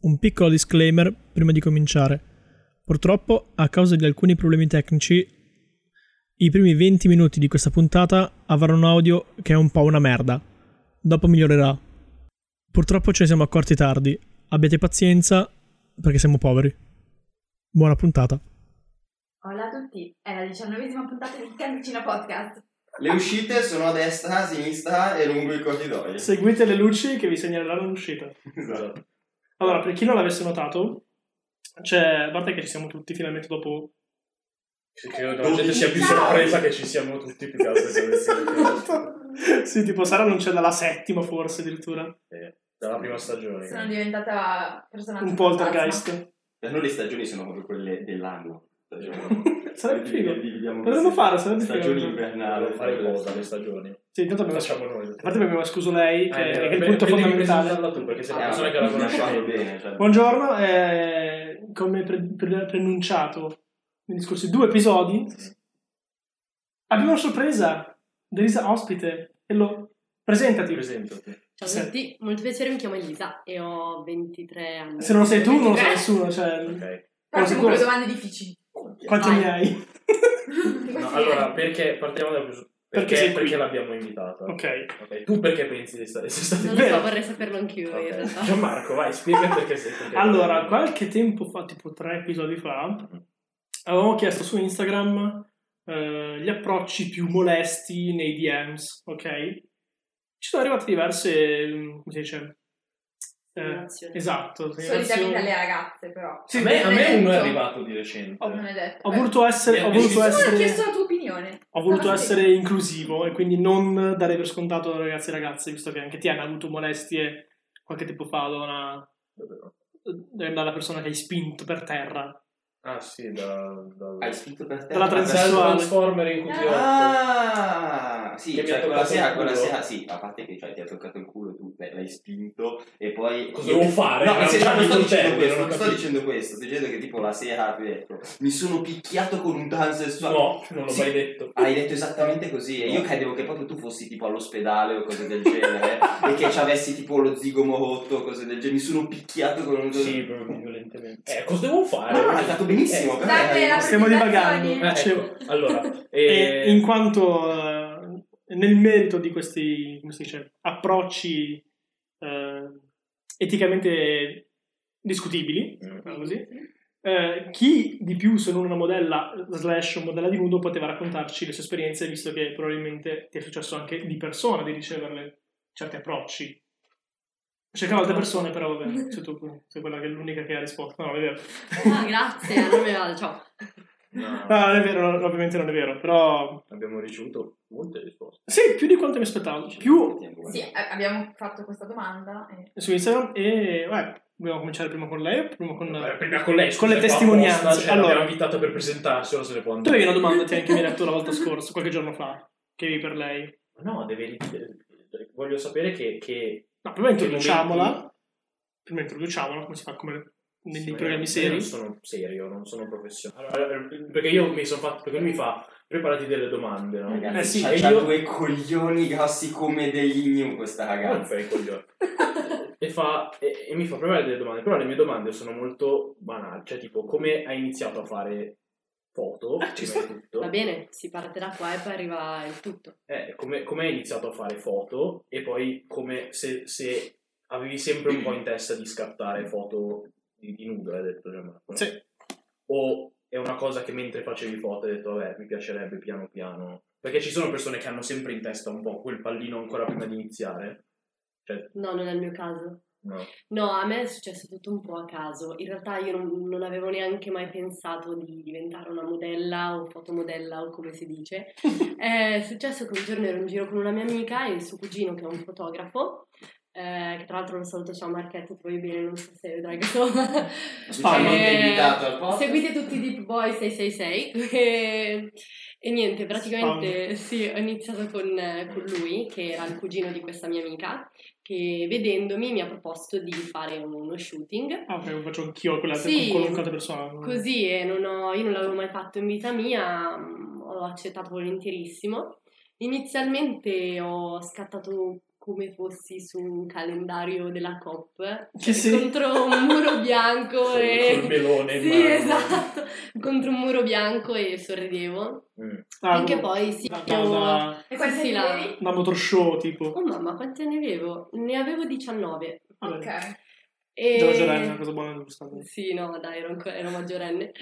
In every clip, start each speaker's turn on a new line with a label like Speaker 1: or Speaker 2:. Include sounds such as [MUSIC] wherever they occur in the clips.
Speaker 1: Un piccolo disclaimer prima di cominciare. Purtroppo, a causa di alcuni problemi tecnici, i primi 20 minuti di questa puntata avranno un audio che è un po' una merda. Dopo migliorerà. Purtroppo ce ne siamo accorti tardi. Abbiate pazienza perché siamo poveri. Buona puntata.
Speaker 2: Hola a tutti, è la diciannovesima puntata di Canticina Podcast.
Speaker 3: Le uscite sono a destra, a sinistra e lungo il corridoio.
Speaker 1: Seguite le luci che vi segnaleranno l'uscita.
Speaker 3: Esatto.
Speaker 1: Allora, per chi non l'avesse notato, c'è. A parte che ci siamo tutti finalmente dopo.
Speaker 4: Sì, credo che la gente sia più sorpresa che ci siamo tutti più che
Speaker 3: [LAUGHS]
Speaker 4: altro che
Speaker 3: Esatto.
Speaker 4: avessimo
Speaker 1: Sì, tipo Sara non c'è dalla settima, forse addirittura.
Speaker 4: dalla prima stagione.
Speaker 2: Sono diventata personaggio
Speaker 1: Un
Speaker 2: fantasma.
Speaker 1: poltergeist.
Speaker 3: Per noi le stagioni sono proprio quelle dell'anno.
Speaker 1: [LAUGHS] Sarebbe figo. Potremmo
Speaker 3: Potremmo
Speaker 1: fare, sarebbe
Speaker 3: Stagioni
Speaker 1: figo.
Speaker 3: invernali.
Speaker 4: Allora, fare cosa le stagioni?
Speaker 1: Sì, intanto
Speaker 4: Lo
Speaker 1: abbiamo. A
Speaker 4: facciamo noi.
Speaker 1: parte perché abbiamo scuso lei, che,
Speaker 4: Eh,
Speaker 1: che è il
Speaker 4: beh,
Speaker 1: punto
Speaker 4: devi
Speaker 1: fondamentale.
Speaker 4: presentarla tu, perché sei una
Speaker 3: Ah,
Speaker 4: persona che la conosce
Speaker 3: conosciamo
Speaker 4: bene.
Speaker 3: bene. cioè.
Speaker 1: Buongiorno, eh, come pre- pre- preannunciato negli scorsi due episodi, abbiamo una sorpresa. Delisa ospite. Ello,
Speaker 4: Ti
Speaker 1: presentati.
Speaker 4: presentati.
Speaker 5: Ciao
Speaker 1: Sì.
Speaker 5: a tutti, molto piacere, mi chiamo Elisa e ho 23 anni.
Speaker 1: Se non lo sei tu, non lo sa
Speaker 2: 23?
Speaker 1: nessuno. Cioè,
Speaker 4: Ok.
Speaker 2: Però
Speaker 1: Sicuro.
Speaker 2: sono quelle domande difficili.
Speaker 1: quanti
Speaker 5: Vai.
Speaker 1: ne
Speaker 4: [LAUGHS]
Speaker 1: hai?
Speaker 2: [LAUGHS]
Speaker 4: No, allora, perché partiamo dal presu-
Speaker 1: Perché sei qui.
Speaker 4: perché, perché l'abbiamo invitata?
Speaker 1: Ok.
Speaker 4: Ok, Tu perché pensi di essere stata
Speaker 5: Non lo
Speaker 1: Vero.
Speaker 5: so, vorrei saperlo anch'io
Speaker 4: Ok.
Speaker 5: in realtà.
Speaker 4: Gianmarco, vai, spiega perché sei qui.
Speaker 1: Allora, qualche tempo fa, tipo tre episodi fa, avevamo chiesto su Instagram eh, gli approcci più molesti nei DMs, ok? Ci sono arrivate diverse, mm, come si dice? Eh,
Speaker 5: Segnalazioni.
Speaker 1: esatto.
Speaker 2: Solitamente
Speaker 1: segnalazioni.
Speaker 2: alle ragazze, però.
Speaker 1: Sì,
Speaker 4: a me, a me
Speaker 2: detto.
Speaker 4: uno è arrivato di recente.
Speaker 1: Oh,
Speaker 2: Non è detto.
Speaker 1: Ho voluto essere, ho
Speaker 4: Eh,
Speaker 1: voluto
Speaker 4: sì,
Speaker 2: Solo ho chiesto
Speaker 1: essere,
Speaker 2: la tua opinione.
Speaker 1: ho voluto
Speaker 2: Stava
Speaker 1: essere inclusivo e quindi non dare per scontato ragazzi e ragazze, visto che anche Tiana ha avuto molestie qualche tempo fa da una- dalla persona che hai spinto per terra.
Speaker 4: Ah sì, da, da-
Speaker 3: Hai scritto per te?
Speaker 1: Dalla
Speaker 4: Dal
Speaker 1: transizione.
Speaker 4: Transformer in cui
Speaker 3: Ah, sì,
Speaker 4: Che mi ha
Speaker 3: cioè,
Speaker 4: toccato
Speaker 3: quella sera,
Speaker 4: il
Speaker 3: quella
Speaker 4: culo.
Speaker 3: sera, sì, a parte che cioè, ti ha toccato il culo, tu l'hai l'hai spinto e poi...
Speaker 4: Cosa devo fare?
Speaker 3: No, se-
Speaker 4: Lanciarmi
Speaker 3: non sto
Speaker 4: col
Speaker 3: dicendo
Speaker 4: cerchio,
Speaker 3: questo,
Speaker 4: non ho
Speaker 3: non sto
Speaker 4: capito.
Speaker 3: dicendo questo, sto dicendo che tipo la sera tu hai detto, mi sono picchiato con un tan sessuale.
Speaker 4: No, non l'ho
Speaker 3: Sì. Ah,
Speaker 4: mai detto.
Speaker 3: Hai detto esattamente così e io credevo che proprio tu fossi tipo all'ospedale o cose
Speaker 1: [LAUGHS]
Speaker 3: del genere e che ci avessi tipo lo zigomo rotto o cose del genere. Mi sono picchiato con un
Speaker 4: Sì, proprio violentemente. Eh, cosa devo fare?
Speaker 3: No, no, [LAUGHS] hai fatto benissimo.
Speaker 4: Eh,
Speaker 3: però
Speaker 2: Date
Speaker 3: hai-
Speaker 2: la
Speaker 1: Stiamo divagando.
Speaker 2: presentazione.
Speaker 4: eh, ecco, allora, eh,
Speaker 1: E in quanto eh, nel merito di questi come si dice, approcci eh, eticamente discutibili,
Speaker 4: mm,
Speaker 1: diciamo così, eh, chi di più se non una modella slash un modella di nudo poteva raccontarci le sue esperienze, visto che probabilmente ti è successo anche di persona di riceverle certi approcci. Cercavo altre persone, però vabbè, sei tu, sei quella che è l'unica che ha risposto. No, non è vero.
Speaker 5: Ah, grazie, a me vale, ciao.
Speaker 4: no,
Speaker 1: [LAUGHS] No, non è vero, ovviamente non è vero, però
Speaker 4: abbiamo ricevuto molte risposte.
Speaker 1: Sì, più di quanto mi aspettavo.
Speaker 3: Cioè.
Speaker 1: Più
Speaker 2: Sì, eh, abbiamo fatto questa domanda. e-
Speaker 1: su Instagram e vabbè, dobbiamo cominciare prima con lei, prima con...
Speaker 4: Vabbè, prima con lei,
Speaker 1: Eh, Con le
Speaker 4: scusa, qua
Speaker 1: testimonianze.
Speaker 4: apposta, cioè,
Speaker 1: Allora.
Speaker 4: l'abbiamo invitata per presentarsi, ora se ne può
Speaker 1: Tu
Speaker 4: andare.
Speaker 1: avevi una domanda che anche mi hai detto la volta scorsa, qualche giorno fa, che avevi per lei.
Speaker 4: No, deve voglio sapere che, che
Speaker 1: No, prima
Speaker 4: che momenti-
Speaker 1: introduciamola. Prima introduciamola, come si fa come nei nei
Speaker 4: Sì, eh,
Speaker 1: programmi
Speaker 4: io
Speaker 1: seri.
Speaker 4: Non sono serio, non sono professionale. Allora, eh, perché io mi sono fatto. Perché lui mi fa preparati delle domande, no?
Speaker 3: Ragazzi,
Speaker 1: Eh sì,
Speaker 3: c'ha
Speaker 4: e
Speaker 3: c'ha
Speaker 4: io-
Speaker 3: due coglioni grossi come degli gnu questa
Speaker 4: Non
Speaker 3: ragazza.
Speaker 4: fai i coglioni. e, fa, e, e mi fa preparare delle domande. Però le mie domande sono molto banali. Cioè, tipo, come hai iniziato a fare foto?
Speaker 1: Ah, ci
Speaker 4: prima
Speaker 1: sta.
Speaker 4: di tutto.
Speaker 5: Va bene, si parte da qua e poi arriva il tutto.
Speaker 4: Eh, come, come hai iniziato a fare foto? E poi come se, se avevi sempre un po' in testa di scattare foto di, di nudo, hai detto Gianmarco.
Speaker 1: Sì.
Speaker 4: o è una cosa che mentre facevi foto hai detto vabbè mi piacerebbe piano piano perché ci sono persone che hanno sempre in testa un po' quel pallino ancora prima di iniziare cioè
Speaker 5: No, non è il mio caso.
Speaker 4: no
Speaker 5: No, a me è successo tutto un po' a caso. In realtà io non, non avevo neanche mai pensato di diventare una modella o fotomodella o come si dice. Eh, È successo che un giorno ero in giro con una mia amica e il suo cugino, che è un fotografo, eh, che tra l'altro lo saluto, ciao Marchetto, trovi bene, non so se vedrai che sono.
Speaker 1: Spalma.
Speaker 3: Cioè, non ti
Speaker 5: Eh,
Speaker 3: ha invitato al podcast.
Speaker 5: Seguite tutti i Deep Boy 666 [LAUGHS] e, e niente, praticamente sì, ho iniziato con, eh, con lui, che era il cugino di questa mia amica, che vedendomi mi ha proposto di fare uno shooting.
Speaker 1: Ah, ok, lo faccio anch'io quella
Speaker 5: Sì.
Speaker 1: con qualunque altra persona.
Speaker 3: Mm.
Speaker 5: Così e non ho- io non l'avevo mai fatto in vita mia, mm, mh, ho accettato volentierissimo. Inizialmente ho scattato come fossi su un calendario della COP
Speaker 1: Che sì.
Speaker 5: contro un muro
Speaker 3: [LAUGHS]
Speaker 5: bianco
Speaker 4: Col- col
Speaker 5: e...
Speaker 4: melone in
Speaker 5: Sì,
Speaker 4: mano.
Speaker 5: esatto, [LAUGHS] contro un muro bianco e sorridevo.
Speaker 4: Mm.
Speaker 1: Ah,
Speaker 5: Finché
Speaker 1: no.
Speaker 5: poi sì,
Speaker 1: Da, da,
Speaker 5: io-
Speaker 1: da-
Speaker 2: E quanti
Speaker 5: Sì, sì,
Speaker 2: ne
Speaker 5: la-
Speaker 2: avevi?
Speaker 1: da motor show, tipo.
Speaker 5: Oh mamma, quanti anni avevo? Ne avevo 19.
Speaker 1: Vabbè.
Speaker 2: Ok.
Speaker 5: E...
Speaker 1: Già Giorena, una cosa buona e giusta.
Speaker 5: Sì, no, dai, ero, ancora- ero maggiorenne.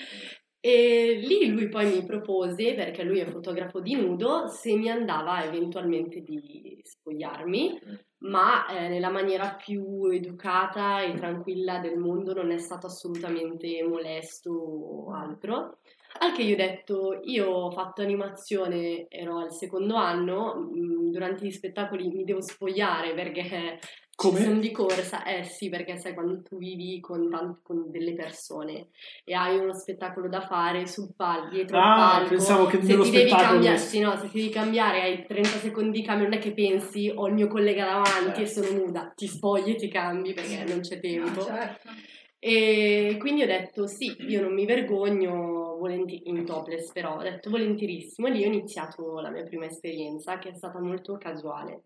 Speaker 5: E lì lui poi mi propose, perché lui è fotografo di nudo, se mi andava eventualmente di spogliarmi, ma eh, nella maniera più educata e tranquilla del mondo non è stato assolutamente molesto o altro. Al che io ho detto, io ho fatto animazione, ero al secondo anno, mh, durante gli spettacoli mi devo spogliare perché
Speaker 1: Come?
Speaker 5: sono di corsa, eh sì, perché sai quando tu vivi con, tan- con delle persone e hai uno spettacolo da fare sul palco, dietro al
Speaker 1: Ah,
Speaker 5: palco,
Speaker 1: pensavo che
Speaker 5: se
Speaker 1: nello
Speaker 5: ti devi
Speaker 1: spettacolo.
Speaker 5: cambiare, sì, no, se ti devi cambiare hai 30 secondi di cambio, non è che pensi ho il mio collega davanti
Speaker 4: Eh.
Speaker 5: e sono nuda, ti spogli e ti cambi perché non c'è tempo.
Speaker 1: Ah,
Speaker 2: Certo.
Speaker 5: E quindi ho detto sì, io non mi vergogno volenti- in topless, però ho detto volentierissimo e lì ho iniziato la mia prima esperienza che è stata molto casuale.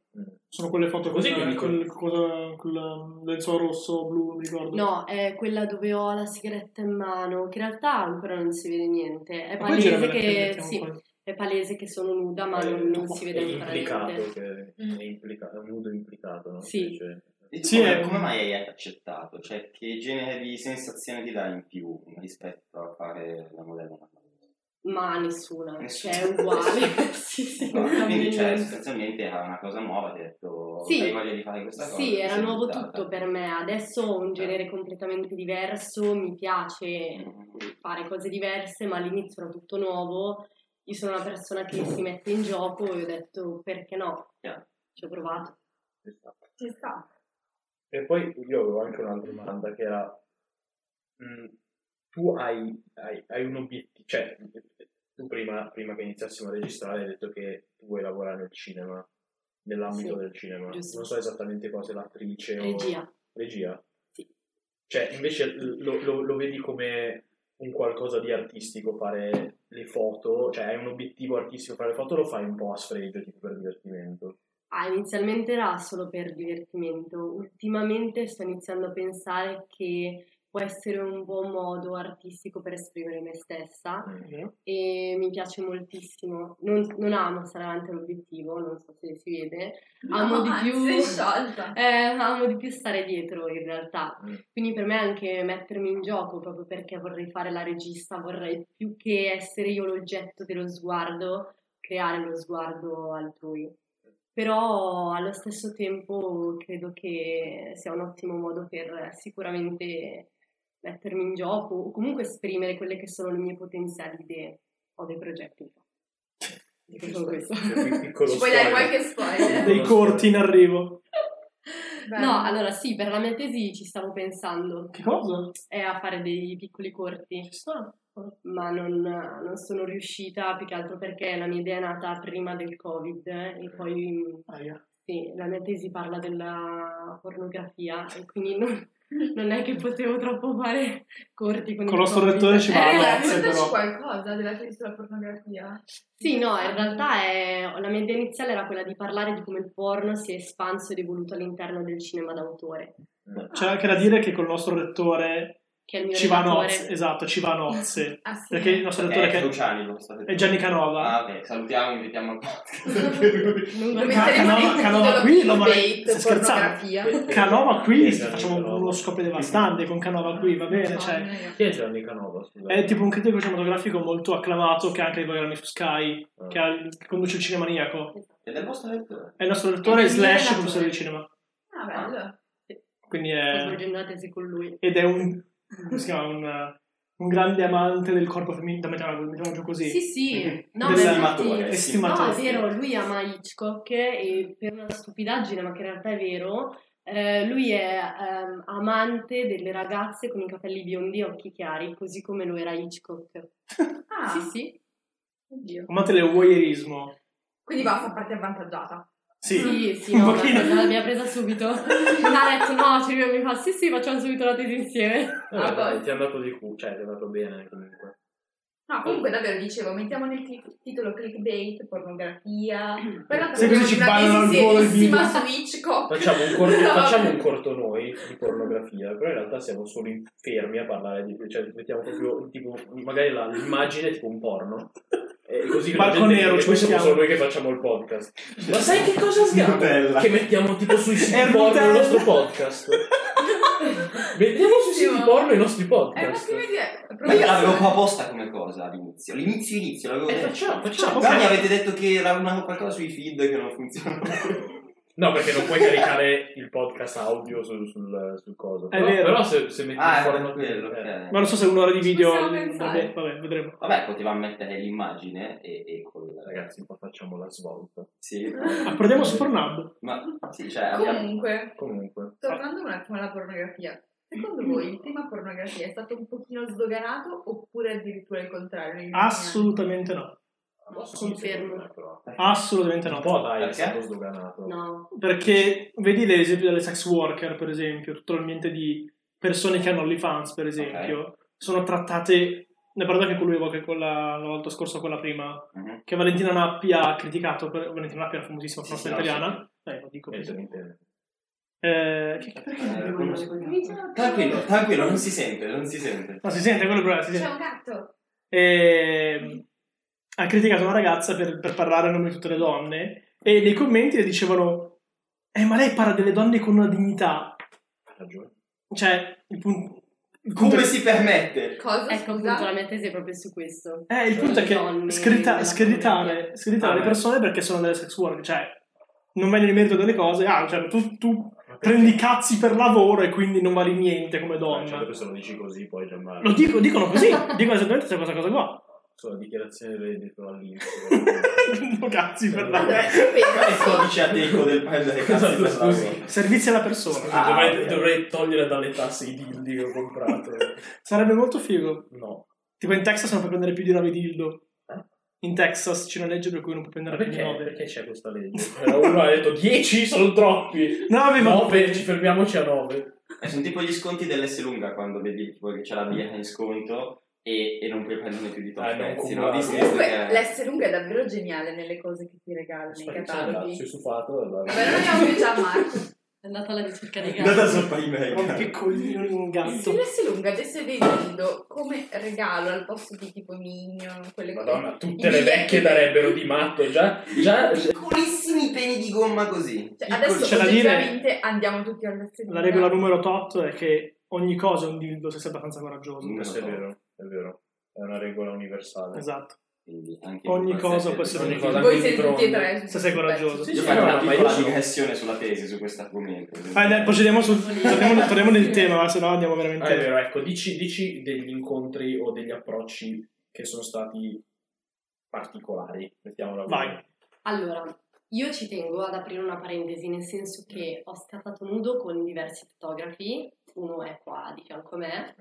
Speaker 1: Sono quelle foto
Speaker 4: Così
Speaker 1: con,
Speaker 4: che dico.
Speaker 1: con, con- con il lenzo rosso, blu, non mi ricordo.
Speaker 5: No, è quella dove ho la sigaretta in mano, che in realtà ancora non si vede niente. È
Speaker 1: Ma poi gira
Speaker 5: palese
Speaker 1: per la fine,
Speaker 5: che,
Speaker 1: mettiamo
Speaker 5: sì,
Speaker 1: qua.
Speaker 5: è palese che sono nuda, ma
Speaker 4: Eh,
Speaker 5: non, non
Speaker 1: tu-
Speaker 5: si
Speaker 4: È
Speaker 5: vede ancora
Speaker 4: implicato,
Speaker 5: niente.
Speaker 4: che
Speaker 2: Mm.
Speaker 4: è implicato, è un nudo implicato, no?
Speaker 5: Sì.
Speaker 4: Cioè,
Speaker 3: E tu
Speaker 1: Sì, è-
Speaker 3: come, come mai hai accettato? Cioè, che genere di sensazione ti dà in più rispetto a fare la modella?
Speaker 5: Ma nessuna,
Speaker 3: Nessuno.
Speaker 5: cioè è
Speaker 3: [LAUGHS]
Speaker 5: uguale. [LAUGHS] sì, sì,
Speaker 3: Eh, No,
Speaker 5: non cambia
Speaker 3: quindi cioè,
Speaker 5: niente.
Speaker 3: sostanzialmente era una cosa nuova, ti ha detto
Speaker 5: Sì.
Speaker 3: hai voglia di fare questa cosa.
Speaker 5: Sì,
Speaker 3: ti
Speaker 5: era
Speaker 3: sei
Speaker 5: nuovo
Speaker 3: buttata. Eh.
Speaker 5: tutto per me. Adesso ho un genere completamente diverso, mi piace
Speaker 3: Eh,
Speaker 5: fare cose diverse, ma all'inizio era tutto nuovo. Io sono una persona che si mette in gioco e ho detto perché no?
Speaker 3: Chiaro.
Speaker 5: Ci ho provato.
Speaker 4: ci sta.
Speaker 2: Ci sta.
Speaker 4: E poi io avevo anche un'altra domanda che era, mh, tu hai, hai- hai un obiettivo, cioè tu prima, prima che iniziassimo a registrare hai detto che tu vuoi lavorare nel cinema, nell'ambito
Speaker 5: Sì,
Speaker 4: del cinema,
Speaker 5: giusto.
Speaker 4: non so esattamente cosa, l'attrice o...
Speaker 5: Regia.
Speaker 4: Regia?
Speaker 5: Sì.
Speaker 4: Cioè invece l- lo, lo- lo vedi come un qualcosa di artistico fare le foto, cioè hai un obiettivo artistico fare le foto, lo fai un po' a sfregio, tipo per divertimento.
Speaker 5: Ah, inizialmente era solo per divertimento, ultimamente sto iniziando a pensare che può essere un buon modo artistico per esprimere me stessa
Speaker 4: Mm.
Speaker 1: Vero?
Speaker 5: e mi piace moltissimo. Non, non amo stare davanti all'obiettivo, non so se si vede, Amo di più.
Speaker 2: Sei sciolta.
Speaker 5: Eh, amo di più stare dietro in realtà,
Speaker 4: Mm.
Speaker 5: quindi per me anche mettermi in gioco proprio perché vorrei fare la regista, vorrei più che essere io l'oggetto dello sguardo, creare lo sguardo altrui. Però allo stesso tempo credo che sia un ottimo modo per sicuramente mettermi in gioco o comunque esprimere quelle che sono le mie potenziali idee o dei progetti. Dico solo questo.
Speaker 4: Cioè,
Speaker 2: Ci puoi dare qualche spoiler?
Speaker 1: Dei corti in arrivo.
Speaker 2: Bello.
Speaker 5: No, allora sì, per la mia tesi ci stavo pensando.
Speaker 1: Che cosa?
Speaker 5: È a fare dei piccoli corti,
Speaker 1: Ci sta.
Speaker 5: ma non, non sono riuscita più che altro perché la mia idea è nata prima del Covid eh, e poi mh,
Speaker 1: Aia.
Speaker 5: sì, la mia tesi parla della pornografia e quindi [LAUGHS] non, non è che potevo troppo fare corti con, il
Speaker 1: Con lo
Speaker 5: Covid.
Speaker 1: sorrettore [LAUGHS] ci
Speaker 5: Eh,
Speaker 1: vado.
Speaker 2: Eh,
Speaker 1: grazie,
Speaker 2: raccontaci
Speaker 1: però.
Speaker 2: qualcosa della tesi sulla pornografia.
Speaker 5: Sì, no, in realtà è- la mia idea iniziale era quella di parlare di come il porno si è espanso ed evoluto all'interno del cinema d'autore,
Speaker 4: Mm.
Speaker 1: C'è anche da dire che col nostro rettore
Speaker 5: che è Ah, il mio
Speaker 1: ci va
Speaker 5: relatore.
Speaker 1: nozze. Esatto, ci va
Speaker 5: [LAUGHS]
Speaker 1: nozze.
Speaker 2: Ah, sì.
Speaker 1: Perché il nostro rettore
Speaker 3: È
Speaker 1: che
Speaker 3: Luciani, lo sta
Speaker 1: è Gianni Canova.
Speaker 3: Eh, ecco. Ah, ok, salutiamo, invitiamo al
Speaker 5: [LAUGHS] Non
Speaker 2: Lo
Speaker 5: guarda-
Speaker 1: Ca-
Speaker 2: metteremo
Speaker 1: Canova-
Speaker 2: nel
Speaker 1: Canova
Speaker 2: titolo
Speaker 1: qui, lo- ma-
Speaker 2: clickbait,
Speaker 1: stai scherzando?
Speaker 2: pornografia.
Speaker 1: Canova qui, facciamo uno scopo devastante con Canova qui, va bene, cioè...
Speaker 2: Madonna, io-
Speaker 4: Chi è Gianni Canova? Scusa.
Speaker 1: È tipo un critico cinematografico molto acclamato che ha anche dei programmi su Sky,
Speaker 4: Ah.
Speaker 1: che, ha- che conduce il Cinemaniaco.
Speaker 3: Ed è il vostro lettore.
Speaker 1: È il nostro lettore
Speaker 5: È il mio
Speaker 1: slash
Speaker 5: relatore.
Speaker 1: professore di cinema.
Speaker 2: Ah, bello.
Speaker 1: Quindi
Speaker 5: Sto
Speaker 1: è...
Speaker 5: svolgendo la tesi con lui.
Speaker 1: Ed è un... come si chiama? Un, eh, un grande amante del corpo femminile, mettiamo, mettiamo giù così.
Speaker 5: Sì, sì, no,
Speaker 1: Del
Speaker 5: Ah, ma
Speaker 3: animatore.
Speaker 5: infatti-
Speaker 1: È
Speaker 5: No,
Speaker 1: stimato.
Speaker 5: è vero, lui ama Hitchcock e per una stupidaggine, ma che in realtà è vero, eh, lui è ehm, amante delle ragazze con i capelli biondi e occhi chiari, così come lo era Hitchcock.
Speaker 2: Ah,
Speaker 5: Sì, sì.
Speaker 2: Oddio.
Speaker 1: Amante del voyeurismo.
Speaker 2: Quindi va a far parte avvantaggiata.
Speaker 1: Sì.
Speaker 5: sì, sì,
Speaker 1: un
Speaker 5: no,
Speaker 1: pochino.
Speaker 5: l'abbiamo- l'abbiamo presa subito. Ha detto, no, ci arriviamo, mi fa, sì, sì, facciamo subito la tesi insieme.
Speaker 4: Vabbè,
Speaker 2: Ah,
Speaker 4: Eh, dai,
Speaker 2: poi.
Speaker 4: ti è andato di culo, cioè ti è andato bene comunque.
Speaker 5: Eh.
Speaker 2: No, comunque davvero dicevo, mettiamo nel click- titolo clickbait, pornografia.
Speaker 5: [CLEARS THROAT]
Speaker 2: Poi l'altro
Speaker 1: Se così ci
Speaker 2: abbiamo
Speaker 1: ballano
Speaker 2: una
Speaker 1: al volo il
Speaker 2: tesissima
Speaker 1: video.
Speaker 2: su Hitchcock. Eh,
Speaker 4: Facciamo un, [LAUGHS] corto,
Speaker 2: No.
Speaker 4: facciamo un corto noi di pornografia, però in realtà siamo solo in- fermi a parlare di... cioè mettiamo proprio tipo, magari la- l'immagine è tipo un porno. E così che la
Speaker 1: Marco
Speaker 4: gente-
Speaker 1: Nero,
Speaker 4: e
Speaker 1: ci
Speaker 4: poi siamo
Speaker 1: mettiamo.
Speaker 4: solo noi che facciamo il podcast. [LAUGHS] Ma sai che cosa sgamo?
Speaker 3: Bella.
Speaker 4: Che mettiamo tipo sui
Speaker 1: È
Speaker 4: siti porno il
Speaker 1: Nutella. [LAUGHS]
Speaker 4: nostro podcast. Mettiamo sui siti
Speaker 2: Bellissimo.
Speaker 4: porno i nostri
Speaker 2: È una
Speaker 4: podcast.
Speaker 2: prima idea.
Speaker 3: Ma io l'avevo un po' apposta come cosa all'inizio. L'inizio inizio l'avevo
Speaker 4: Eh,
Speaker 3: detto.
Speaker 4: facciamo, facciamo.
Speaker 3: Però mi avete detto che era una qualcosa sui feed che non funziona.
Speaker 5: [LAUGHS]
Speaker 4: No, perché non puoi caricare il podcast audio sul, sul, sul coso.
Speaker 1: È
Speaker 4: però,
Speaker 1: vero.
Speaker 4: però se, se metti
Speaker 3: ah,
Speaker 4: il
Speaker 3: era
Speaker 4: porno
Speaker 3: quello,
Speaker 4: eh.
Speaker 3: ok.
Speaker 1: Ma non so se un'ora di video.
Speaker 2: Possiamo pensare.
Speaker 1: Vabbè, vabbè, vedremo.
Speaker 3: Vabbè, potevamo mettere l'immagine e, e col-
Speaker 4: Ragazzi, un po' facciamo la svolta.
Speaker 3: Sì.
Speaker 1: Apprendiamo Ah, su Pornhub.
Speaker 3: Ma sì, cioè abbiamo...
Speaker 2: Comunque,
Speaker 4: Comunque.
Speaker 2: tornando un attimo alla pornografia. Secondo voi il tema pornografia è stato un pochino sdoganato oppure addirittura il contrario? negli ultimi anni?
Speaker 1: Assolutamente no.
Speaker 5: Confermo.
Speaker 4: però.
Speaker 1: Assolutamente
Speaker 4: Un
Speaker 1: no.
Speaker 4: po' dai,
Speaker 3: Perché?
Speaker 4: è stato sdoganato.
Speaker 5: No.
Speaker 1: Perché vedi l'esempio delle sex worker, per esempio, tutto l'ambiente di persone che hanno OnlyFans, per esempio, sono trattate. Ne parlavo anche con lui qualche- quella, la volta scorsa, quella prima,
Speaker 3: Mhm.
Speaker 1: che Valentina Nappi ha criticato. Per, Valentina Nappi è una famosissima
Speaker 3: Sì,
Speaker 1: famosa
Speaker 3: sì, no,
Speaker 1: italiana. Eh, lo dico
Speaker 4: Niente,
Speaker 1: così.
Speaker 4: niente.
Speaker 1: Eh, che- perché
Speaker 3: Eh,
Speaker 1: non
Speaker 3: come
Speaker 1: lo
Speaker 3: si-
Speaker 1: ricordo?
Speaker 2: Mi sono-
Speaker 3: Tranquillo, tranquillo, non si sente, non si sente.
Speaker 1: No, si sente quello bravo, si
Speaker 2: C'è
Speaker 1: sente.
Speaker 2: un gatto.
Speaker 1: E, ehm, ha criticato una ragazza per, per parlare a nome di tutte le donne e nei commenti le dicevano eh ma lei parla delle donne con una dignità
Speaker 4: Ha ragione.
Speaker 1: cioè il, pun- il punto,
Speaker 3: Come si permette?
Speaker 2: Cosa?
Speaker 5: Ecco, appunto, la
Speaker 2: scusa?
Speaker 5: mia tesi è proprio su questo.
Speaker 1: eh, il punto è che
Speaker 5: Donne
Speaker 1: scredita-
Speaker 5: nella
Speaker 1: screditare,
Speaker 5: comunità.
Speaker 1: screditare
Speaker 4: Ah,
Speaker 1: le
Speaker 4: beh.
Speaker 1: persone perché sono delle sex worker cioè non vai nel merito delle cose ah cioè tu, tu
Speaker 4: Ma perché? Eh,
Speaker 1: prendi i cazzi per lavoro e quindi non vali niente come
Speaker 4: Ah, Certo
Speaker 1: donna
Speaker 4: che se lo dici così poi già male.
Speaker 1: lo dico, dicono così dicono esattamente questa cosa, cosa qua [LAUGHS]
Speaker 4: Sulla dichiarazione del reddito all'inizio.
Speaker 1: prendo cazzi
Speaker 4: Certo.
Speaker 1: per
Speaker 2: Allora,
Speaker 1: lavoro
Speaker 2: io
Speaker 3: È il
Speaker 2: penso...
Speaker 3: codice ateco del paese delle cazzo per
Speaker 4: Scusi.
Speaker 3: lavoro.
Speaker 1: servizi alla persona
Speaker 3: Ah,
Speaker 4: dovrei,
Speaker 3: ok.
Speaker 4: dovrei togliere dalle tasse i dildi che
Speaker 1: [LAUGHS]
Speaker 4: ho comprato.
Speaker 1: sarebbe molto figo
Speaker 4: No.
Speaker 1: Tipo in Texas non puoi prendere più di 9 dildo.
Speaker 4: Eh?
Speaker 1: In Texas c'è una legge per cui non puoi
Speaker 4: Ma
Speaker 1: prendere più di
Speaker 4: perché,
Speaker 1: 9.
Speaker 4: perché c'è
Speaker 1: [LAUGHS]
Speaker 4: questa legge? Allora, Uno ha detto 10 sono troppi.
Speaker 1: 9 ma...
Speaker 4: 9, ci fermiamoci a 9.
Speaker 3: Eh, Sono tipo gli sconti dell'S lunga quando vedi tipo che c'è la birra in sconto e, e non puoi prenderne più di tot
Speaker 4: Ah, non
Speaker 3: pezzi, no?
Speaker 4: comprare.
Speaker 3: Visto che-
Speaker 2: Comunque, l'essere lungo è davvero geniale nelle cose che ti regalano i cataloghi.
Speaker 4: Sei sufato. allora.
Speaker 2: Vabbè, non abbiamo più già Marco.
Speaker 5: È andata alla ricerca dei
Speaker 3: Data
Speaker 5: gatti.
Speaker 3: sopra i mega.
Speaker 1: un piccolino un
Speaker 2: Se
Speaker 1: gatto.
Speaker 2: l'essere lunga avesse venduto come regalo al posto di tipo Minion, quelle cose.
Speaker 4: Madonna, tutte le vecchie darebbero di matto. Già, già [LAUGHS]
Speaker 3: Piccolissimi peni di gomma così.
Speaker 2: Cioè,
Speaker 1: Piccoli,
Speaker 2: adesso
Speaker 1: c'è da dire-
Speaker 2: oggettivamente andiamo tutti all'essere lunga.
Speaker 1: La regola numero 8 è che ogni cosa è un dildo se sei abbastanza coraggioso.
Speaker 3: Mm.
Speaker 4: Questo è vero, è vero. È una regola universale.
Speaker 1: Esatto.
Speaker 3: Quindi anche
Speaker 1: Ogni
Speaker 3: qualsiasi-
Speaker 1: cosa può essere
Speaker 4: ogni
Speaker 1: un
Speaker 4: cosa.
Speaker 1: dildo.
Speaker 2: Voi siete tutti e
Speaker 4: D'altronde.
Speaker 2: tre. su
Speaker 1: Se sei
Speaker 2: questo
Speaker 1: coraggio.
Speaker 2: pezzo.
Speaker 3: Io
Speaker 4: Sì,
Speaker 3: faccio
Speaker 4: no,
Speaker 3: una
Speaker 4: ma io
Speaker 3: piccola
Speaker 4: dico-
Speaker 3: digressione sulla tesi su questo argomento.
Speaker 1: Vai, dai, procediamo sul... torniamo, torniamo nel tema, ma se no andiamo
Speaker 4: Ah, è
Speaker 1: veramente...
Speaker 4: vero, ecco, dici, dici degli incontri o degli approcci che sono stati particolari, mettiamola così.
Speaker 1: Vai.
Speaker 5: Allora, io ci tengo ad aprire una parentesi, nel senso che ho scattato nudo con diversi fotografi, uno è qua di fianco a me,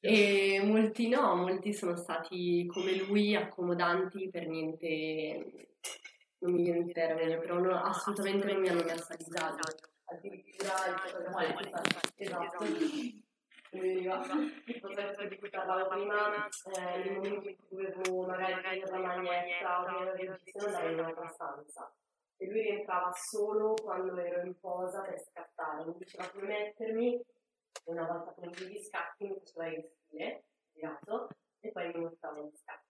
Speaker 5: E molti no, molti sono stati come lui, accomodanti, per niente, non mi viene il termine, però no, assolutamente non mi hanno messo a disagio. Addirittura il fotografo è stato- esatto, come veniva, il fotografo di cui parlavo prima, eh, nel momento in cui dovevo magari prendere la maglietta o prendere il regista, non andavo in un'altra stanza. E lui rientrava solo quando ero in posa per scattare, mi diceva come mettermi, e una volta finiti gli scatti mi faceva rivestire, girato, e poi mi mostrava gli scatti.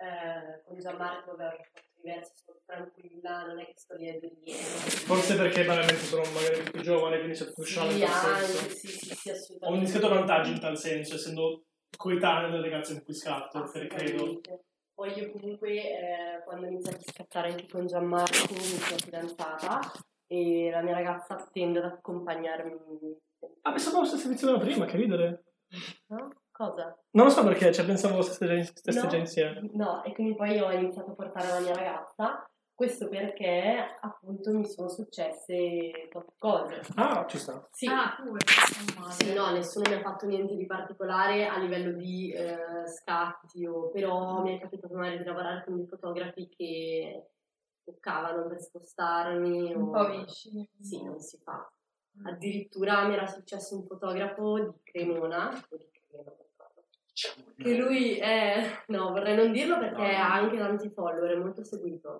Speaker 5: Eh, con Gianmarco avevo fatto diverso, sono tranquilla, non è che sto lì a brillare.
Speaker 1: Forse perché veramente sono magari più giovane, quindi si affusciano in
Speaker 5: Sì,
Speaker 1: tal
Speaker 5: anche,
Speaker 1: senso.
Speaker 5: sì, sì, sì,
Speaker 1: Ho un
Speaker 5: assolutamente.
Speaker 1: discreto vantaggio in tal senso, essendo coetaneo delle ragazze in cui scatto, perché credo.
Speaker 5: Assolutamente. Poi io comunque eh, quando ho iniziato a scattare anche con Gianmarco mi sono fidanzata e la mia ragazza tende ad accompagnarmi.
Speaker 1: Ah, pensavo stesse iniziando prima, che ridere.
Speaker 5: No? Cosa?
Speaker 1: Non lo so perché, cioè pensavo stesse già, stesse
Speaker 5: No.
Speaker 1: già insieme.
Speaker 5: No, e quindi poi ho iniziato a portare la mia ragazza, questo perché appunto mi sono successe tot cose.
Speaker 1: Ah, ci sta.
Speaker 5: Sì,
Speaker 2: Ah, pure. non
Speaker 5: sì,
Speaker 2: male.
Speaker 5: no, nessuno mi ha fatto niente di particolare a livello di eh, scatti, o, però mi è capitato magari di lavorare con dei fotografi che toccavano per spostarmi.
Speaker 2: Un
Speaker 5: o-
Speaker 2: po' vicino.
Speaker 5: Sì, non si fa. Addirittura mi era successo un fotografo di Cremona, o di Cremona, non ricordo, Che lui è... No, vorrei non dirlo perché
Speaker 6: No, no.
Speaker 5: ha anche tanti follower, è molto seguito.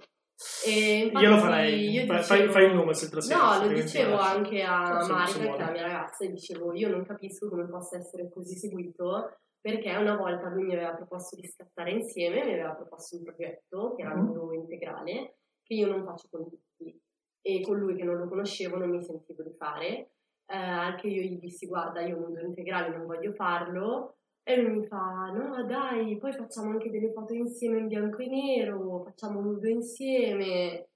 Speaker 5: E infatti
Speaker 1: io lo farei.
Speaker 5: io
Speaker 1: Fai-
Speaker 5: dicevo-
Speaker 1: Fai, fai il nome se te la sei
Speaker 5: No, lo
Speaker 1: se-
Speaker 5: dicevo anche a
Speaker 1: se- se
Speaker 5: Marika, che
Speaker 1: vuole.
Speaker 5: è la mia ragazza, e dicevo io non capisco come possa essere così seguito, perché una volta lui mi aveva proposto di scattare insieme, mi aveva proposto un progetto che era un nuovo integrale, che io non faccio con tutti, e con lui che non lo conoscevo non mi sentivo di fare, Eh, anche io gli dissi guarda io mondo integrale non voglio farlo, e lui mi fa no dai, poi facciamo anche delle foto insieme in bianco e nero, facciamo un nudo insieme...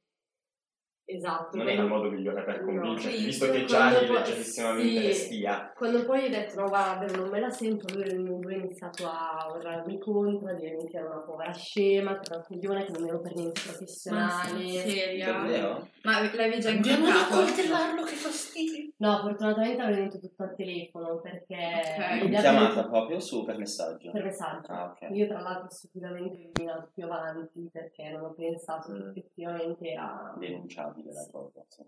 Speaker 5: Esatto.
Speaker 3: Non è il modo migliore per
Speaker 5: No.
Speaker 3: convincerti,
Speaker 2: Sì,
Speaker 3: visto che
Speaker 5: io
Speaker 3: già
Speaker 5: quando
Speaker 3: gli
Speaker 5: poi-
Speaker 3: leggerissimamente
Speaker 5: sì.
Speaker 3: le stia.
Speaker 5: Quando poi ho detto, no guarda, non me la sento, lui lui ha iniziato a urlarmi contro, a dirmi che era una povera scema, che era un coglione, che non ero per niente professionale.
Speaker 2: seria.
Speaker 3: Davvero?
Speaker 2: Ma l'avevi già incontrato?
Speaker 3: che fastidio!
Speaker 5: No, fortunatamente è venuto tutto al telefono, perché...
Speaker 4: Eh,
Speaker 2: Ok.
Speaker 5: e
Speaker 3: In
Speaker 5: gli ha
Speaker 3: chiamata
Speaker 5: venuto
Speaker 3: proprio su per messaggio.
Speaker 5: Per messaggio.
Speaker 3: Ah, ok.
Speaker 5: Io tra l'altro stupidamente ho eliminato più avanti, perché non ho pensato che
Speaker 3: Mm.
Speaker 5: effettivamente era...
Speaker 3: Denunciabile la cosa. sì.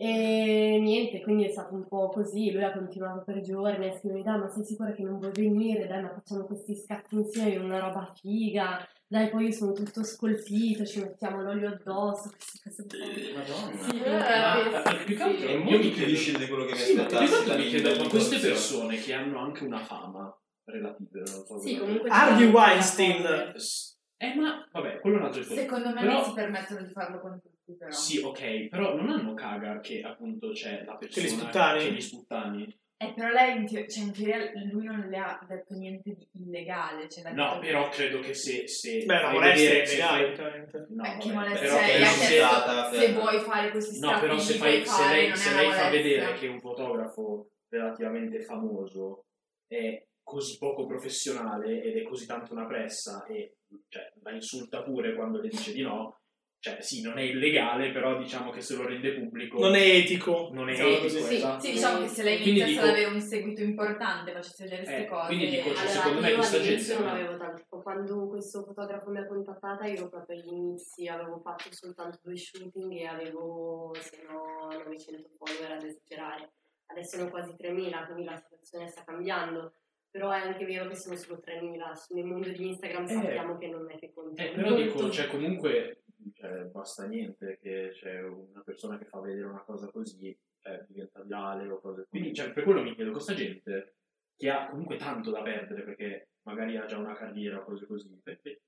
Speaker 5: E niente, quindi è stato un po' così, lui ha continuato per giorni a scrivermi, dai ma sei sicura che non vuoi venire, dai ma facciamo questi scatti insieme, una roba figa, dai poi io sono tutto scolpito, ci mettiamo l'olio addosso, queste cose qua.
Speaker 3: Madonna.
Speaker 5: Sì,
Speaker 4: Ma,
Speaker 5: eh,
Speaker 4: eh, più che altro-
Speaker 3: È
Speaker 4: Io
Speaker 3: molto
Speaker 4: mi
Speaker 3: più
Speaker 4: chiedo-
Speaker 3: difficile di quello che mi
Speaker 4: Sì, ma più che
Speaker 3: aspettassi.
Speaker 4: altro
Speaker 3: da
Speaker 4: mi chiedo, ma
Speaker 3: un
Speaker 4: queste
Speaker 3: divorzio.
Speaker 4: persone che hanno anche una fama relativa, non so
Speaker 5: sì,
Speaker 4: come-
Speaker 5: comunque...
Speaker 1: Harvey
Speaker 5: c'è-
Speaker 1: Weinstein.
Speaker 4: S- Eh, ma vabbè, quello è un altro discorso.
Speaker 2: Secondo me
Speaker 4: Però-
Speaker 2: non si permettono di farlo con tutti, però.
Speaker 4: Sì, ok, però non hanno cagar che appunto c'è la persona
Speaker 1: li sputtani?
Speaker 4: Che li sputtani.
Speaker 2: Eh, però lei, in teo- cioè, in teoria, lui non le ha detto niente di illegale. Cioè, l'ha
Speaker 4: No,
Speaker 2: detto-
Speaker 4: però credo che se... se
Speaker 1: Beh, la
Speaker 4: fai
Speaker 1: molestia
Speaker 4: vedere-
Speaker 1: è
Speaker 4: se
Speaker 1: legale,
Speaker 4: fai-
Speaker 1: ovviamente.
Speaker 4: No,
Speaker 2: Eh, chi
Speaker 4: vabbè,
Speaker 2: molesta-
Speaker 4: però
Speaker 2: cioè,
Speaker 4: credo
Speaker 2: gli ha
Speaker 4: che-
Speaker 3: se-
Speaker 2: chiesto se
Speaker 3: eh.
Speaker 2: vuoi fare questi scatti
Speaker 4: No, però se,
Speaker 2: li
Speaker 4: fai,
Speaker 2: puoi
Speaker 4: se lei,
Speaker 2: fare,
Speaker 4: se
Speaker 2: non è
Speaker 4: lei
Speaker 2: una
Speaker 4: fa
Speaker 2: molestia.
Speaker 4: vedere che un fotografo relativamente famoso è così poco professionale ed è così tanto una pressa e cioè, la insulta pure quando le dice di no, cioè sì, non è illegale, però diciamo che se lo rende pubblico
Speaker 1: Non è etico.
Speaker 4: non è
Speaker 1: Diciamo
Speaker 4: etico,
Speaker 1: così.
Speaker 2: Sì,
Speaker 4: esatto.
Speaker 2: sì, diciamo che se lei
Speaker 4: Quindi
Speaker 2: iniziasse ad
Speaker 4: dico-
Speaker 2: avere un seguito importante, facesse vedere queste
Speaker 4: Eh,
Speaker 2: cose.
Speaker 4: quindi dico, cioè,
Speaker 5: Allora,
Speaker 4: secondo me
Speaker 5: io
Speaker 4: questa
Speaker 5: all'inizio
Speaker 4: gente-
Speaker 5: non avevo tanto, tipo, quando questo fotografo mi ha contattata io proprio agli inizi avevo fatto soltanto due shooting e avevo se no 900 follower ad esagerare, adesso ne ho quasi 3000 quindi la situazione sta cambiando, però è anche vero che sono solo 3000, nel mondo di Instagram
Speaker 4: Eh.
Speaker 5: sappiamo che non è che conta
Speaker 4: Eh, però dico,
Speaker 5: molto.
Speaker 4: cioè, comunque cioè, basta niente che c'è una persona che fa vedere una cosa così cioè, diventa virale o cose quindi cioè, per quello mi chiedo questa gente che ha comunque tanto da perdere perché magari ha già una carriera o cose così perché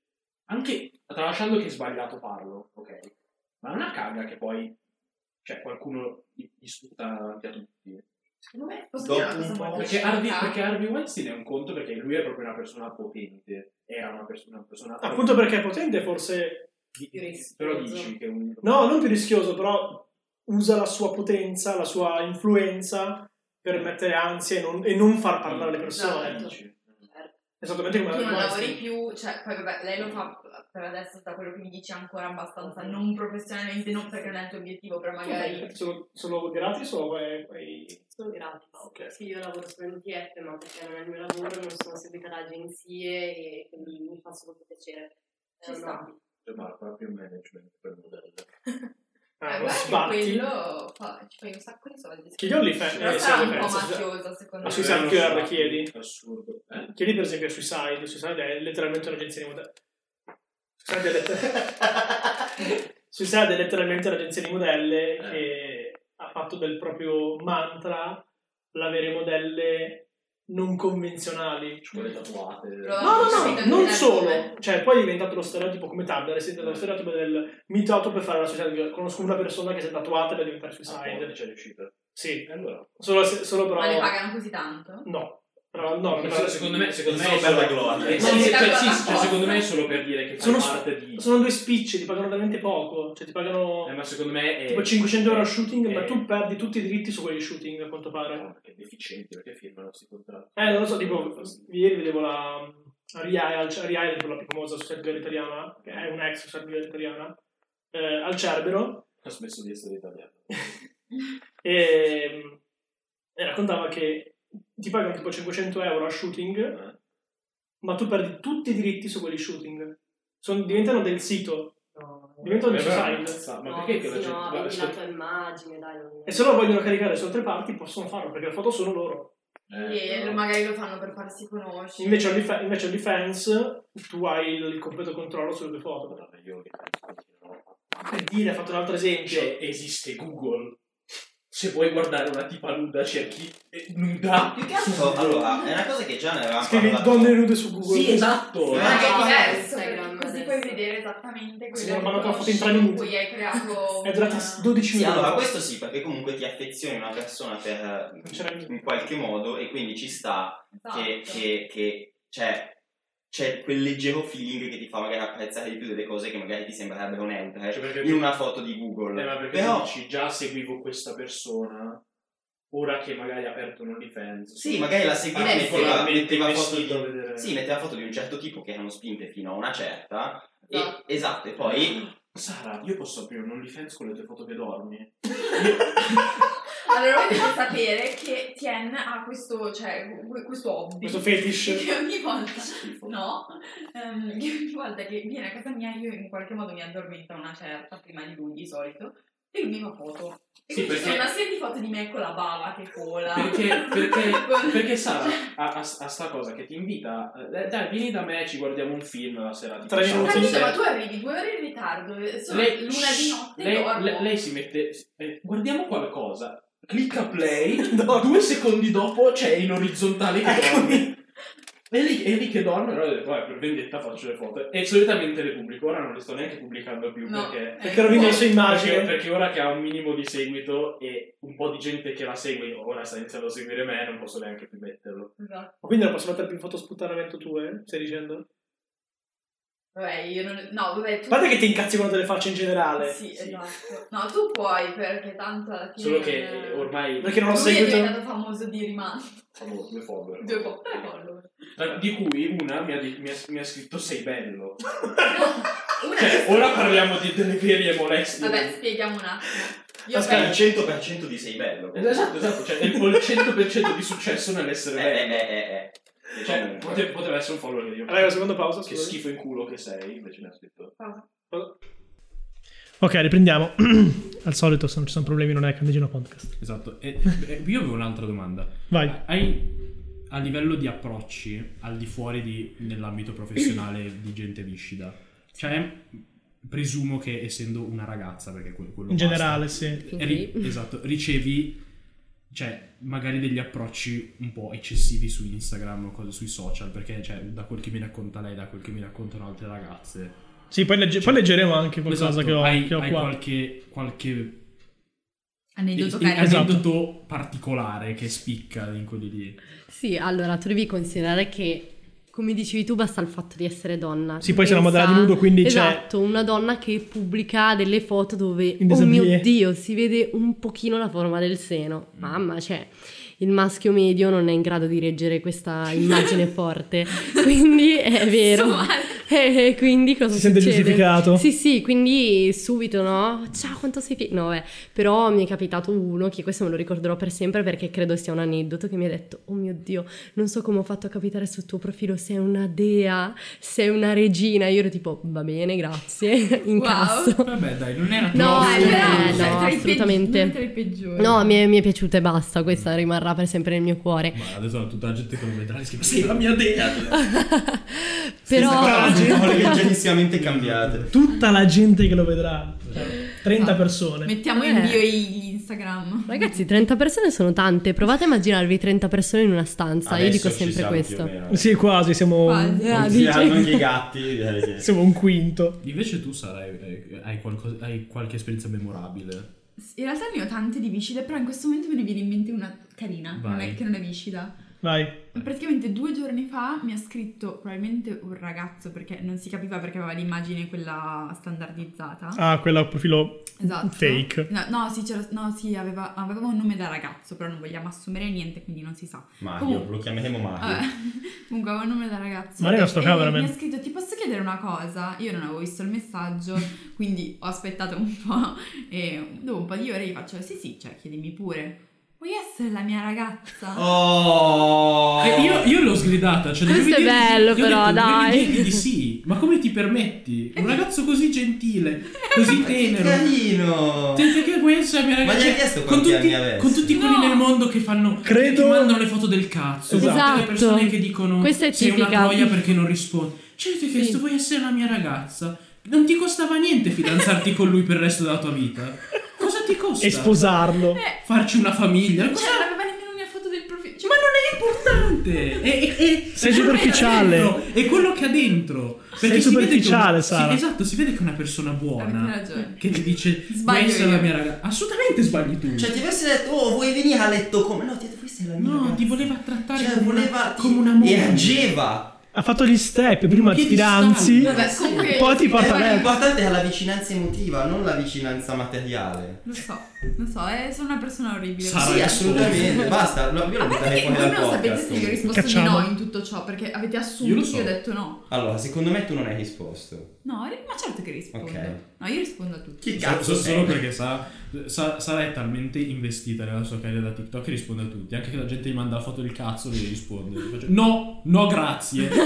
Speaker 4: anche tralasciando che è sbagliato farlo ok ma non ha caga che poi cè, qualcuno gli gli sputa davanti a tutti
Speaker 2: Secondo me è possibile
Speaker 3: Dopo
Speaker 2: una cosa
Speaker 3: un po'.
Speaker 2: molto
Speaker 4: perché
Speaker 2: sciocca.
Speaker 4: Harvey, perché Harvey Weinstein è un conto perché lui è proprio una persona potente era una persona, una persona
Speaker 1: Appunto perché è potente, forse
Speaker 5: rischioso.
Speaker 4: però dici che un... Esatto.
Speaker 1: No, non più rischioso, però usa la sua potenza, la sua influenza per mettere ansia e non, e non far parlare le persone.
Speaker 2: Esatto.
Speaker 4: Dici.
Speaker 1: Esattamente come
Speaker 2: tu non
Speaker 1: Harvey
Speaker 2: lavori
Speaker 1: Weinstein.
Speaker 2: più, cioè, poi vabbè, lei lo fa per adesso, da quello che mi dici, ancora abbastanza non professionalmente, non perché non è il tuo obiettivo, però
Speaker 1: Tu fai-
Speaker 2: magari... Eh,
Speaker 1: Sono, sono gratis o è- è-
Speaker 5: Sono gratis.
Speaker 4: Ah,
Speaker 1: Ok.
Speaker 5: Sì, io lavoro solo in TF, ma perché non è il mio lavoro, non sono seguita da agenzie e quindi mi fa solo piacere. È
Speaker 2: Ci
Speaker 5: un
Speaker 2: sta.
Speaker 5: hobby.
Speaker 4: Cioè, ma proprio un management per modello.
Speaker 1: Ah,
Speaker 2: Eh,
Speaker 1: non
Speaker 2: guarda che
Speaker 1: sbatti.
Speaker 2: quello fa- ci fai un sacco di soldi.
Speaker 1: Chiedi OnlyFans.
Speaker 4: Eh,
Speaker 2: Però
Speaker 1: Eh, sì,
Speaker 2: sarà un po'
Speaker 1: OnlyFans, già.
Speaker 2: mafiosa, secondo
Speaker 1: Ma
Speaker 2: me.
Speaker 1: sui Suicide
Speaker 4: Uno
Speaker 1: Girl,
Speaker 4: stato
Speaker 1: chiedi?
Speaker 4: Assurdo. Eh?
Speaker 1: Chiedi per esempio a Suicide, Suicide è letteralmente un'agenzia di modelli. Suicide è,
Speaker 4: [LAUGHS]
Speaker 1: letter- Suicide è letteralmente un'agenzia di modelle
Speaker 4: Eh.
Speaker 1: che ha fatto del proprio mantra l'avere modelle non convenzionali.
Speaker 4: Con le tatuate.
Speaker 2: Però-
Speaker 1: No,
Speaker 2: Sì,
Speaker 1: no, no,
Speaker 2: sì,
Speaker 1: non
Speaker 2: sì,
Speaker 1: solo.
Speaker 2: sì.
Speaker 1: Cioè, poi è diventato lo stereotipo come Tumblr, è stato
Speaker 4: Eh.
Speaker 1: lo stereotipo del mi tatuo per fare la Suicide Girl. Conosco una persona che si è tatuata per diventare
Speaker 4: Side
Speaker 1: Suicide.
Speaker 4: Ah, c'è riuscita.
Speaker 1: Sì,
Speaker 4: E allora?
Speaker 1: solo, se- solo però...
Speaker 2: Ma le pagano così tanto?
Speaker 1: No, però no,
Speaker 4: Perché
Speaker 1: però-
Speaker 4: secondo me, secondo me
Speaker 3: Solo
Speaker 4: è
Speaker 3: per la
Speaker 4: solo...
Speaker 3: gloria.
Speaker 4: Eh,
Speaker 1: Ma
Speaker 4: sì,
Speaker 1: mi
Speaker 4: sì,
Speaker 2: sa
Speaker 4: cioè,
Speaker 2: che
Speaker 4: sì,
Speaker 2: la
Speaker 4: sì, cioè,
Speaker 2: cosa-
Speaker 4: secondo me è solo per dire che fai
Speaker 1: Sono-
Speaker 4: parte di...
Speaker 1: Sono due spicci, ti pagano veramente poco. Cioè, ti pagano
Speaker 4: Eh, ma secondo me è...
Speaker 1: tipo 500 euro a shooting, ma
Speaker 4: è-
Speaker 1: tu perdi tutti i diritti su quegli shooting, a quanto pare.
Speaker 4: No, Perché è deficiente, perché firmano questi contratti.
Speaker 1: Eh, non lo so, tipo, ieri vedevo la Riai al Riai, tipo la più famosa server italiana, che è un'ex server italiana, eh, al Cerbero, [LAUGHS]
Speaker 4: Ho smesso di essere italiano.
Speaker 1: e, e raccontava che ti pagano tipo 500 euro a shooting,
Speaker 4: Eh?
Speaker 1: ma tu perdi tutti i diritti su quegli shooting. Sono- diventano del sito,
Speaker 5: No,
Speaker 1: diventano del
Speaker 4: Eh, però è una
Speaker 1: site.
Speaker 4: cazzata.
Speaker 5: no,
Speaker 4: Ma perché che la
Speaker 5: sì,
Speaker 4: gente...
Speaker 5: no,
Speaker 4: guarda,
Speaker 5: vedi la
Speaker 4: sto-
Speaker 5: tua immagine, dai. non-
Speaker 1: E se lo vogliono caricare su altre parti possono farlo perché le foto sono loro.
Speaker 4: Eh,
Speaker 2: E
Speaker 4: però-
Speaker 2: magari lo fanno per farsi conoscere.
Speaker 1: Invece OnlyFans, invece OnlyFans tu hai il completo controllo sulle tue foto.
Speaker 4: Madonna, io che continuo.
Speaker 1: Per dire, ho fatto un altro esempio.
Speaker 4: Cioè, esiste Google. Se vuoi guardare una tipa nuda, cerchi eh, nuda.
Speaker 3: Più che altro, allora, è una cosa che già ne avevamo
Speaker 1: Scrivi
Speaker 3: parlato.
Speaker 1: donne nude su Google.
Speaker 4: Sì, esatto.
Speaker 2: Ma
Speaker 3: Eh,
Speaker 2: è diverso,
Speaker 5: Instagram
Speaker 2: perché così
Speaker 5: adesso.
Speaker 2: puoi vedere esattamente
Speaker 1: Sì,
Speaker 2: quello
Speaker 1: ma hanno fatto in
Speaker 2: conosci,
Speaker 1: tre minuti.
Speaker 2: cui hai creato
Speaker 1: È durato
Speaker 2: una-
Speaker 1: 12
Speaker 3: Sì,
Speaker 1: minuti.
Speaker 3: allora questo sì, perché comunque ti affezioni a una persona per,
Speaker 1: Non c'era niente.
Speaker 3: in qualche modo e quindi ci sta che,
Speaker 2: Esatto.
Speaker 3: che- che- cioè, c'è quel leggero feeling che ti fa magari apprezzare di più delle cose che magari ti sembrerebbero neutre
Speaker 4: Cioè, perché
Speaker 3: in una foto di Google.
Speaker 4: Eh, ma perché
Speaker 3: Però,
Speaker 4: dici, già seguivo questa persona, ora che magari ha aperto un OnlyFans.
Speaker 3: sì, magari la seguivi e metteva,
Speaker 4: particolarmente
Speaker 3: metteva foto
Speaker 4: vestito a
Speaker 3: di...
Speaker 4: vedere.
Speaker 3: Sì, metteva foto di un certo tipo che erano spinte fino a una certa.
Speaker 2: Esatto.
Speaker 3: E, esatto, e poi...
Speaker 4: Sara, io posso aprire un OnlyFans con le tue foto che dormi?
Speaker 2: Allora devo sapere che Tien ha questo, cioè, que- questo hobby.
Speaker 1: Questo fetish.
Speaker 2: che ogni volta
Speaker 4: Schifo.
Speaker 2: no ehm, che ogni volta che viene a casa mia io in qualche modo mi addormento a una certa prima di lui di solito e lui mi fa foto e
Speaker 4: Sì,
Speaker 2: quindi ci sono
Speaker 4: perché-
Speaker 2: una serie di foto di me con la bava che cola
Speaker 4: Perché,
Speaker 2: [LAUGHS]
Speaker 4: perché,
Speaker 2: Con-
Speaker 4: perché Sara ha, ha- ha sta cosa che ti invita, eh, dai, vieni da me, ci guardiamo un film la sera. tipo,
Speaker 1: Tre
Speaker 4: Sara,
Speaker 1: minuti.
Speaker 2: Capito,
Speaker 1: sì.
Speaker 2: Cioè, ma tu arrivi due ore in ritardo eh, sono
Speaker 4: Lei-
Speaker 2: l'una di notte
Speaker 4: lei,
Speaker 2: dormo.
Speaker 4: lei- lei si mette, eh, guardiamo qualcosa, clicca play,
Speaker 1: [LAUGHS] No.
Speaker 4: due secondi dopo c'è in orizzontale che
Speaker 1: Ecco
Speaker 4: dorme.
Speaker 1: Eccomi.
Speaker 4: E lì, e lì che dorme, allora dico, "Vabbè, per vendetta faccio le foto. E solitamente le pubblico, ora non le sto neanche pubblicando più
Speaker 2: No.
Speaker 4: perché,
Speaker 1: Perché rovina la sua
Speaker 4: perché,
Speaker 1: immagine.
Speaker 4: perché ora che ha un minimo di seguito e un po' di gente che la segue, ora sta iniziando a seguire me, non posso neanche più metterlo.
Speaker 2: Esatto.
Speaker 1: Ma quindi non posso mettere più foto sputtanamento tue? Stai dicendo?
Speaker 2: vabbè io non no vabbè tu
Speaker 1: A parte che ti incazzi quando te le faccio in generale.
Speaker 2: sì,
Speaker 4: Sì.
Speaker 2: esatto no tu puoi perché tanto alla fine
Speaker 4: Solo che eh, ormai
Speaker 1: Perché non ho
Speaker 2: lui è
Speaker 1: seguito.
Speaker 2: diventato famoso di rimando [LAUGHS]
Speaker 4: sono due follower.
Speaker 2: due po' tre
Speaker 4: [LAUGHS]
Speaker 2: follower
Speaker 4: Tra- Di cui una mi ha, di- mi ha- mi ha scritto
Speaker 2: [LAUGHS]
Speaker 4: sei bello.
Speaker 2: No, una-
Speaker 4: Cioè, ora parliamo di delle ferie molestie.
Speaker 2: Vabbè, spieghiamo un attimo. Io
Speaker 1: Aspetta.
Speaker 3: Il 100% di sei bello.
Speaker 4: Eh, Esatto, esatto, cioè è col 100% di successo
Speaker 3: Eh,
Speaker 4: nell'essere
Speaker 3: eh,
Speaker 4: bello.
Speaker 3: eh, eh, eh.
Speaker 4: Cioè,
Speaker 3: Comunque.
Speaker 4: pote- poteva essere un follower di io.
Speaker 1: Raga, seconda pausa,
Speaker 4: Che
Speaker 1: scusa.
Speaker 4: schifo in culo che sei, invece mi ha scritto.
Speaker 1: Ok,
Speaker 7: [CLEARS THROAT]
Speaker 1: riprendiamo. Al solito, se non ci sono problemi, non è Candigino Podcast.
Speaker 8: Esatto. E, e io avevo un'altra domanda.
Speaker 1: Vai.
Speaker 8: Hai, a livello di approcci, al di fuori di, nell'ambito professionale di gente viscida, cioè, presumo che essendo una ragazza, perché que- quello
Speaker 1: In
Speaker 8: basta,
Speaker 1: generale, sì.
Speaker 8: eh, ri- esatto, ricevi, cioè, magari degli approcci un po' eccessivi su Instagram o cose sui social, perché, cioè, da quel che mi racconta lei, da quel che mi raccontano altre ragazze,
Speaker 1: Sì, poi, legge- poi leggeremo anche qualcosa
Speaker 8: Esatto,
Speaker 1: che ho,
Speaker 8: hai,
Speaker 1: che ho
Speaker 8: hai
Speaker 1: qua.
Speaker 8: qualche, qualche
Speaker 5: Aneddoto
Speaker 8: eh,
Speaker 5: carino.
Speaker 8: aneddoto particolare che spicca in quelli lì.
Speaker 5: [LAUGHS] Sì, allora tu devi considerare che, come dicevi tu, basta il fatto di essere donna.
Speaker 1: Sì,
Speaker 5: Tu
Speaker 1: poi sei una modella di
Speaker 5: pensa-
Speaker 1: nudo, quindi c'è...
Speaker 5: Esatto, una donna che pubblica delle foto dove,
Speaker 1: In
Speaker 5: oh
Speaker 1: desabillé.
Speaker 5: mio Dio, si vede un pochino la forma del seno.
Speaker 8: Mm.
Speaker 5: Mamma, cioè, il maschio medio non è in grado di reggere questa
Speaker 1: [LAUGHS]
Speaker 5: immagine forte. Quindi è vero.
Speaker 2: Insomma,
Speaker 5: [LAUGHS] E quindi cosa
Speaker 1: Si sente
Speaker 5: succede?
Speaker 1: giustificato?
Speaker 5: Sì, sì, quindi subito, no? Ciao, quanto sei figo. No, beh, però mi è capitato uno che questo me lo ricorderò per sempre perché credo sia un aneddoto che mi ha detto, oh mio Dio, non so come ho fatto a capitare sul tuo profilo, sei una dea, sei una regina. Io ero tipo, va bene, grazie, incasso.
Speaker 8: Vabbè, dai, non era
Speaker 5: No,
Speaker 8: troppo-
Speaker 5: eh, no,
Speaker 2: sei tra i
Speaker 5: assolutamente.
Speaker 2: peggi- non tra i peggiori.
Speaker 5: No, mi è, mi è piaciuta e basta, questa rimarrà per sempre nel mio cuore.
Speaker 8: Ma adesso tutta la gente che lo vedrà scrive Sei la mia dea!
Speaker 5: Però...
Speaker 3: Eh.
Speaker 5: [LAUGHS]
Speaker 3: leggerissimamente cambiate.
Speaker 1: Tutta la gente che lo vedrà. Cioè, 30
Speaker 2: Ah.
Speaker 1: persone.
Speaker 2: Mettiamo
Speaker 5: Eh.
Speaker 2: in bio gli Instagram.
Speaker 5: Ragazzi, 30 persone sono tante, provate a immaginarvi 30 persone in una stanza, io dico sempre questo.
Speaker 1: Sì, quasi, siamo...
Speaker 2: Quasi.
Speaker 5: Ah, dice.
Speaker 3: anche i gatti.
Speaker 1: Siamo un quinto.
Speaker 8: Invece tu sarai, eh, hai, qualcosa- hai qualche esperienza memorabile.
Speaker 2: In realtà ne ho tante di viscide, però in questo momento me ne viene in mente una
Speaker 5: Ah,
Speaker 2: carina, non è-
Speaker 8: Vai.
Speaker 2: che non è viscida.
Speaker 1: Vai.
Speaker 2: Praticamente due giorni fa mi ha scritto probabilmente un ragazzo, perché non si capiva perché aveva l'immagine quella standardizzata.
Speaker 1: Ah, quella profilo...
Speaker 2: Esatto.
Speaker 1: Fake.
Speaker 2: No, no, sì, c'era- no, sì, aveva, aveva un nome da ragazzo, però non vogliamo assumere niente, quindi non si sa.
Speaker 3: Mario, lo chiameremo
Speaker 2: Vabbè,
Speaker 5: Ah.
Speaker 3: Mario.
Speaker 9: [LAUGHS]
Speaker 2: comunque aveva il nome da ragazzo.
Speaker 1: Ma lei è
Speaker 2: E-
Speaker 1: uno sto
Speaker 2: e
Speaker 1: cameraman.
Speaker 2: Mi ha scritto: Ti posso chiedere una cosa? Io non avevo visto il messaggio, quindi ho aspettato un po'. E dopo un po' di ore gli faccio: Sì, sì, cioè, chiedimi pure. Vuoi essere la mia ragazza?
Speaker 3: Oh!
Speaker 8: Eh, io, io l'ho sgridata, cioè dovevi
Speaker 5: Questo è
Speaker 8: dirgli-
Speaker 5: bello,
Speaker 8: gli ho
Speaker 5: però,
Speaker 8: detto, dovevi
Speaker 5: dai.
Speaker 8: dirgli di sì,
Speaker 4: Ma come ti permetti? Un ragazzo così gentile,
Speaker 5: [LAUGHS]
Speaker 4: così tenero.
Speaker 3: Carino!
Speaker 4: Te- te- che questa mia
Speaker 3: Ma
Speaker 4: ragazza-
Speaker 3: gli hai chiesto
Speaker 4: con
Speaker 3: quanti
Speaker 4: tutti,
Speaker 3: anni avesse?
Speaker 4: con tutti quelli
Speaker 9: No.
Speaker 4: nel mondo che fanno
Speaker 7: Credo-
Speaker 4: che ti mandano le foto del cazzo con tutte le
Speaker 5: Esatto.
Speaker 4: persone che dicono
Speaker 5: Questa è
Speaker 4: sei
Speaker 5: tipica."
Speaker 4: una troia perché non rispondi cioè ti ho chiesto vuoi essere la mia ragazza non ti costava niente fidanzarti con lui per il resto della tua vita cosa ti costa
Speaker 7: E sposarlo.
Speaker 4: farci una famiglia cosa
Speaker 9: Cioè, Eh, non aveva nemmeno una foto del profilo. Cioè,
Speaker 4: ma non è importante! E, e- e-
Speaker 7: Sei
Speaker 4: è quello che ha
Speaker 7: superficiale.
Speaker 4: dentro, È quello che ha dentro. Perché
Speaker 7: Sei
Speaker 4: si vede che
Speaker 7: superficiale,
Speaker 4: una-
Speaker 7: Sara.
Speaker 4: sì, esatto, si vede che è una persona
Speaker 9: Avete
Speaker 4: buona.
Speaker 9: ragione.
Speaker 4: Che ti dice,
Speaker 9: Sbaglio
Speaker 4: vuoi essere
Speaker 9: io."
Speaker 4: la mia ragazza. Assolutamente sbagli tu.
Speaker 3: Cioè, ti avessi detto, oh, vuoi venire a letto come? No, ti ho detto, questa è la mia
Speaker 4: no,
Speaker 3: ragazza.
Speaker 4: ti voleva trattare
Speaker 3: Cioè,
Speaker 4: come,
Speaker 3: voleva...
Speaker 4: una,
Speaker 3: ti-
Speaker 4: come una moglie.
Speaker 3: E ageva!
Speaker 7: Ha fatto gli step, prima ti
Speaker 4: Che
Speaker 7: fidanzi,
Speaker 4: distante.
Speaker 9: Vabbè, comunque.
Speaker 7: poi ti porta a
Speaker 3: Eh,
Speaker 7: letto.
Speaker 3: L'importante è la vicinanza emotiva, non la vicinanza materiale.
Speaker 9: Lo so, lo so, eh, sono una persona orribile.
Speaker 4: Sa- Ah,
Speaker 3: sì,
Speaker 4: vai,
Speaker 3: assolutamente, basta. No, io lo
Speaker 9: A parte
Speaker 3: butterei
Speaker 9: che
Speaker 3: fuori
Speaker 9: voi
Speaker 3: dal
Speaker 9: non sapete se io ho
Speaker 3: podcast.
Speaker 9: risposto
Speaker 7: Cacciamo.
Speaker 9: di no in tutto ciò, perché avete assunto
Speaker 4: Io lo
Speaker 9: che io ho
Speaker 4: so.
Speaker 9: detto no.
Speaker 3: Allora, secondo me tu non hai risposto.
Speaker 9: No, ri- ma certo che rispondo.
Speaker 3: Ok.
Speaker 9: No, io rispondo a tutti.
Speaker 3: Chi
Speaker 4: So-
Speaker 3: cazzo
Speaker 4: so-
Speaker 3: sei?
Speaker 9: Eh.
Speaker 4: solo [LAUGHS] perché sa, sa- Sara è talmente investita nella sua carriera da TikTok che risponde a tutti. Anche che la gente gli manda la foto del cazzo e gli risponde. Faccio, no, no,
Speaker 7: [LAUGHS]
Speaker 4: grazie.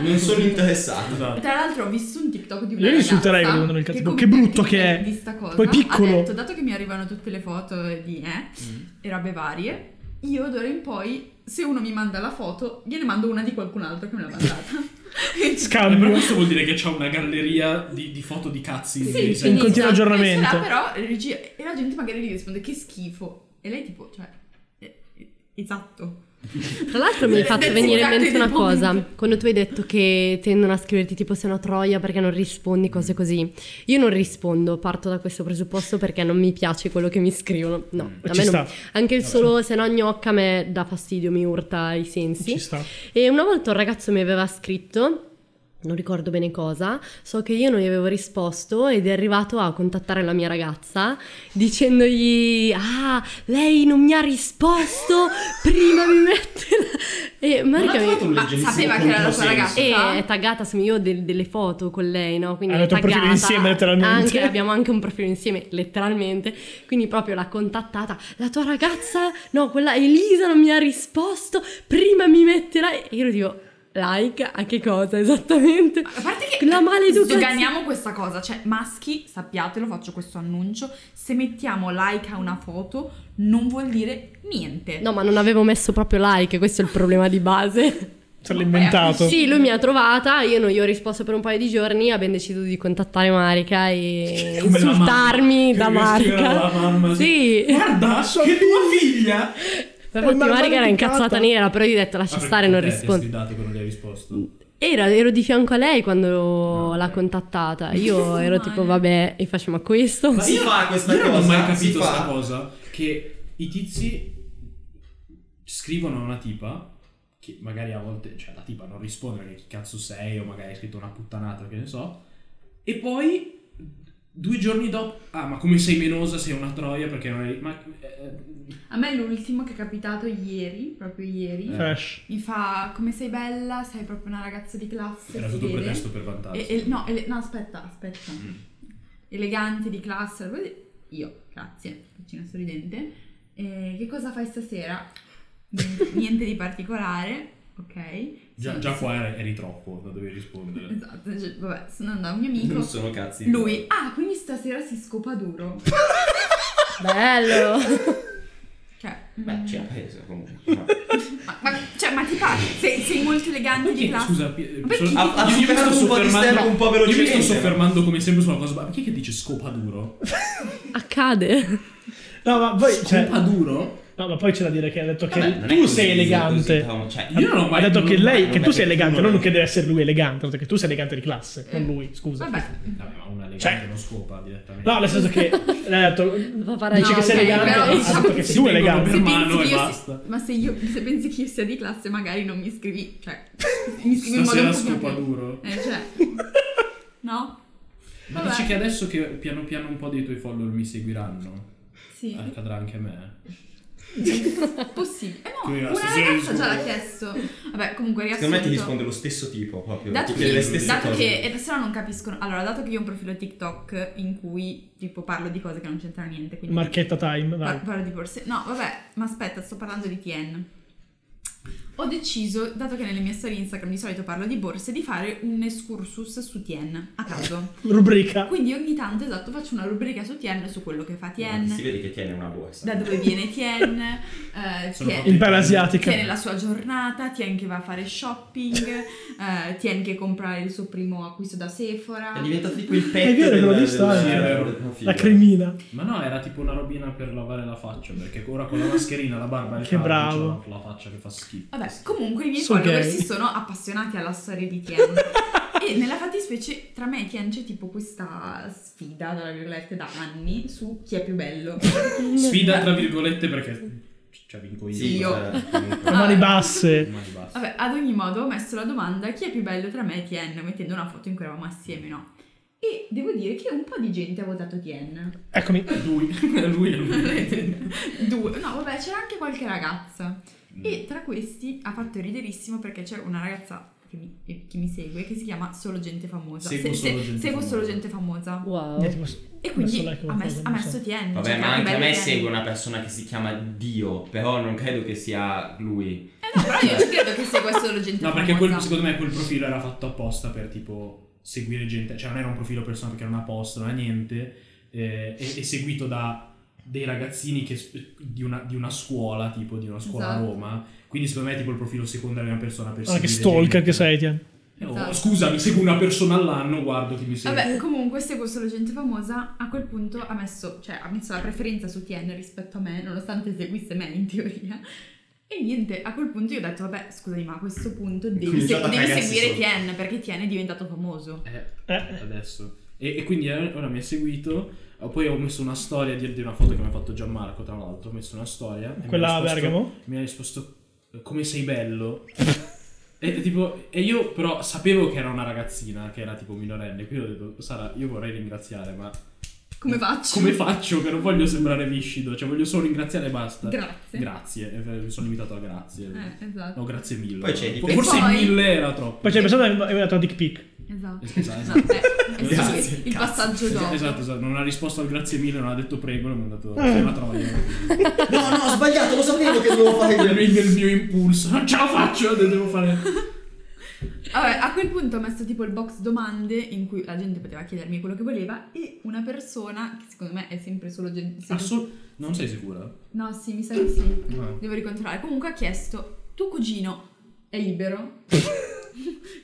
Speaker 3: Non sono interessato.
Speaker 4: Esatto.
Speaker 9: Tra l'altro ho visto un TikTok di una
Speaker 7: Io insulterei
Speaker 9: ragazza
Speaker 7: uno nel cazzo,
Speaker 9: come
Speaker 7: che brutto
Speaker 9: perché
Speaker 7: che è.
Speaker 9: di sta cosa,
Speaker 7: Poi piccolo. Mm.
Speaker 9: Ha detto, dato che mi arrivano tutte le foto di eh, e robe varie, io d'ora in poi, se uno mi manda la foto, gliene mando una di qualcun altro che me l'ha
Speaker 7: [LAUGHS]
Speaker 9: mandata.
Speaker 4: Eh,
Speaker 7: Scambio.
Speaker 4: però questo vuol dire che c'ha una galleria di, di foto di cazzi in
Speaker 9: sì,
Speaker 4: giro.
Speaker 7: in continuo aggiornamento.
Speaker 9: Sarà, però regia- e la gente magari gli risponde che schifo. E lei tipo, cioè, eh, eh, esatto.
Speaker 5: Tra l'altro mi hai fatto
Speaker 9: That's
Speaker 5: venire in
Speaker 9: exactly
Speaker 5: mente una
Speaker 9: the point.
Speaker 5: cosa, quando tu hai detto che tendono a scriverti tipo sei una troia perché non rispondi, cose
Speaker 7: Mm.
Speaker 5: così. Io non rispondo, parto da questo presupposto perché non mi piace quello che mi scrivono. No, a
Speaker 7: Mm, [LAUGHS] Ci
Speaker 5: me
Speaker 7: sta,
Speaker 5: non. Anche il solo se no gnocca a me dà fastidio, mi urta i sensi.
Speaker 7: ci sta.
Speaker 5: E una volta un ragazzo mi aveva scritto, non ricordo bene cosa, so che io non gli avevo risposto ed è arrivato a contattare la mia ragazza dicendogli ah, lei non mi ha risposto, prima mi mette... la-" E Marica mi...
Speaker 3: un
Speaker 9: Ma
Speaker 3: leggerissimo
Speaker 9: sapeva che era la sua
Speaker 3: controsenso.
Speaker 9: ragazza.
Speaker 5: E è taggata, insomma, io ho del- delle foto con lei, no? Quindi
Speaker 7: Avete
Speaker 5: è
Speaker 7: un profilo
Speaker 5: taggata.
Speaker 7: insieme, letteralmente.
Speaker 5: Anche, abbiamo anche un profilo insieme, letteralmente. Quindi proprio l'ha contattata. La tua ragazza, no, quella Elisa non mi ha risposto, prima mi metterà... E io le dico, like, a che cosa [LAUGHS] esattamente?
Speaker 9: A parte che eh,
Speaker 5: La maleducazione.
Speaker 9: sdoganiamo questa cosa, cioè maschi, sappiatelo, faccio questo annuncio, se mettiamo like a una foto non vuol dire niente.
Speaker 5: No, ma non avevo messo proprio like, questo è il problema di base.
Speaker 7: Se l'ha inventato.
Speaker 5: Sì, lui mi ha trovata, io non gli ho risposto per un paio di giorni, abbiamo deciso di contattare Marica e
Speaker 4: Come la
Speaker 5: insultarmi da
Speaker 4: mamma, che scriveva
Speaker 5: Marica.
Speaker 4: la mamma,
Speaker 5: Sì.
Speaker 4: Guarda, che tua figlia!
Speaker 5: Ma Infatti,
Speaker 7: Ma- ma-
Speaker 5: Marica era
Speaker 7: ma-
Speaker 5: incazzata nera, però io ho detto lascia stare, non
Speaker 4: Ti
Speaker 5: rispondo.
Speaker 4: dato che non gli hai
Speaker 9: Mm.
Speaker 4: risposto.
Speaker 5: Era- ero di fianco a lei quando
Speaker 3: [LAUGHS]
Speaker 5: l'ha contattata. Io ero tipo, vabbè, e faccio, ma questo?
Speaker 3: Ma si fa questa
Speaker 4: Io non ho
Speaker 3: cosa,
Speaker 4: mai
Speaker 3: si
Speaker 4: capito
Speaker 3: fa.
Speaker 4: sta cosa che i tizi scrivono a una tipa che magari a volte, cioè la tipa non risponde perché chi cazzo sei o magari hai scritto una puttanata, che ne so, e poi due giorni dopo, ah ma come sei menosa, sei una troia perché non hai... Ma, eh,
Speaker 9: A me l'ultimo che è capitato ieri, proprio ieri,
Speaker 7: Fresh.
Speaker 9: mi fa come sei bella, sei proprio una ragazza di classe.
Speaker 4: era
Speaker 9: si
Speaker 4: tutto
Speaker 9: vede."
Speaker 4: pretesto per vantarsi.
Speaker 9: E- e- no, ele- no, aspetta, aspetta.
Speaker 4: Mm.
Speaker 9: Elegante di classe, così. io, grazie, faccina sorridente. Eh, che cosa fai stasera? Niente, [LAUGHS] niente di particolare, ok?
Speaker 4: Già,
Speaker 9: Sono-
Speaker 4: già qua eri, eri troppo da dover rispondere.
Speaker 9: Esatto, cioè, vabbè, sono andata a un mio
Speaker 3: Non
Speaker 9: amico.
Speaker 3: sono cazzi.
Speaker 9: Lui, ah, quindi stasera si scopa duro.
Speaker 3: [LAUGHS]
Speaker 5: Bello!
Speaker 9: Cioè,
Speaker 3: Beh, ci ha preso comunque. no.
Speaker 9: ma, ma- cioè, ma ti pare? Sei, sei molto elegante di
Speaker 4: Perché,
Speaker 9: classe.
Speaker 4: scusa, pi-
Speaker 9: perché
Speaker 4: so-
Speaker 9: ti-
Speaker 3: Ha, ha
Speaker 4: io- io mi sto
Speaker 3: superato un po' di
Speaker 4: soffermando-
Speaker 3: step un po'
Speaker 4: Io mi
Speaker 3: velocemente.
Speaker 4: sto soffermando come sempre sulla cosa, ma perché che dice scopa duro?
Speaker 5: Accade.
Speaker 7: No, ma poi, cioè,
Speaker 4: Scopa duro?
Speaker 7: no, ma poi c'è da dire che ha detto che
Speaker 3: Vabbè, non è
Speaker 7: tu
Speaker 3: così,
Speaker 7: sei elegante.
Speaker 3: così, Tom, cioè,
Speaker 4: Io non ho
Speaker 7: ha
Speaker 4: mai
Speaker 7: detto che
Speaker 4: non-
Speaker 7: lei,
Speaker 3: non
Speaker 7: che
Speaker 3: è
Speaker 7: tu
Speaker 3: che
Speaker 7: sei
Speaker 3: tu
Speaker 7: elegante,
Speaker 3: non-
Speaker 7: non che deve essere lui elegante, perché tu sei elegante di classe,
Speaker 9: Eh.
Speaker 7: non lui, scusa.
Speaker 9: Vabbè.
Speaker 4: Vabbè, ma una elegante
Speaker 7: Cioè-
Speaker 4: non scopa direttamente.
Speaker 7: No, nel
Speaker 5: [LAUGHS]
Speaker 7: senso che lei ha detto
Speaker 5: Fa fare
Speaker 7: Dice
Speaker 5: no,
Speaker 7: che sei
Speaker 5: ok,
Speaker 7: elegante,
Speaker 5: però- diciamo
Speaker 7: ha detto che sei tu
Speaker 4: Sì,
Speaker 7: elegante.
Speaker 4: per
Speaker 9: Se
Speaker 4: mano
Speaker 9: pensi che
Speaker 4: e
Speaker 9: io
Speaker 4: basta.
Speaker 9: si- ma se, io, se pensi che io sia di classe, magari non mi scrivi. Cioè, mi scrivi in modo
Speaker 4: Stasera
Speaker 9: un pochino
Speaker 4: scopa
Speaker 9: più-
Speaker 4: duro.
Speaker 9: Eh, cioè, no?
Speaker 4: Ma
Speaker 9: Vabbè.
Speaker 4: dici che adesso che piano piano un po' dei tuoi follower mi seguiranno,
Speaker 9: Sì,
Speaker 4: accadrà anche a me.
Speaker 9: possibile. Eh no,
Speaker 4: Che
Speaker 9: una
Speaker 4: ragazza, sì,
Speaker 9: ragazza già
Speaker 4: scusa.
Speaker 9: l'ha chiesto. Vabbè, comunque, ragazzi.
Speaker 3: Secondo me ti risponde lo stesso tipo proprio.
Speaker 9: Dato
Speaker 3: tutte le
Speaker 9: che,
Speaker 3: stesse
Speaker 9: dato
Speaker 3: cose. Ah,
Speaker 9: che e se no non capiscono, allora, dato che io ho un profilo TikTok in cui tipo parlo di cose che non c'entrano niente, quindi
Speaker 5: Ah.
Speaker 7: Marchetta time,
Speaker 9: par-
Speaker 7: vai.
Speaker 9: parlo di borse. No, vabbè, ma aspetta, sto parlando di TN. ho deciso, dato che nelle mie storie Instagram di solito parlo di borse, di fare un excursus su Tien a caso.
Speaker 7: Rubrica.
Speaker 9: Quindi ogni tanto, esatto, faccio una rubrica su Tien, su quello che fa Tien,
Speaker 3: Si vede che tiene una borsa.
Speaker 9: da dove
Speaker 3: [LAUGHS]
Speaker 9: viene Tien, eh,
Speaker 4: Sono
Speaker 9: Tien-
Speaker 7: In pelle asiatica.
Speaker 9: Tien la sua giornata, Tien che va a fare shopping,
Speaker 3: [LAUGHS]
Speaker 9: eh, Tien che compra il suo primo acquisto da Sephora.
Speaker 3: È diventato tipo il petto
Speaker 7: vero,
Speaker 3: del,
Speaker 7: l'ho visto
Speaker 3: del-
Speaker 7: anche.
Speaker 3: del-
Speaker 4: Sì, è vero.
Speaker 3: del figlio.
Speaker 7: La cremina.
Speaker 4: Ma no, era tipo una robina per lavare la faccia, perché ora con la mascherina, la barba e il
Speaker 7: Che
Speaker 4: calvo,
Speaker 7: bravo.
Speaker 4: c'ho la, la faccia che fa schifo.
Speaker 9: Vabbè, comunque i miei
Speaker 7: Sono
Speaker 9: follower
Speaker 7: gay.
Speaker 9: si sono appassionati alla storia di
Speaker 4: [LAUGHS]
Speaker 9: Tien. e nella fattispecie tra me e Tien c'è tipo questa sfida, tra virgolette, da anni su chi è
Speaker 4: [LAUGHS]
Speaker 9: più bello.
Speaker 4: Sfida tra virgolette perché cioè vinco io.
Speaker 3: Sì,
Speaker 9: Io.
Speaker 3: cioè, comunque.
Speaker 7: A
Speaker 5: Ah.
Speaker 7: mani basse.
Speaker 4: Mani basse.
Speaker 9: Vabbè, ad ogni modo ho messo la domanda chi è più bello tra me e Tien, mettendo una foto in cui eravamo assieme, no? E devo dire che un po' di gente ha votato Tien.
Speaker 7: Eccomi.
Speaker 4: [LAUGHS] Lui, lui è lui.
Speaker 9: Due. No, vabbè, c'era anche qualche ragazza.
Speaker 4: Mm.
Speaker 9: E tra questi ha fatto riderissimo perché c'è una ragazza che mi, eh, che mi segue che si chiama Solo Gente Famosa.
Speaker 4: Seguo solo gente
Speaker 9: seguo
Speaker 4: famosa.
Speaker 9: solo gente famosa.
Speaker 5: Wow.
Speaker 7: Niente, posso-
Speaker 9: E quindi
Speaker 7: Adesso like
Speaker 9: ha,
Speaker 7: qualcosa,
Speaker 9: messo- ha
Speaker 7: non
Speaker 9: messo
Speaker 7: so.
Speaker 9: TN.
Speaker 3: Vabbè,
Speaker 9: cioè,
Speaker 3: ma
Speaker 9: che
Speaker 3: anche a
Speaker 9: bello
Speaker 3: me
Speaker 9: TN.
Speaker 3: segue una persona che si chiama Dio, però non credo che sia lui.
Speaker 9: Eh no, però io ci credo che segua solo gente
Speaker 4: No,
Speaker 9: famosa.
Speaker 4: perché quel- secondo me quel profilo era fatto apposta per tipo seguire gente, cioè non era un profilo personale perché era una post, non era niente, eh, e, e seguito da dei ragazzini che s- di, una, di una scuola, tipo di una scuola
Speaker 9: Esatto.
Speaker 4: a Roma, quindi secondo me è tipo il profilo secondario di una persona per
Speaker 7: Ah,
Speaker 4: seguire
Speaker 7: che stalker
Speaker 4: gente.
Speaker 7: che sei, Tien.
Speaker 4: Eh, oh,
Speaker 9: Esatto.
Speaker 4: Scusami, seguo una persona all'anno, guardo chi mi segue.
Speaker 9: Vabbè, comunque seguo solo gente famosa. A quel punto ha messo, cioè, ha messo la preferenza su TN rispetto a me, nonostante seguisse me in teoria. E niente, a quel punto io ho detto, vabbè, scusami, ma a questo punto devi, se-
Speaker 3: Cominciato a
Speaker 9: devi
Speaker 3: cagarsi
Speaker 9: seguire
Speaker 3: sopra.
Speaker 9: TN perché TN è diventato famoso.
Speaker 4: Eh,
Speaker 7: Eh.
Speaker 4: adesso. E, e quindi eh, ora mi ha seguito. eh, Poi ho messo una storia di, di una foto che mi ha fatto Gianmarco, tra l'altro. Ho messo una storia. e mi ha
Speaker 7: Quella a
Speaker 4: risposto-
Speaker 7: Bergamo?
Speaker 4: Mi ha risposto: Come sei bello. E, tipo, e io però sapevo che era una ragazzina, che era tipo minorenne, quindi ho detto, Sara, io vorrei ringraziare, ma
Speaker 9: Come faccio?
Speaker 4: Eh, come faccio che non voglio sembrare viscido? Cioè voglio solo ringraziare e basta.
Speaker 9: [LAUGHS] Grazie.
Speaker 4: Grazie, eh, mi sono limitato a grazie.
Speaker 9: Eh, esatto.
Speaker 4: No, grazie mille.
Speaker 3: Poi c'è di-
Speaker 4: Fo- Forse
Speaker 9: E poi-
Speaker 4: mille era troppo. Eh,
Speaker 7: Poi c'è la persona che mi ha dato la dick pic.
Speaker 9: Esatto.
Speaker 4: [LAUGHS] Es- esatto,
Speaker 9: No,
Speaker 4: esatto.
Speaker 9: eh, eh, sì,
Speaker 4: Grazie,
Speaker 9: il passaggio
Speaker 4: Esatto,
Speaker 9: dopo.
Speaker 4: Esatto, esatto, non ha risposto al grazie mille, non ha detto prego, non mi ha dato
Speaker 7: Eh.
Speaker 4: sei una troia.
Speaker 3: No, no, ho sbagliato, lo sapevo che dovevo fare
Speaker 4: Nel mio- nel mio impulso, non ce la faccio, devo
Speaker 9: [LAUGHS]
Speaker 4: fare.
Speaker 9: Vabbè, a quel punto ho messo tipo il box domande in cui la gente poteva chiedermi quello che voleva e una persona, che secondo me è sempre solo gente...
Speaker 4: Ah, sol- non sei sicura?
Speaker 9: No, sì, mi sa di sì.
Speaker 4: No.
Speaker 9: Devo ricontrollare. Comunque ha chiesto, tuo cugino è libero? [LAUGHS]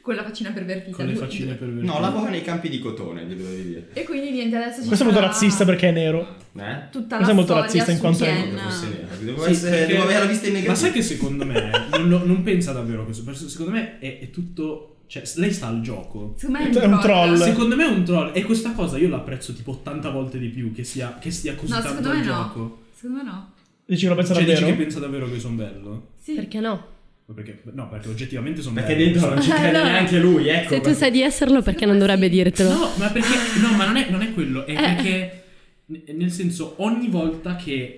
Speaker 9: Con la faccina pervertita.
Speaker 4: Con le faccine
Speaker 3: [LAUGHS]
Speaker 4: per
Speaker 3: No, lavora nei campi di cotone, gli dovevi dire.
Speaker 9: E quindi niente, adesso ci
Speaker 7: Questo è molto
Speaker 5: Ah.
Speaker 9: sarà
Speaker 7: razzista perché è nero.
Speaker 3: Eh?
Speaker 9: Tutta
Speaker 7: questo
Speaker 9: la
Speaker 7: è molto
Speaker 9: storia
Speaker 7: razzista in
Speaker 9: su
Speaker 7: quanto è-
Speaker 9: Jen.
Speaker 3: Devo essere nero, Devo,
Speaker 4: Sì,
Speaker 3: essere,
Speaker 4: perché-
Speaker 3: eh, devo avere la vista in negativo.
Speaker 4: Ma sai che secondo me non, lo- non pensa davvero a questo, perché secondo me è, è tutto. Cioè, lei sta al gioco.
Speaker 9: Secondo me
Speaker 7: È un troll.
Speaker 4: Secondo me è un troll. E questa cosa io l'apprezzo tipo 80 volte di più che sia, che sia così
Speaker 9: No,
Speaker 4: tanto
Speaker 9: secondo
Speaker 4: al
Speaker 9: me no.
Speaker 4: gioco.
Speaker 9: Secondo me no.
Speaker 7: Dici che lo pensa
Speaker 4: Cioè, dici che
Speaker 7: davvero?
Speaker 4: pensa davvero che sono bello?
Speaker 9: Sì.
Speaker 5: Perché no?
Speaker 4: Ma Perché, no, perché oggettivamente sono
Speaker 3: Perché
Speaker 4: bello.
Speaker 3: dentro non ci
Speaker 5: [LAUGHS] Eh,
Speaker 3: crede
Speaker 5: no.
Speaker 3: neanche lui, ecco.
Speaker 5: Se tu sai di esserlo, perché non dovrebbe dirtelo?
Speaker 4: No, ma perché no, ma non è, non è quello, è
Speaker 5: Eh.
Speaker 4: perché n- nel senso ogni volta che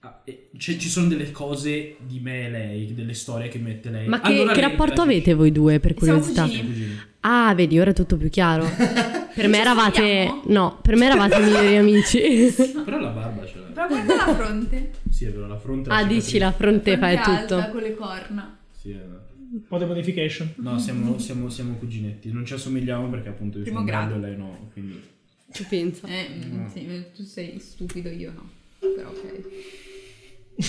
Speaker 4: ah, eh, cioè, ci sono delle cose di me e lei, delle storie che mette lei.
Speaker 5: Ma che,
Speaker 4: allora
Speaker 5: che
Speaker 4: lei-
Speaker 5: rapporto avete voi due, per
Speaker 9: Siamo
Speaker 5: curiosità?
Speaker 9: cugini.
Speaker 5: Ah, vedi, ora è tutto
Speaker 3: [LAUGHS]
Speaker 5: più chiaro. Per me
Speaker 9: Ci
Speaker 5: eravate...
Speaker 9: sfidiamo?
Speaker 5: No, per me eravate
Speaker 3: [LAUGHS]
Speaker 5: migliori amici.
Speaker 4: Però la barba ce l'ha.
Speaker 9: Però guarda la fronte.
Speaker 4: Sì, è vero, la fronte
Speaker 5: Ah, dici la fronte fa
Speaker 9: Fronte
Speaker 5: è
Speaker 9: alta,
Speaker 5: tutto.
Speaker 9: con le corna.
Speaker 4: Sì, è vero.
Speaker 7: Body modification.
Speaker 4: No, siamo, siamo, siamo cuginetti, non ci assomigliamo perché appunto io
Speaker 9: Primo
Speaker 4: sono
Speaker 9: grado.
Speaker 4: bello e lei no, quindi
Speaker 5: Tu pensa.
Speaker 9: Eh, mm, sì, tu sei stupido, io no.
Speaker 4: [LAUGHS]
Speaker 9: Però ok.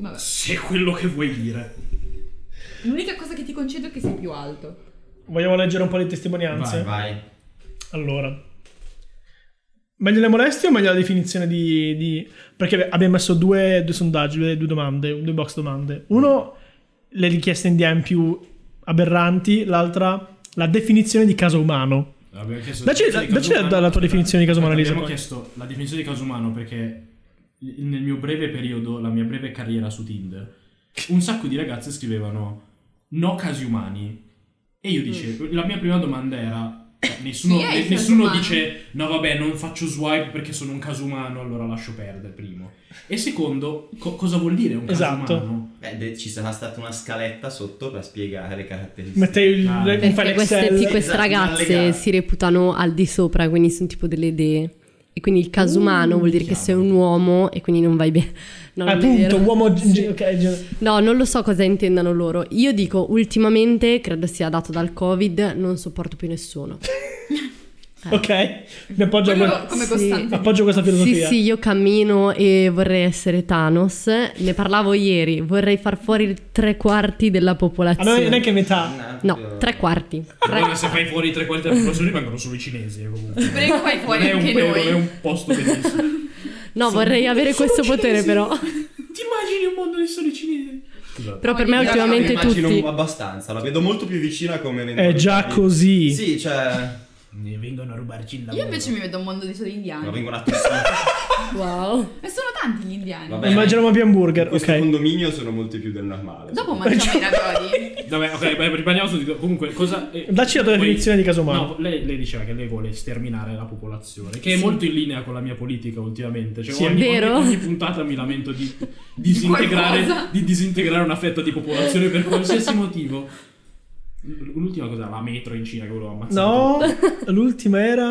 Speaker 9: Vabbè.
Speaker 4: se è quello che vuoi dire.
Speaker 9: L'unica cosa che ti concedo è che sei più alto.
Speaker 7: Vogliamo leggere un po' di testimonianze?
Speaker 3: Vai.
Speaker 7: Allora. Meglio le molestie o meglio la definizione di... di- Perché abbiamo messo due, due sondaggi, due, due domande, due box domande. Uno, le richieste in DM più aberranti, l'altra, la definizione di caso umano.
Speaker 4: Abbiamo chiesto
Speaker 7: Dacci-
Speaker 4: la definizione di
Speaker 7: dacci
Speaker 4: caso
Speaker 7: la- la tua definizione di caso umano,
Speaker 4: Abbiamo
Speaker 7: Elisa,
Speaker 4: chiesto la definizione di caso umano perché l- nel mio breve periodo, la mia breve carriera su Tinder, un sacco di ragazze scrivevano no casi umani. E io dicevo, la mia prima domanda era... cioè, Nessuno,
Speaker 9: Chi è il
Speaker 4: ne-
Speaker 9: caso
Speaker 4: nessuno
Speaker 9: umano?
Speaker 4: dice no vabbè non faccio swipe perché sono un caso umano allora lascio perdere primo e secondo co- cosa vuol dire un caso
Speaker 7: Esatto.
Speaker 4: umano
Speaker 3: Beh, de- ci sarà stata una scaletta sotto per spiegare le caratteristiche.
Speaker 7: Mettevi il,
Speaker 4: Ah.
Speaker 7: un file
Speaker 5: Perché queste,
Speaker 7: Excel.
Speaker 5: queste
Speaker 3: Esatto,
Speaker 5: ragazze
Speaker 3: allegati.
Speaker 5: si reputano al di sopra, quindi sono tipo delle idee. E quindi il
Speaker 7: Mm,
Speaker 5: caso umano vuol dire che sei un uomo e quindi non vai bene. [LAUGHS] No, non è
Speaker 7: Appunto,
Speaker 5: vero.
Speaker 7: Ah, uomo... gi-
Speaker 5: Sì.
Speaker 7: ok, gi-
Speaker 5: No, non lo so cosa intendano loro. Io dico, ultimamente, credo sia dato dal Covid, non sopporto più
Speaker 7: [LAUGHS]
Speaker 5: nessuno. Ah.
Speaker 7: ok, mi appoggio, a
Speaker 9: Quello
Speaker 7: que-
Speaker 9: come
Speaker 5: Sì.
Speaker 9: costante.
Speaker 7: appoggio a questa
Speaker 5: Sì,
Speaker 7: filosofia.
Speaker 5: sì, io cammino e vorrei essere Thanos. Ne parlavo ieri, vorrei far fuori il tre quarti
Speaker 7: Ah,
Speaker 5: della popolazione.
Speaker 7: Allora non è che metà.
Speaker 5: No, tre quarti.
Speaker 4: Allora, se fai fuori i tre quarti della popolazione rimangono solo i cinesi. eh, Comunque.
Speaker 9: Ti prego, fai
Speaker 4: Non
Speaker 9: fuori
Speaker 4: è, un,
Speaker 9: anche
Speaker 4: non è
Speaker 9: noi.
Speaker 4: un posto bellissimo.
Speaker 5: No, vorrei avere questo potere, però.
Speaker 4: Ti immagini un mondo di soli cinesi? Scusate.
Speaker 5: Però per me
Speaker 9: Io
Speaker 5: ultimamente
Speaker 3: la immagino
Speaker 5: tutti.
Speaker 3: abbastanza, la vedo molto più vicina come
Speaker 7: È già così.
Speaker 3: Sì, cioè...
Speaker 4: Ne vengono a rubarci il lavoro.
Speaker 9: Io invece mi vedo un mondo di soli
Speaker 3: Ma
Speaker 9: indiani.
Speaker 3: vengono
Speaker 5: [LAUGHS]
Speaker 3: a tossire.
Speaker 5: Wow.
Speaker 9: E sono tanti gli indiani.
Speaker 3: Vabbè.
Speaker 7: Immaginiamo più hamburger,
Speaker 3: Questo
Speaker 7: ok.
Speaker 3: condominio sono molti più del normale.
Speaker 9: Dopo mangiamo i
Speaker 4: [LAUGHS]
Speaker 9: ravioli.
Speaker 4: Vabbè, ok, beh, riprendiamo subito. Comunque, cosa. eh,
Speaker 7: Dacci la tua
Speaker 4: poi-
Speaker 7: definizione di caso umano.
Speaker 4: No, lei, lei diceva che lei vuole sterminare la popolazione, che è
Speaker 5: Sì.
Speaker 4: molto in linea con la mia politica ultimamente. Cioè,
Speaker 7: Sì,
Speaker 4: ogni,
Speaker 5: vero.
Speaker 4: ogni- ogni puntata mi lamento di disintegrare,
Speaker 9: qualcosa.
Speaker 4: di disintegrare una fetta di popolazione per qualsiasi motivo. L- L'ultima cosa, la metro in Cina che volevo ammazzare.
Speaker 5: [LAUGHS]
Speaker 7: No, l'ultima era...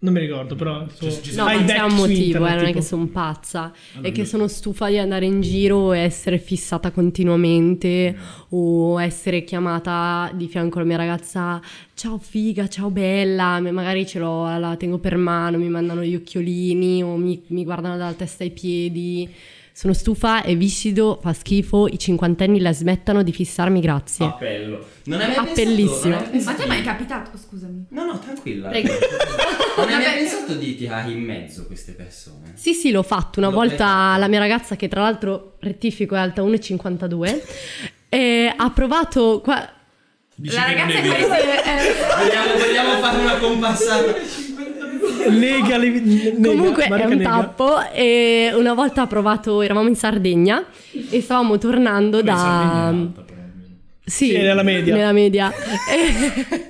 Speaker 7: Non mi ricordo, però...
Speaker 4: Cioè, se ci
Speaker 5: No,
Speaker 4: sono-
Speaker 7: Hai
Speaker 5: ma c'è
Speaker 7: back
Speaker 5: un
Speaker 7: su
Speaker 5: motivo,
Speaker 7: internet,
Speaker 5: eh, non è
Speaker 7: tipo.
Speaker 5: che sono pazza.
Speaker 4: Allora,
Speaker 5: Ah, È che
Speaker 4: io-
Speaker 5: sono stufa di andare in giro e essere fissata continuamente o essere chiamata di fianco alla mia ragazza ciao figa, ciao bella, ma magari ce l'ho, la tengo per mano, mi mandano gli occhiolini o mi, mi guardano dalla testa ai piedi. Sono stufa, è viscido, fa schifo, i cinquantenni la smettano di fissarmi, grazie.
Speaker 3: Appello. Non hai mai
Speaker 5: Ah,
Speaker 3: pensato,
Speaker 5: Appellissimo.
Speaker 3: non hai pensato
Speaker 9: Ma ti è
Speaker 3: di-
Speaker 9: mai capitato? Oh, Scusami.
Speaker 3: No, no, tranquilla.
Speaker 5: Prego.
Speaker 3: [LAUGHS] non hai mai
Speaker 9: Vabbè.
Speaker 3: pensato di tirare in mezzo queste persone?
Speaker 5: Sì, sì, l'ho fatto una
Speaker 3: L'ho
Speaker 5: volta
Speaker 3: beccato.
Speaker 5: la mia ragazza, che tra l'altro rettifico è alta 1,52, eh, ha provato. Qua...
Speaker 4: Dici
Speaker 9: La
Speaker 4: che non
Speaker 9: ragazza
Speaker 4: è
Speaker 9: è
Speaker 4: vero.
Speaker 9: quella che- eh,
Speaker 3: Vogliamo, vogliamo fare una compassata?
Speaker 5: [LAUGHS]
Speaker 7: Nega, le- nega,
Speaker 5: Comunque
Speaker 7: Marica
Speaker 5: è un
Speaker 7: nega.
Speaker 5: tappo. E una volta ha provato, eravamo in Sardegna e stavamo tornando
Speaker 4: Beh, Sardegna
Speaker 5: da.
Speaker 4: è alta, però, almeno.
Speaker 5: Sì,
Speaker 7: Sì, nella media.
Speaker 5: nella
Speaker 7: [LAUGHS]
Speaker 5: media. e,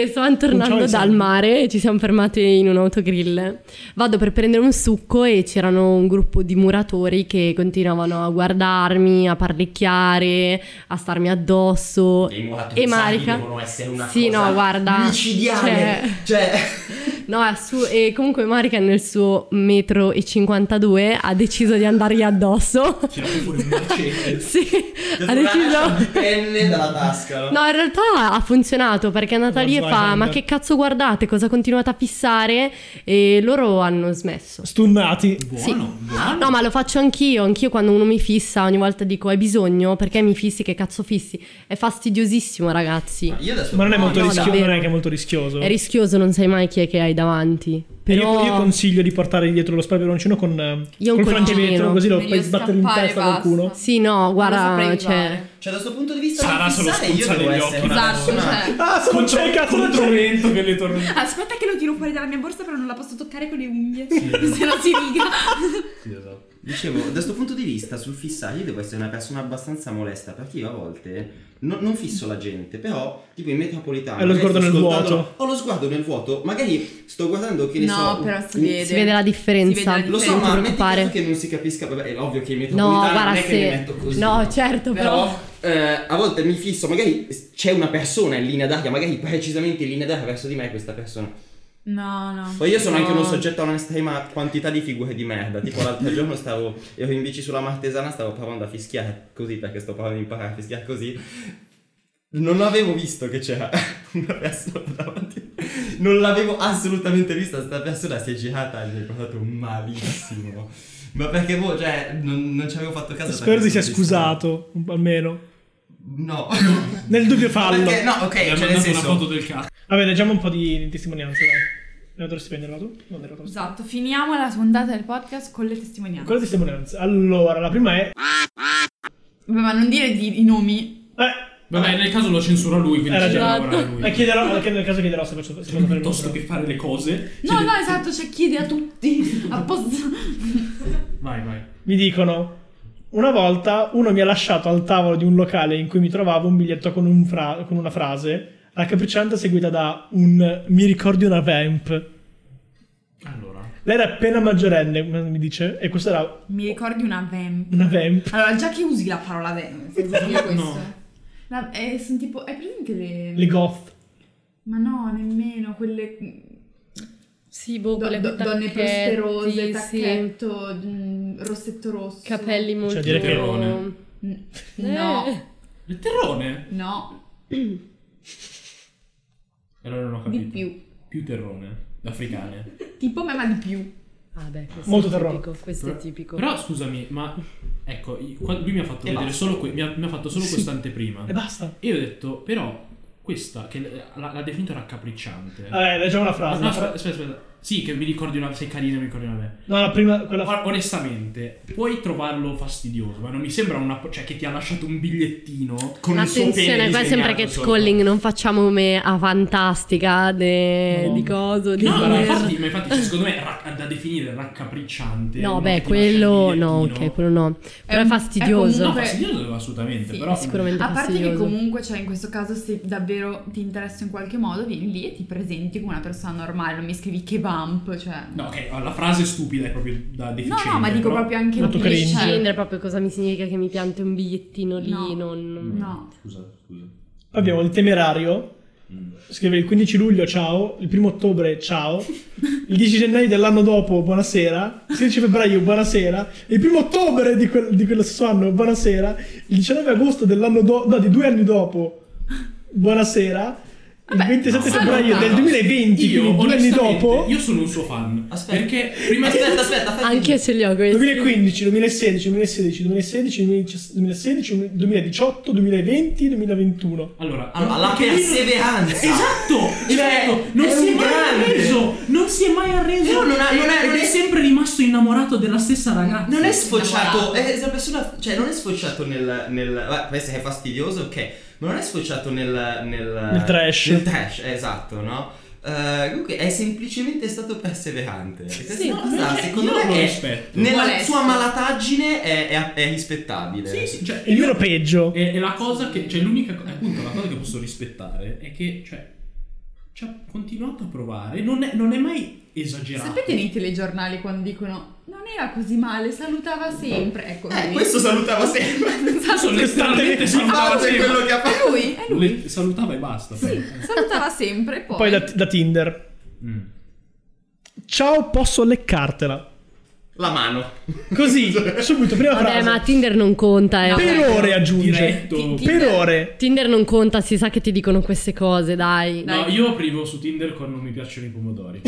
Speaker 5: e stavamo
Speaker 7: Un ciao
Speaker 5: tornando
Speaker 7: in
Speaker 5: dal
Speaker 7: Sardegna.
Speaker 5: mare e ci siamo fermate in un autogrill. Vado per prendere un succo e c'erano un gruppo di muratori che continuavano a guardarmi, a parlicchiare, a starmi addosso.
Speaker 3: I muratori
Speaker 5: E Marica.
Speaker 3: sani devono essere una
Speaker 5: Sì,
Speaker 3: cosa
Speaker 5: no, guarda.
Speaker 3: micidiale.
Speaker 5: cioè-
Speaker 3: Cioè,
Speaker 5: No, è assu- e comunque Marica nel suo metro e 52 ha deciso di andargli addosso.
Speaker 4: Tira fuori un macete.
Speaker 5: [LAUGHS] sì, [LAUGHS]
Speaker 3: [LAUGHS]
Speaker 5: ha
Speaker 3: lascia
Speaker 5: deciso.
Speaker 3: il penne dalla tasca.
Speaker 5: No, in realtà ha funzionato perché è andata
Speaker 7: Una
Speaker 5: lì e fa:
Speaker 7: Zweihänder.
Speaker 5: Ma che cazzo guardate, cosa continuate a fissare? E loro hanno smesso.
Speaker 7: Stunnati.
Speaker 4: Buono,
Speaker 5: Sì.
Speaker 4: buono.
Speaker 5: No, ma lo faccio anch'io. Anch'io quando uno mi fissa, ogni volta dico: Hai bisogno? Perché mi fissi? Che cazzo fissi? È fastidiosissimo, ragazzi.
Speaker 3: Io adesso
Speaker 7: Ma non è molto
Speaker 5: no,
Speaker 7: rischioso,
Speaker 5: davvero.
Speaker 7: non è che è molto rischioso.
Speaker 5: È rischioso, non sai mai chi è che hai davanti.
Speaker 3: Eh,
Speaker 7: E
Speaker 5: Però
Speaker 7: Io, io consiglio di portare dietro lo spalveroncino con eh,
Speaker 5: Io un
Speaker 7: col frangivetro,
Speaker 5: colcellino.
Speaker 7: così lo
Speaker 9: Meglio
Speaker 7: puoi sbattere in
Speaker 9: scappare,
Speaker 7: testa a
Speaker 9: basta.
Speaker 7: qualcuno.
Speaker 5: Sì, no, guarda,
Speaker 9: saprei
Speaker 5: cioè.
Speaker 9: usare.
Speaker 3: Cioè, da questo punto di vista...
Speaker 4: Sarà
Speaker 3: non
Speaker 4: solo
Speaker 3: fissare, io
Speaker 4: spruzzare
Speaker 3: devo
Speaker 4: gli
Speaker 3: essere
Speaker 4: occhi.
Speaker 3: una
Speaker 9: Esatto,
Speaker 3: persona-
Speaker 9: cioè.
Speaker 7: Ah,
Speaker 4: Contro,
Speaker 7: c'è il cazzo da
Speaker 4: contro
Speaker 7: gente.
Speaker 4: vento che le
Speaker 7: Eh,
Speaker 4: torna.
Speaker 9: Aspetta che lo tiro fuori dalla mia borsa, però non la posso toccare con le unghie. [LAUGHS] Se no si riga.
Speaker 4: Sì, esatto.
Speaker 3: Dicevo, da questo punto di vista, sul fissare, io devo essere una persona abbastanza molesta, perché io a volte non, non fisso la gente, però, tipo in metropolitana...
Speaker 7: Hai lo
Speaker 3: magari
Speaker 7: sguardo
Speaker 3: sto
Speaker 7: nel
Speaker 3: ascoltando-
Speaker 7: vuoto.
Speaker 3: Ho lo sguardo nel vuoto, magari sto guardando, che ne so...
Speaker 9: No, però si
Speaker 3: un-
Speaker 9: vede.
Speaker 5: Si vede la differenza.
Speaker 9: Si vede la
Speaker 3: Lo so,
Speaker 9: Non ti
Speaker 3: ma metti caso
Speaker 5: preoccupare.
Speaker 3: che non si capisca, vabbè, è ovvio che in
Speaker 5: No,
Speaker 3: metropolitana non
Speaker 5: guarda
Speaker 3: è che mi
Speaker 5: se.
Speaker 3: metto così.
Speaker 5: No, certo, però.
Speaker 3: Però eh, a volte mi fisso, magari c'è una persona in linea d'aria, magari precisamente in linea d'aria verso di me questa persona.
Speaker 9: No, no.
Speaker 3: Poi io sono anche
Speaker 5: No.
Speaker 3: uno soggetto a un'estrema quantità di figure di merda. Tipo l'altro giorno stavo, ero in bici sulla martesana, stavo provando a fischiare così, perché sto provando a imparare a fischiare così. Non avevo visto che c'era [LAUGHS] una persona davanti. Non l'avevo assolutamente vista, sta persona si è girata e mi ha guardato malissimo. Ma perché boh, cioè, non, non ci avevo fatto caso.
Speaker 7: Spero
Speaker 3: perché
Speaker 7: di sia
Speaker 3: sono distratto.
Speaker 7: scusato, almeno.
Speaker 4: [LAUGHS]
Speaker 3: No.
Speaker 7: Nel dubbio fallo.
Speaker 3: Perché, no,
Speaker 4: Mi
Speaker 3: ok,
Speaker 4: ha
Speaker 3: cioè nel
Speaker 4: mandato una
Speaker 3: senso...
Speaker 4: foto del cazzo.
Speaker 7: Vabbè, leggiamo un po' di testimonianze, dai. Ne dovresti prenderla tu? Non ne dovresti.
Speaker 9: Esatto, finiamo la puntata del podcast con le testimonianze.
Speaker 7: Ancora testimonianze. Allora, la prima è...
Speaker 9: Vabbè, ma non dire di- i nomi.
Speaker 7: Eh,
Speaker 4: Vabbè, nel caso lo censura lui, quindi
Speaker 7: Hai
Speaker 4: ci deve
Speaker 5: ragione.
Speaker 4: lavorare
Speaker 7: eh,
Speaker 4: lui.
Speaker 7: chiederò, anche nel caso chiederò se faccio... Se faccio fare il
Speaker 4: Piuttosto
Speaker 7: mostro.
Speaker 4: che fare le cose.
Speaker 9: No,
Speaker 4: ci
Speaker 9: no,
Speaker 4: deve-
Speaker 9: esatto, cioè chiede a tutti. Apposta.
Speaker 4: Vai, vai.
Speaker 7: Mi dicono... Una volta uno mi ha lasciato al tavolo di un locale in cui mi trovavo un biglietto con, un fra- con una frase raccapricciante seguita da un mi ricordi una vamp.
Speaker 4: Allora.
Speaker 7: Lei era appena maggiorenne, mi dice, e questa era
Speaker 9: Mi ricordi una vamp.
Speaker 7: una vamp.
Speaker 9: Allora, già che usi la parola vamp, senza dire questo.
Speaker 4: No.
Speaker 9: La- eh, sono tipo, hai presente le...
Speaker 7: Le goth.
Speaker 9: Ma no, nemmeno quelle...
Speaker 5: Sì, boh,
Speaker 9: Do-
Speaker 5: quelle
Speaker 9: do-
Speaker 5: con
Speaker 9: donne
Speaker 5: tacchetti,
Speaker 9: prosperose,
Speaker 5: sì.
Speaker 9: tacchetto, mh, rossetto rosso.
Speaker 4: Cioè,
Speaker 5: Capelli molto...
Speaker 7: dire che-
Speaker 9: Mm,
Speaker 5: Eh.
Speaker 9: No,
Speaker 4: Il terrone?
Speaker 9: no,
Speaker 4: Allora non ho capito.
Speaker 9: di più. Ecco.
Speaker 4: Più terrone. Africane.
Speaker 9: Tipo me, ma di più.
Speaker 5: Ah beh, questo
Speaker 7: Molto
Speaker 5: è
Speaker 7: terrone.
Speaker 5: tipico, questo è tipico.
Speaker 4: Però scusami, ma ecco, i- qua- lui mi ha fatto
Speaker 3: E
Speaker 4: vedere
Speaker 3: basta.
Speaker 4: solo que- mi, ha, mi ha fatto solo
Speaker 7: Sì.
Speaker 4: quest'anteprima.
Speaker 7: E basta.
Speaker 4: E io ho detto, però, questa che l- l'ha, l'ha definito raccapricciante.
Speaker 7: Vabbè, leggiamo la
Speaker 4: Ah,
Speaker 7: frase.
Speaker 4: no,
Speaker 7: la Eh, fra-
Speaker 4: aspetta, aspetta, aspetta. Sì, che mi ricordi una. Sei carina, mi ricordi una me.
Speaker 7: No, la prima, quella
Speaker 4: Guarda, Onestamente, puoi trovarlo fastidioso, ma non mi sembra una. Cioè, che ti ha lasciato un bigliettino con il suo pene
Speaker 5: Attenzione, qua sembra
Speaker 4: disegnato
Speaker 5: che
Speaker 4: sopra.
Speaker 5: Calling non facciamo come a fantastica de-
Speaker 7: No.
Speaker 5: di coso, di
Speaker 4: No, ma
Speaker 5: Blair.
Speaker 4: infatti, ma infatti, cioè, secondo me, ra- da definire raccapricciante.
Speaker 5: No,
Speaker 4: uno che
Speaker 5: beh,
Speaker 4: ti lascia il
Speaker 5: quello no,
Speaker 4: bigliettino-
Speaker 5: ok, quello no. Però è
Speaker 9: un-
Speaker 5: fastidioso.
Speaker 4: No,
Speaker 9: comunque-
Speaker 4: fastidioso assolutamente,
Speaker 9: Sì,
Speaker 4: però.
Speaker 5: Sicuramente
Speaker 9: A parte che
Speaker 5: fastidioso.
Speaker 9: comunque, cioè, in questo caso, se davvero ti interessa in qualche modo, vieni lì e ti presenti come una persona normale, non mi scrivi che vamp, cioè...
Speaker 4: No, ok, la frase stupida è proprio da
Speaker 9: No,
Speaker 4: deficiente.
Speaker 9: no, ma dico
Speaker 4: però-
Speaker 9: proprio anche
Speaker 7: molto
Speaker 9: lì,
Speaker 5: A
Speaker 7: cringe.
Speaker 9: cioè,
Speaker 5: prescindere proprio cosa mi significa che mi piante un bigliettino lì,
Speaker 9: No.
Speaker 5: non...
Speaker 9: No.
Speaker 4: Scusa, scusa.
Speaker 7: Abbiamo il temerario.
Speaker 4: Mm.
Speaker 7: Scrive il 15 luglio, ciao. Il 1 ottobre, ciao. Il 10 gennaio dell'anno dopo, buonasera. Il 16 febbraio, buonasera. Il 1 ottobre di, quel- di quello stesso anno, buonasera. Il 19 agosto dell'anno dopo, no, di due anni dopo, buonasera. Il
Speaker 9: Vabbè,
Speaker 7: 27
Speaker 9: no,
Speaker 7: febbraio
Speaker 9: no,
Speaker 7: del
Speaker 9: no.
Speaker 7: 2020,
Speaker 4: Io,
Speaker 7: quindi due anni
Speaker 4: onestamente,
Speaker 7: dopo.
Speaker 4: Io sono un suo fan.
Speaker 3: Aspetta.
Speaker 4: Perché prima
Speaker 3: Aspetta, aspetta, aspetta.
Speaker 5: Anche se li ho questi.
Speaker 7: 2015, 2016, 2016, 2016, 2016, 2018, 2020, 2021.
Speaker 4: Allora,
Speaker 3: Allora, la
Speaker 4: perché lui non-
Speaker 3: perseveranza.
Speaker 4: Esatto, esatto. Non
Speaker 3: Cioè, è
Speaker 4: si è
Speaker 3: un
Speaker 4: mai
Speaker 3: grande.
Speaker 4: arreso. Non si è mai arreso.
Speaker 3: Però non ha- non ha-
Speaker 4: ed
Speaker 3: non
Speaker 4: è
Speaker 3: è-
Speaker 4: sempre rimasto innamorato della stessa ragazza.
Speaker 3: Non è sfociato, è una persona, cioè non è sfociato nel, nel beh, questo è fastidioso, ok, ma non è sfociato nel, nel,
Speaker 7: Nel trash.
Speaker 3: nel trash, esatto, no? Eh, comunque è semplicemente stato perseverante. Questa cosa,
Speaker 4: cioè,
Speaker 3: secondo
Speaker 4: io
Speaker 3: me,
Speaker 4: lo
Speaker 3: è-
Speaker 4: rispetto.
Speaker 3: nella
Speaker 9: Vuole
Speaker 3: sua
Speaker 9: essere.
Speaker 3: malataggine è, è- è rispettabile.
Speaker 4: Sì, sì, cioè,
Speaker 7: Il mio era peggio.
Speaker 4: è, è la cosa che. Cioè, l'unica co- appunto, la cosa che posso rispettare è che, cioè, ci ha continuato a provare. Non è, non è mai esagerato.
Speaker 9: Sapete nei telegiornali quando dicono non era così male, salutava sempre, ecco.
Speaker 3: Eh,
Speaker 9: lui.
Speaker 3: questo salutava sempre.
Speaker 9: [LAUGHS]
Speaker 4: Sono letteralmente
Speaker 3: Si
Speaker 4: salutava
Speaker 3: è
Speaker 4: sempre.
Speaker 3: quello che ha fatto.
Speaker 9: È lui, è lui.
Speaker 4: Le- salutava e basta.
Speaker 9: Sì, salutava sempre, poi...
Speaker 7: Poi da, da Tinder.
Speaker 4: Mm.
Speaker 7: Ciao, posso leccartela.
Speaker 3: La mano.
Speaker 4: [LAUGHS]
Speaker 7: Così, subito, prima
Speaker 5: Vabbè,
Speaker 7: frase.
Speaker 5: ma Tinder non conta, eh.
Speaker 9: No.
Speaker 7: Per ore aggiunge.
Speaker 4: Diretto.
Speaker 9: Ti- ti-
Speaker 7: Per ore.
Speaker 5: Tinder non conta, si sa che ti dicono queste cose, dai.
Speaker 4: No, io aprivo su Tinder con non mi piacciono i
Speaker 9: [LAUGHS]
Speaker 4: pomodori.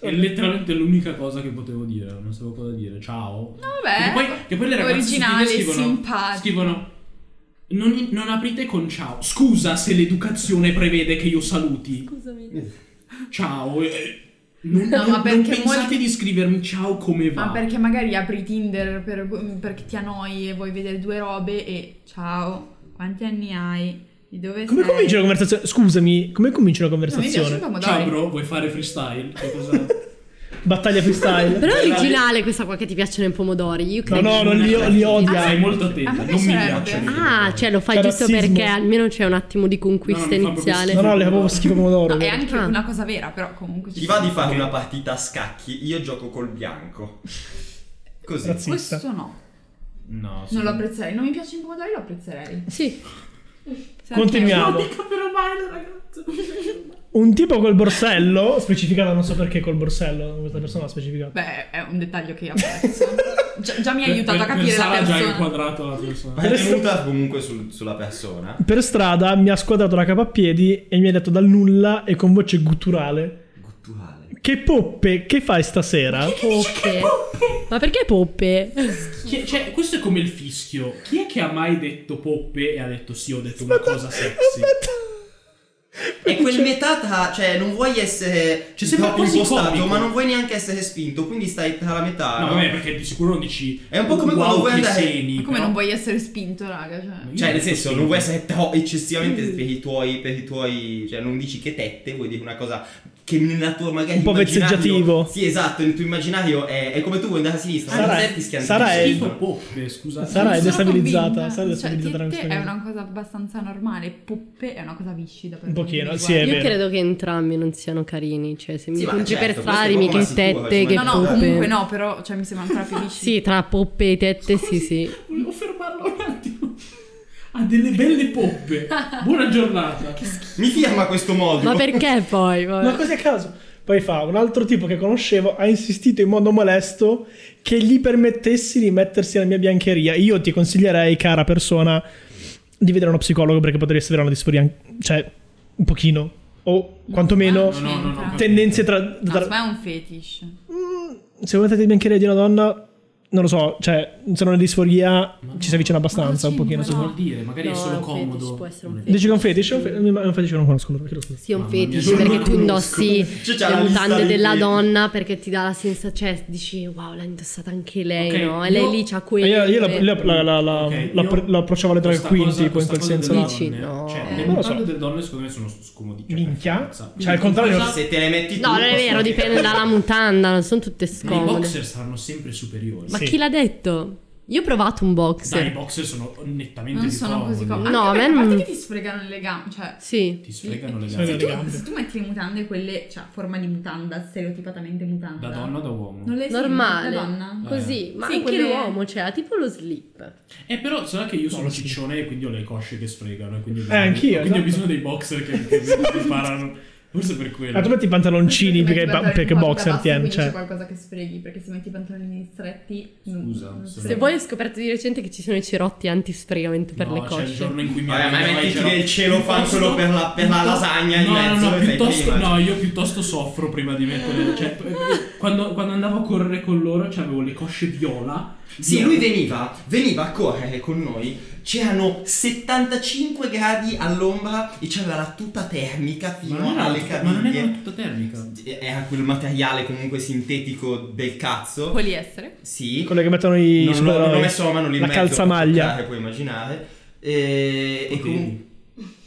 Speaker 4: È letteralmente l'unica cosa che potevo dire, non sapevo cosa dire. Ciao.
Speaker 9: vabbè.
Speaker 4: Che poi, che poi le ragazze su Tinder
Speaker 9: Originale,
Speaker 4: scrivono,
Speaker 9: simpatico.
Speaker 4: scrivono non, non aprite con ciao. Scusa se l'educazione prevede che io saluti.
Speaker 5: Scusami.
Speaker 4: Ciao. eh, Non,
Speaker 9: No, ma
Speaker 4: non- non
Speaker 9: perché
Speaker 4: pensate
Speaker 9: molti-
Speaker 4: di scrivermi ciao come va.
Speaker 9: Ma perché magari apri Tinder per- perché ti annoi e vuoi vedere due robe e ciao, quanti anni hai? Di dove
Speaker 7: Come
Speaker 9: sei?
Speaker 7: comincia la conversazione? Scusami, come comincia la
Speaker 9: No, mi piace il
Speaker 7: conversazione?
Speaker 9: pomodoro.
Speaker 4: Ciao bro, vuoi fare freestyle? Che
Speaker 9: [LAUGHS]
Speaker 4: cosa-
Speaker 7: Battaglia freestyle.
Speaker 5: Però è originale questa qua che ti piaccionono i pomodori. Io
Speaker 7: No,
Speaker 5: credo.
Speaker 7: no, non li, li odia.
Speaker 4: Sei molto
Speaker 9: Ah, a
Speaker 4: attenta,
Speaker 9: me
Speaker 4: non mi
Speaker 9: piacerebbe.
Speaker 4: piacciono. i
Speaker 5: Ah,
Speaker 4: pomodori.
Speaker 5: cioè lo fai
Speaker 7: C'è
Speaker 5: giusto
Speaker 7: razzismo.
Speaker 5: perché almeno c'è un attimo di
Speaker 4: No,
Speaker 5: conquista
Speaker 4: no, mi fa proprio
Speaker 5: iniziale.
Speaker 7: No, no, le avevo schifo pomodoro.
Speaker 9: No, è anche
Speaker 5: Ah.
Speaker 9: una cosa vera, però comunque ci
Speaker 3: Ti va di
Speaker 9: sono.
Speaker 3: fare una partita a scacchi? Io gioco col bianco. Così.
Speaker 7: Grazie. Zista.
Speaker 9: Questo no,
Speaker 4: No,
Speaker 9: non lo apprezzerei. Non mi piace i pomodori, lo apprezzerei.
Speaker 5: Sì,
Speaker 9: Se
Speaker 7: Continuiamo.
Speaker 4: Però mai la [LAUGHS] ragazza.
Speaker 7: Un tipo col borsello, specificava non so perché col borsello, questa persona l'ha specificato.
Speaker 9: Beh, è un dettaglio che
Speaker 7: [LAUGHS]
Speaker 9: apprezzo. già, già mi ha
Speaker 4: Per-
Speaker 9: aiutato a
Speaker 4: per- per
Speaker 9: capire la
Speaker 4: Sara ha già
Speaker 9: persona.
Speaker 4: inquadrato la persona.
Speaker 3: Ma è venuta comunque sul- sulla persona.
Speaker 7: Per strada mi ha squadrato la capapiedi e mi ha detto dal nulla e con voce gutturale
Speaker 3: Gutturale.
Speaker 7: Che poppe, che fai stasera?
Speaker 5: poppe. Ma perché poppe?
Speaker 4: Chi- cioè, questo è come il fischio. Chi è che ha mai detto poppe e ha detto sì, ho detto una cosa sexy?
Speaker 3: È quel metà tra, cioè non vuoi essere
Speaker 4: Cioè, sembra
Speaker 3: troppo
Speaker 4: quasi
Speaker 3: impostato,
Speaker 4: comico.
Speaker 3: ma non vuoi neanche essere spinto, quindi stai tra la metà.
Speaker 4: No,
Speaker 3: no?
Speaker 4: vabbè, perché di sicuro non dici.
Speaker 3: È un po' come
Speaker 4: wow,
Speaker 3: quando vuoi
Speaker 4: che
Speaker 3: andare-
Speaker 4: seni",
Speaker 9: Ma Come
Speaker 4: però-
Speaker 9: non vuoi essere spinto, raga? Cioè.
Speaker 4: Io
Speaker 3: Cioè, nel
Speaker 4: ho detto
Speaker 3: senso,
Speaker 4: spinto. Mm.
Speaker 3: non vuoi essere tro- eccessivamente per i tuoi, per i tuoi, cioè non dici che tette, vuoi dire una cosa che nella tua magari
Speaker 7: Un po'
Speaker 3: immaginario-
Speaker 7: vezzeggiativo.
Speaker 3: Sì, esatto, nel tuo immaginario è, è come tu vuoi andare a sinistra, Ah,
Speaker 7: Sarà-
Speaker 3: ma non sei fischiante.
Speaker 7: sarà
Speaker 3: Sì,
Speaker 7: è-
Speaker 4: Schifo poppe, scusa.
Speaker 7: Sara è
Speaker 9: Sono
Speaker 7: destabilizzata. Sara
Speaker 9: convinta.
Speaker 7: è
Speaker 9: Cioè,
Speaker 7: destabilizzata da
Speaker 9: tette
Speaker 7: questa
Speaker 9: è
Speaker 7: cosa.
Speaker 9: una cosa abbastanza normale, poppe è una cosa viscida. Per
Speaker 7: Un
Speaker 9: quanto mi
Speaker 7: pochino,
Speaker 9: riguarda.
Speaker 7: È
Speaker 5: Io
Speaker 7: vero.
Speaker 5: credo che entrambi non siano carini. Cioè, se mi
Speaker 3: Sì, ma
Speaker 5: incontri
Speaker 3: certo,
Speaker 5: per
Speaker 3: questo è
Speaker 5: strada, dimmi che
Speaker 3: proprio ma sicuro,
Speaker 5: tette,
Speaker 3: cioè,
Speaker 5: che
Speaker 3: ma
Speaker 9: No, no,
Speaker 5: poppe.
Speaker 9: comunque no, però cioè, mi sembra
Speaker 7: [LAUGHS]
Speaker 9: ancora più viscida.
Speaker 5: Sì, tra poppe e tette, sì, sì.
Speaker 4: Volevo fermarlo un attimo. Ha delle belle poppe. Buona giornata.
Speaker 3: Mi firma questo modulo.
Speaker 5: Ma perché poi? Vabbè.
Speaker 7: Ma così a caso. Poi fa un altro tipo che conoscevo ha insistito in modo molesto che gli permettessi di mettersi nella mia biancheria. Io ti consiglierei, cara persona, di vedere uno psicologo perché potresti avere una disforia, an- cioè un pochino o quantomeno
Speaker 9: Ah.
Speaker 4: No,
Speaker 9: Eh?
Speaker 4: no, no, no, no.
Speaker 7: tendenze tra,
Speaker 9: No,
Speaker 7: tra-
Speaker 9: secondo me è un fetish.
Speaker 7: se volete di biancheria di una donna, non lo so, cioè, se non è disforia,
Speaker 4: Ma
Speaker 7: ci
Speaker 4: no.
Speaker 7: si avvicina abbastanza un
Speaker 9: Ma sì,
Speaker 7: pochino.
Speaker 9: ma
Speaker 4: Cosa
Speaker 7: secondo
Speaker 9: no.
Speaker 4: vuol
Speaker 7: me.
Speaker 4: dire? Magari è
Speaker 5: No,
Speaker 4: solo
Speaker 5: è un fetish,
Speaker 4: comodo.
Speaker 5: può essere un
Speaker 4: Non è-
Speaker 5: fetish.
Speaker 7: Dici che è un fetish? È un fe- ma è un fetish che non conosco, allora chiedo scusa.
Speaker 5: Sì, è un
Speaker 4: Mamma mia.
Speaker 5: fetish
Speaker 4: Non lo
Speaker 5: perché tu
Speaker 4: conosco.
Speaker 5: indossi
Speaker 3: [LAUGHS] Cioè, c'ha
Speaker 5: le
Speaker 3: la lista
Speaker 5: mutande
Speaker 3: dei
Speaker 5: della
Speaker 3: fetish.
Speaker 5: donna perché ti dà la sensazione, cioè dici wow, l'ha indossata anche lei,
Speaker 4: Ok,
Speaker 5: no? E
Speaker 4: io-
Speaker 5: lei lì c'ha quello.
Speaker 7: Eh, Io, io la, la, la, la, la,
Speaker 4: Ok,
Speaker 7: la-
Speaker 4: io-
Speaker 7: la approcciavo alle drag
Speaker 4: questa
Speaker 7: queen,
Speaker 4: cosa-
Speaker 7: tipo, in
Speaker 4: questa
Speaker 7: quel
Speaker 4: cosa
Speaker 7: senso
Speaker 4: delle
Speaker 7: là.
Speaker 5: Dici,
Speaker 4: donne-
Speaker 5: no.
Speaker 4: Cioè,
Speaker 5: Eh,
Speaker 4: le
Speaker 5: non
Speaker 7: lo
Speaker 4: mutande
Speaker 7: so.
Speaker 4: delle donne secondo me sono scomodi. cioè,
Speaker 7: Minchia.
Speaker 4: per forza.
Speaker 7: Cioè, al contrario-
Speaker 4: Cosa-
Speaker 3: Se te le metti tu.
Speaker 5: No, non è vero, dipende dalla mutanda, non sono tutte
Speaker 4: Ma i
Speaker 5: scomode.
Speaker 4: boxer saranno sempre superiori.
Speaker 5: Ma
Speaker 7: Sì.
Speaker 5: chi l'ha detto? Io ho provato un
Speaker 4: Dai, i
Speaker 5: boxer.
Speaker 4: boxer sono nettamente
Speaker 9: Non
Speaker 4: più
Speaker 9: sono così
Speaker 4: comodi.
Speaker 9: comodi.
Speaker 5: No,
Speaker 9: Anche
Speaker 5: a me
Speaker 9: perché- A parte
Speaker 5: non-
Speaker 9: che ti sfregano le gambe, cioè...
Speaker 5: Sì.
Speaker 4: Ti sfregano le
Speaker 7: Sfregano
Speaker 4: gambe.
Speaker 7: le
Speaker 9: Se tu,
Speaker 7: gambe.
Speaker 9: se tu metti le mutande, quelle, cioè, a forma di mutanda, stereotipatamente mutanda.
Speaker 4: Da donna o da uomo?
Speaker 9: Non le senti,
Speaker 5: Normale.
Speaker 9: Da donna?
Speaker 5: Così, ma
Speaker 9: Sì,
Speaker 5: anche
Speaker 9: quelle-
Speaker 5: l'uomo, cioè, ha tipo lo slip.
Speaker 4: Eh, però, sarà che io sono
Speaker 7: lo so.
Speaker 4: ciccione e quindi ho le cosce che sfregano. E quindi ho
Speaker 7: Eh, anch'io,
Speaker 4: Quindi ho
Speaker 7: esatto.
Speaker 4: bisogno dei boxer che,
Speaker 7: [LAUGHS]
Speaker 4: che mi imparano. Forse per quello.
Speaker 7: Ma Ah, tu metti i pantaloncini perché,
Speaker 9: Perché
Speaker 7: perché
Speaker 9: un po'
Speaker 7: boxer
Speaker 9: da basso,
Speaker 7: tieni,
Speaker 9: quindi
Speaker 7: cioè.
Speaker 9: C'è qualcosa che sfreghi, perché se metti i pantaloni stretti... non-
Speaker 4: Scusa,
Speaker 9: non
Speaker 4: se
Speaker 9: so.
Speaker 5: Se vuoi ho scoperto di recente che ci sono i cerotti antisfregamento per
Speaker 4: No,
Speaker 5: le
Speaker 4: c'è il
Speaker 5: cosce.
Speaker 4: giorno in cui mi
Speaker 3: Vabbè, ma
Speaker 4: arrivano i
Speaker 3: mettiti
Speaker 4: cerotti.
Speaker 3: nel cielo fan
Speaker 4: Piuttosto-
Speaker 3: solo per la, per la
Speaker 4: piuttosto-
Speaker 3: lasagna di
Speaker 4: no,
Speaker 3: mezzo.
Speaker 4: No,
Speaker 3: che
Speaker 4: no,
Speaker 3: fai
Speaker 4: piuttosto,
Speaker 3: prima.
Speaker 4: no, io piuttosto soffro prima di mettere. Cioè, eh, quando, quando andavo a correre con loro, cioè, avevo le cosce viola.
Speaker 3: Sì,
Speaker 4: viola.
Speaker 3: lui veniva, veniva a correre con noi, c'erano 75 gradi all'ombra e c'era la tuta termica
Speaker 4: Ma
Speaker 3: fino
Speaker 4: non, era,
Speaker 3: alle
Speaker 4: tutta- ma non era
Speaker 3: caviglie.
Speaker 4: tutta termica.
Speaker 3: Era quel materiale comunque sintetico del cazzo.
Speaker 9: Poliestere.
Speaker 3: Sì.
Speaker 7: Quelle che mettono i
Speaker 3: non, l'ho, non l'ho
Speaker 7: supereroi.
Speaker 3: messo la mano lì in
Speaker 7: La
Speaker 3: mezzo,
Speaker 7: calzamaglia.
Speaker 3: per toccare, puoi immaginare. E, e
Speaker 4: Potevi.
Speaker 3: comunque...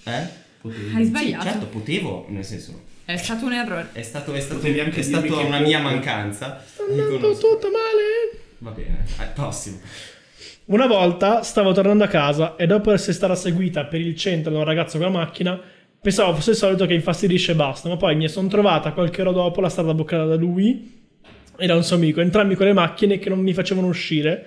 Speaker 3: Eh?
Speaker 4: Potevi.
Speaker 9: Hai
Speaker 3: Sì,
Speaker 9: sbagliato.
Speaker 3: certo, potevo, nel senso,
Speaker 9: È stato un errore.
Speaker 3: è stato, è stato,
Speaker 4: Potevi anche
Speaker 3: è
Speaker 4: dirmi
Speaker 3: stata
Speaker 4: che
Speaker 3: una
Speaker 4: poco.
Speaker 3: mia mancanza.
Speaker 7: Sta andando
Speaker 3: Riconosco.
Speaker 7: tutto male.
Speaker 3: Va bene, al prossimo.
Speaker 7: Una volta stavo tornando a casa e dopo essere stata seguita per il centro da un ragazzo con la macchina, pensavo fosse il solito che infastidisce e basta, ma poi mi sono trovata qualche ora dopo la strada boccata da lui e da un suo amico, entrambi con le macchine che non mi facevano uscire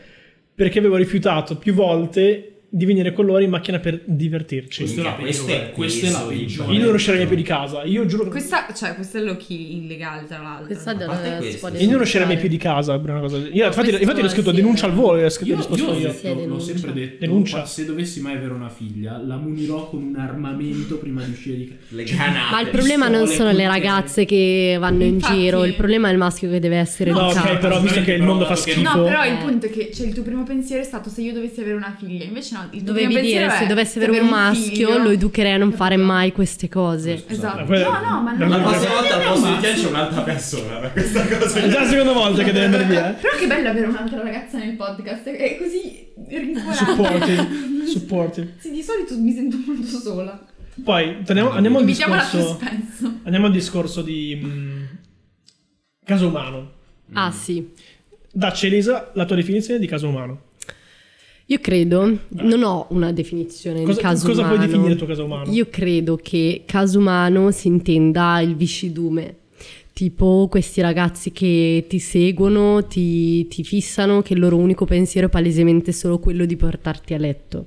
Speaker 7: perché avevo rifiutato più volte di venire con loro in macchina per
Speaker 5: Cioè,
Speaker 7: divertirci.
Speaker 4: Questo è la
Speaker 3: Minchia, questo
Speaker 4: peggiore.
Speaker 3: è
Speaker 4: Questa è la
Speaker 3: peso,
Speaker 4: peggiore.
Speaker 7: Io non uscirei mai più di casa, io giuro che...
Speaker 9: Questa, cioè, questo è lo chi illegale, tra l'altro.
Speaker 5: Questa
Speaker 3: A
Speaker 5: non
Speaker 3: parte
Speaker 5: si
Speaker 3: questo,
Speaker 5: può
Speaker 3: sì.
Speaker 7: Io non
Speaker 5: denunciare.
Speaker 7: uscirei mai più di casa per una cosa del- Io,
Speaker 5: No,
Speaker 7: infatti,
Speaker 5: questo
Speaker 7: infatti l'ho
Speaker 5: sì,
Speaker 7: scritto
Speaker 5: eh.
Speaker 7: denuncia al volo, l'ho scritto
Speaker 4: Io,
Speaker 7: risposto
Speaker 4: io ho
Speaker 7: io.
Speaker 5: Sì, è
Speaker 4: detto, l'ho
Speaker 5: denuncia.
Speaker 4: sempre detto,
Speaker 7: Denuncia.
Speaker 4: se dovessi mai avere una figlia, la munirò con un armamento prima di uscire di casa.
Speaker 3: Le granate.
Speaker 5: Cioè, Ma il problema non
Speaker 4: Pistole,
Speaker 5: sono le
Speaker 4: coltelli.
Speaker 5: ragazze che vanno in
Speaker 9: Infatti-
Speaker 5: giro, il problema è il maschio che deve essere
Speaker 7: No,
Speaker 5: di casa.
Speaker 7: ok, però visto che il mondo fa
Speaker 4: Però-
Speaker 7: schifo...
Speaker 9: No, però il
Speaker 5: Eh.
Speaker 9: punto è che cioè, il tuo primo pensiero è stato se io dovessi avere una figlia, invece no, il tuo
Speaker 5: Dovevi
Speaker 9: primo
Speaker 5: dire
Speaker 9: pensiero
Speaker 5: se
Speaker 9: è,
Speaker 5: dovesse avere un maschio
Speaker 9: figlio-
Speaker 5: lo educherei a non fare mai queste cose.
Speaker 9: Esatto.
Speaker 7: Ma quella-
Speaker 9: No, no, ma
Speaker 7: La
Speaker 9: non
Speaker 3: La
Speaker 7: Allora,
Speaker 3: prossima volta al
Speaker 9: no,
Speaker 3: posto
Speaker 9: no,
Speaker 3: di te
Speaker 5: cioè,
Speaker 3: c'è un'altra persona
Speaker 5: [LAUGHS]
Speaker 3: per questa cosa. Cioè,
Speaker 7: È già la seconda volta che deve andare via, eh.
Speaker 9: [LAUGHS] Però che bello avere un'altra ragazza nel podcast, è così rincuorante.
Speaker 7: Supporti, supporti.
Speaker 9: Sì, di solito mi sento molto sola.
Speaker 7: Poi torniamo- andiamo, al
Speaker 9: Invitiamo la
Speaker 7: discorso,
Speaker 9: suspenso.
Speaker 7: andiamo al discorso di mm, caso umano.
Speaker 5: Ah sì,
Speaker 7: Dacci Elisa la tua definizione di caso umano.
Speaker 5: io credo, non ho una definizione
Speaker 7: Cosa,
Speaker 5: di caso
Speaker 7: cosa
Speaker 5: umano.
Speaker 7: puoi definire il tuo caso umano?
Speaker 5: Io credo che caso umano si intenda il viscidume, tipo questi ragazzi che ti seguono, ti, ti fissano, che il loro unico pensiero è palesemente solo quello di portarti a letto.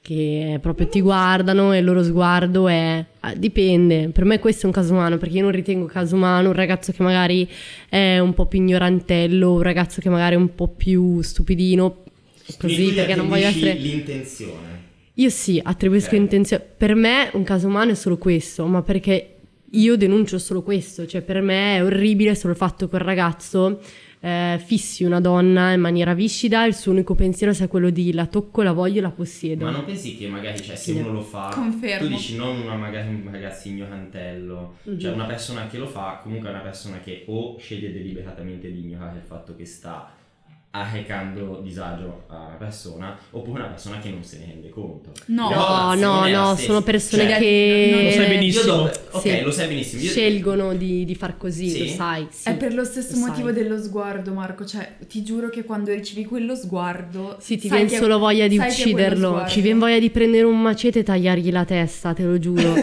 Speaker 5: Che proprio ti guardano e il loro sguardo è. ah, Dipende, per me questo è un caso umano perché io non ritengo caso umano un ragazzo che magari è un po' più ignorantello, un ragazzo che magari è un po' più stupidino, così
Speaker 3: Quindi
Speaker 5: perché non voglio
Speaker 3: attribuisci
Speaker 5: essere.
Speaker 3: l'intenzione.
Speaker 5: Io sì, attribuisco
Speaker 3: Ok.
Speaker 5: intenzione. Per me un caso umano è solo questo, ma perché io denuncio solo questo. Cioè, per me è orribile solo il fatto che un ragazzo eh, fissi una donna in maniera viscida e il suo unico pensiero sia quello di la tocco, la voglio, la possiedo.
Speaker 3: Ma non pensi che magari cioè, se
Speaker 5: Sì.
Speaker 3: uno lo fa,
Speaker 9: Confermo.
Speaker 3: tu dici non una, magari un ragazzo ignorantello,
Speaker 5: Mm.
Speaker 3: cioè una persona che lo fa comunque è una persona che o sceglie deliberatamente di ignorare il fatto che sta arrecando disagio a una persona, oppure una persona che non se ne rende conto.
Speaker 9: No,
Speaker 3: La
Speaker 5: No, no,
Speaker 3: relazione è la
Speaker 5: no,
Speaker 3: stessa.
Speaker 5: sono persone
Speaker 3: Cioè,
Speaker 5: che
Speaker 9: non- non
Speaker 7: lo sai benissimo.
Speaker 3: Io do- ok,
Speaker 5: Sì.
Speaker 3: lo sai benissimo. Io-
Speaker 5: scelgono di, di far così,
Speaker 3: Sì.
Speaker 5: lo sai. sì.
Speaker 9: È per lo stesso
Speaker 5: lo sai.
Speaker 9: motivo dello sguardo, Marco. Cioè, ti giuro che quando ricevi quello sguardo.
Speaker 5: Sì, ti
Speaker 9: sai
Speaker 5: viene
Speaker 9: che-
Speaker 5: solo voglia di
Speaker 9: sai che è quello
Speaker 5: ucciderlo.
Speaker 9: sguardo.
Speaker 5: Ci viene voglia di prendere un macete e tagliargli la testa, te lo
Speaker 9: [LAUGHS]
Speaker 5: giuro.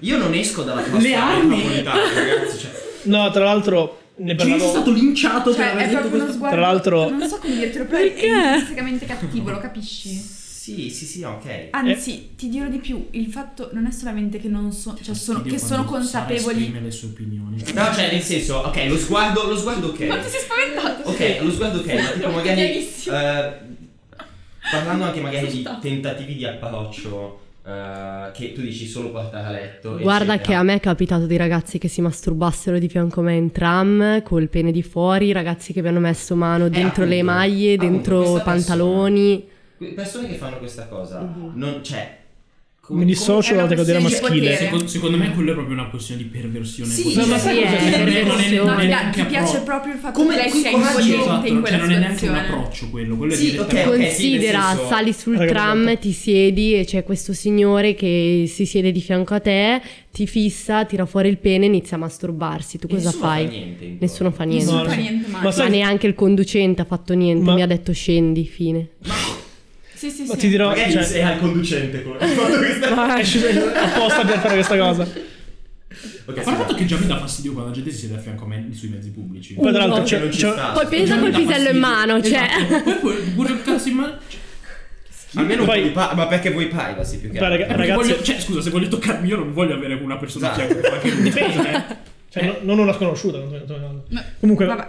Speaker 3: Io non esco dalla tua
Speaker 4: Le
Speaker 3: strada
Speaker 4: armi!
Speaker 3: metropolitana, ragazzi, cioè,
Speaker 7: No, tra l'altro ne
Speaker 4: Cioè, io sono
Speaker 7: parlavo...
Speaker 4: stato linciato
Speaker 9: Cioè,
Speaker 4: per aver
Speaker 9: è
Speaker 4: detto
Speaker 9: proprio uno
Speaker 4: questo.
Speaker 9: sguardo.
Speaker 7: Tra l'altro-
Speaker 9: Non so come dirtelo, però è
Speaker 5: Perché?
Speaker 9: intrinsecamente cattivo, lo capisci?
Speaker 3: sì, Sì, sì, sì, ok.
Speaker 9: Anzi, ti dirò di più, il fatto non è solamente che non so, cioè sono,
Speaker 4: Fastidio
Speaker 9: che sono
Speaker 4: quando Sara
Speaker 9: consapevoli.
Speaker 4: esprime le sue opinioni.
Speaker 3: No, cioè, nel senso, ok, lo sguardo, lo sguardo ok.
Speaker 9: Quanto sei spaventato?
Speaker 3: Ok, lo sguardo ok, ma tipo magari
Speaker 9: Chiarissimo.
Speaker 3: eh, parlando anche magari di
Speaker 9: Assustato.
Speaker 3: tentativi di approccio eh, che tu dici solo portare a letto.
Speaker 5: Guarda
Speaker 3: eccetera.
Speaker 5: che a me è capitato di ragazzi che si masturbassero di fianco a me in tram, col pene di fuori, ragazzi che mi hanno messo mano dentro le
Speaker 3: appunto,
Speaker 5: maglie,
Speaker 3: appunto,
Speaker 5: dentro
Speaker 3: questa
Speaker 5: i pantaloni.
Speaker 3: Que- persone che fanno questa cosa,
Speaker 5: Mhm.
Speaker 3: non cioè, c'è.
Speaker 7: Mi dissocio
Speaker 9: era
Speaker 7: dalla categoria
Speaker 9: un segno di
Speaker 7: maschile.
Speaker 9: potere.
Speaker 4: Secondo, secondo me quello è proprio una questione di perversione.
Speaker 9: Sì,
Speaker 4: Così.
Speaker 7: No, ma sai
Speaker 9: sì,
Speaker 7: cosa
Speaker 9: è-
Speaker 7: c'è?
Speaker 4: Non è- non è-
Speaker 9: no,
Speaker 4: non è
Speaker 9: mi pia-
Speaker 4: neanche
Speaker 9: mi piace
Speaker 4: approccio.
Speaker 9: proprio il fatto
Speaker 3: Come-
Speaker 9: che lei
Speaker 3: come
Speaker 9: sia
Speaker 3: coraggio,
Speaker 9: incogliente
Speaker 4: Esatto,
Speaker 9: in
Speaker 4: cioè
Speaker 9: quella
Speaker 4: non è neanche un
Speaker 9: situazione.
Speaker 4: approccio quello, quello
Speaker 3: Sì,
Speaker 4: è direttamente...
Speaker 3: Eh, ok, ok,
Speaker 5: Considera,
Speaker 3: sì, nel senso-
Speaker 5: sali sul
Speaker 7: Raga,
Speaker 5: tram,
Speaker 7: guarda.
Speaker 5: ti siedi e c'è questo signore che si siede di fianco a te, ti fissa, tira fuori il pene e inizia a masturbarsi. Tu
Speaker 3: E
Speaker 5: cosa
Speaker 3: nessuno
Speaker 5: fai?
Speaker 3: Fa niente, intorno.
Speaker 5: Nessuno fa niente.
Speaker 7: No,
Speaker 9: Non fa niente male.
Speaker 7: Ma
Speaker 5: Ma
Speaker 7: sai-
Speaker 5: neanche il conducente ha fatto niente,
Speaker 7: Ma-
Speaker 5: mi ha detto scendi, fine.
Speaker 9: Sì, sì,
Speaker 7: Ma
Speaker 9: sì.
Speaker 7: ti dirò,
Speaker 3: Magari
Speaker 7: cioè,
Speaker 3: sei al conducente
Speaker 5: [LAUGHS]
Speaker 3: quello che ha fatto questa
Speaker 7: è sceso apposta per fare questa cosa.
Speaker 3: Ok,
Speaker 4: Ma il fatto
Speaker 3: sì,
Speaker 4: che già mi dà fastidio quando la gente si siede a fianco a me sui mezzi pubblici.
Speaker 7: Poi tra l'altro
Speaker 5: no,
Speaker 7: c'è,
Speaker 3: non ci
Speaker 7: c'è-
Speaker 3: sta.
Speaker 5: Poi pensa
Speaker 4: Già mi
Speaker 5: col
Speaker 4: dà
Speaker 5: pisello in
Speaker 4: fastidio.
Speaker 5: mano, cioè...
Speaker 4: Esatto. Poi puoi pure il cazzo in mano. Cioè,
Speaker 3: Almeno
Speaker 7: Poi-
Speaker 3: un po' di pa- ma perché vuoi privacy più che
Speaker 7: Beh,
Speaker 3: altro?
Speaker 7: raga-
Speaker 4: perché
Speaker 7: ragazzi-
Speaker 4: voglio- cioè, scusa, se voglio toccarmi io non voglio avere una persona a
Speaker 3: Esatto. [LAUGHS]
Speaker 4: fianco. qualche luce.
Speaker 7: cioè, no- non una sconosciuta. non- non- Comunque,
Speaker 9: Vabbè.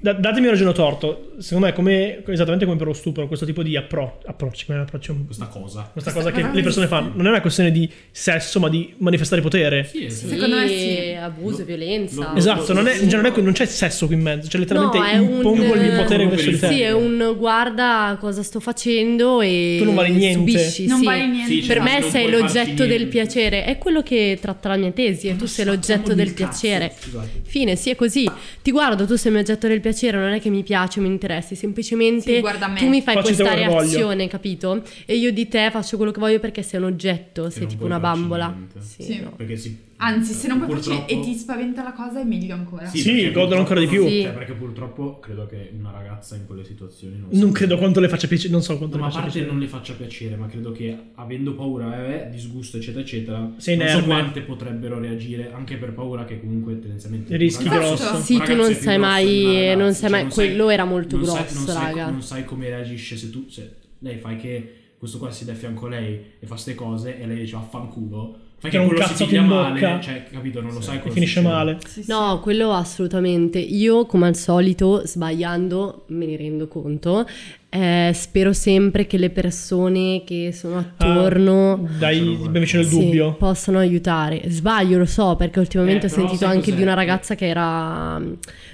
Speaker 7: da- datemi un ragione torto. Secondo me, come, esattamente come per lo stupro, questo tipo di appro- approcci, come approccio un-
Speaker 4: Questa cosa.
Speaker 7: questa
Speaker 9: Questa
Speaker 7: cosa che
Speaker 9: cosa
Speaker 7: le persone
Speaker 9: esiste.
Speaker 7: fanno, non è una questione di sesso, ma di manifestare potere.
Speaker 4: Sì, sì.
Speaker 9: Secondo me sì.
Speaker 5: Esatto. Abuso, violenza.
Speaker 4: no,
Speaker 7: Esatto, non, è, cioè, non, è que- non c'è sesso qui in mezzo, cioè letteralmente
Speaker 5: No, è un-
Speaker 7: impongo il mio potere
Speaker 4: eh,
Speaker 7: verso di te.
Speaker 5: Sì, è un guarda cosa sto facendo e
Speaker 7: Tu non vali niente.
Speaker 5: subisci,
Speaker 9: Non
Speaker 5: sì.
Speaker 9: vale niente. cioè,
Speaker 4: Sì,
Speaker 5: Per
Speaker 4: Esatto,
Speaker 5: me
Speaker 4: non
Speaker 5: sei
Speaker 4: puoi
Speaker 5: l'oggetto
Speaker 4: farci
Speaker 5: del
Speaker 4: niente.
Speaker 5: piacere, è quello che tratta la mia tesi, e tu sei l'oggetto del piacere.
Speaker 4: Scusate.
Speaker 5: Fine, sì, è così. Ti guardo, tu sei un oggetto del piacere, non è che mi piace o mi interessi, semplicemente
Speaker 9: Sì, guarda me.
Speaker 5: tu mi fai
Speaker 7: Faccio
Speaker 5: questa
Speaker 7: quello che voglio.
Speaker 5: reazione, capito? E io di te faccio quello che voglio perché sei un oggetto, sei
Speaker 4: non
Speaker 5: tipo
Speaker 4: puoi
Speaker 5: una
Speaker 4: farci
Speaker 5: bambola.
Speaker 4: niente.
Speaker 5: Sì,
Speaker 9: Sì.
Speaker 5: no.
Speaker 4: Perché sì.
Speaker 9: Anzi, se non puoi
Speaker 4: Purtroppo-
Speaker 9: farci e ti spaventa la cosa è meglio ancora.
Speaker 7: Sì,
Speaker 4: perché
Speaker 7: godono ancora di più.
Speaker 4: purtroppo-
Speaker 5: Sì.
Speaker 4: Cioè, perché purtroppo credo che una ragazza in quelle situazioni non,
Speaker 7: Non
Speaker 4: sia-
Speaker 7: credo quanto le faccia piacere, non so
Speaker 4: No,
Speaker 7: quanto
Speaker 4: ma
Speaker 7: le
Speaker 4: a
Speaker 7: faccia
Speaker 4: parte
Speaker 7: piacere.
Speaker 4: non le faccia piacere, ma credo che avendo paura, eh, disgusto, eccetera, eccetera,
Speaker 7: Sei
Speaker 4: non so
Speaker 7: inerme.
Speaker 4: quante potrebbero reagire anche per paura che comunque tendenzialmente
Speaker 7: Il rischio
Speaker 4: un
Speaker 7: grosso.
Speaker 4: un
Speaker 5: Sì, tu
Speaker 4: ragazzo
Speaker 5: non
Speaker 4: è più
Speaker 5: sai
Speaker 4: grosso
Speaker 5: mai-
Speaker 4: di una ragazza,
Speaker 5: non sai mai- quello era molto
Speaker 4: non sai-
Speaker 5: grosso,
Speaker 4: non sai-
Speaker 5: raga.
Speaker 4: non sai come reagisce se tu se lei fai che questo qua si dà a fianco a lei e fa queste cose e lei dice vaffanculo. Fai
Speaker 7: Che
Speaker 4: che,
Speaker 7: un
Speaker 4: quello
Speaker 7: cazzo
Speaker 4: si
Speaker 7: ti
Speaker 4: piglia
Speaker 7: in
Speaker 4: male,
Speaker 7: bocca.
Speaker 4: cioè, capito, non lo sai
Speaker 7: E
Speaker 4: cosa
Speaker 7: finisce
Speaker 4: succede.
Speaker 7: male.
Speaker 9: Sì, sì.
Speaker 5: No, quello assolutamente. Io, come al solito, sbagliando, me ne rendo conto. eh, spero sempre che le persone che sono attorno
Speaker 7: Dai,
Speaker 4: Sono
Speaker 7: mi vicino il
Speaker 5: sì,
Speaker 7: dubbio.
Speaker 5: possano aiutare. Sbaglio, lo so, perché ultimamente
Speaker 4: Eh,
Speaker 5: ho
Speaker 4: però
Speaker 5: sentito
Speaker 4: sai
Speaker 5: anche
Speaker 4: cos'è?
Speaker 5: di una ragazza che era. mm,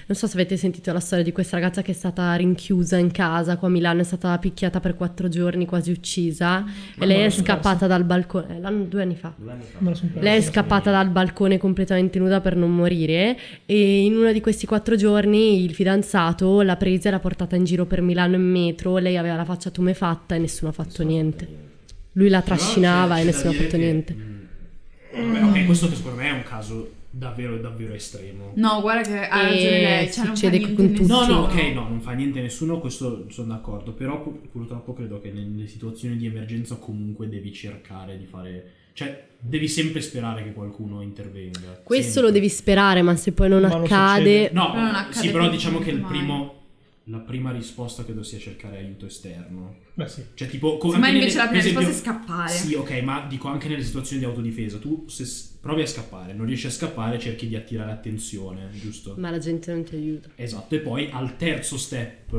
Speaker 5: Non so se avete sentito la storia di questa ragazza che è stata rinchiusa in casa qua a Milano, è stata picchiata per quattro giorni, quasi uccisa. e lei è scappata dal balcone. eh, L'anno due anni fa.
Speaker 7: Me la son persa.
Speaker 5: Lei è scappata dal balcone completamente nuda per non morire e in uno di questi quattro giorni il fidanzato l'ha presa e l'ha portata in giro per Milano in metro, lei aveva la faccia tumefatta e nessuno ha fatto niente. Lui la
Speaker 4: Però
Speaker 5: trascinava
Speaker 4: c'è-
Speaker 5: e
Speaker 4: c'è
Speaker 5: nessuno ha
Speaker 4: da dire
Speaker 5: fatto
Speaker 4: che-
Speaker 5: niente.
Speaker 4: Mm. Vabbè, ok, questo che secondo me è un caso davvero, davvero estremo.
Speaker 9: No, guarda che ha ragione
Speaker 5: Eh,
Speaker 9: lei. Cioè, non fa
Speaker 5: succede
Speaker 9: niente
Speaker 5: con tutti.
Speaker 4: No, no,
Speaker 9: nessuno.
Speaker 4: ok, no, non fa niente a nessuno, questo sono d'accordo, però pu- purtroppo credo che nelle situazioni di emergenza comunque devi cercare di fare, cioè devi sempre sperare che qualcuno intervenga.
Speaker 5: Questo
Speaker 4: sempre.
Speaker 5: lo devi sperare, ma se poi non
Speaker 7: Ma non
Speaker 5: accade...
Speaker 7: succede.
Speaker 4: No,
Speaker 9: Però non accade
Speaker 4: sì, però diciamo che il
Speaker 9: mai.
Speaker 4: primo la prima risposta credo sia cercare aiuto esterno.
Speaker 7: Beh, sì.
Speaker 4: Cioè tipo come
Speaker 9: Ma
Speaker 4: anche
Speaker 9: invece la
Speaker 4: nelle-
Speaker 9: prima
Speaker 4: per esempio-
Speaker 9: risposta è scappare.
Speaker 4: Sì, ok, ma dico anche nelle situazioni di autodifesa, tu se s- provi a scappare, non riesci a scappare, cerchi di attirare attenzione, giusto?
Speaker 5: Ma la gente non ti aiuta.
Speaker 4: Esatto, e poi al terzo step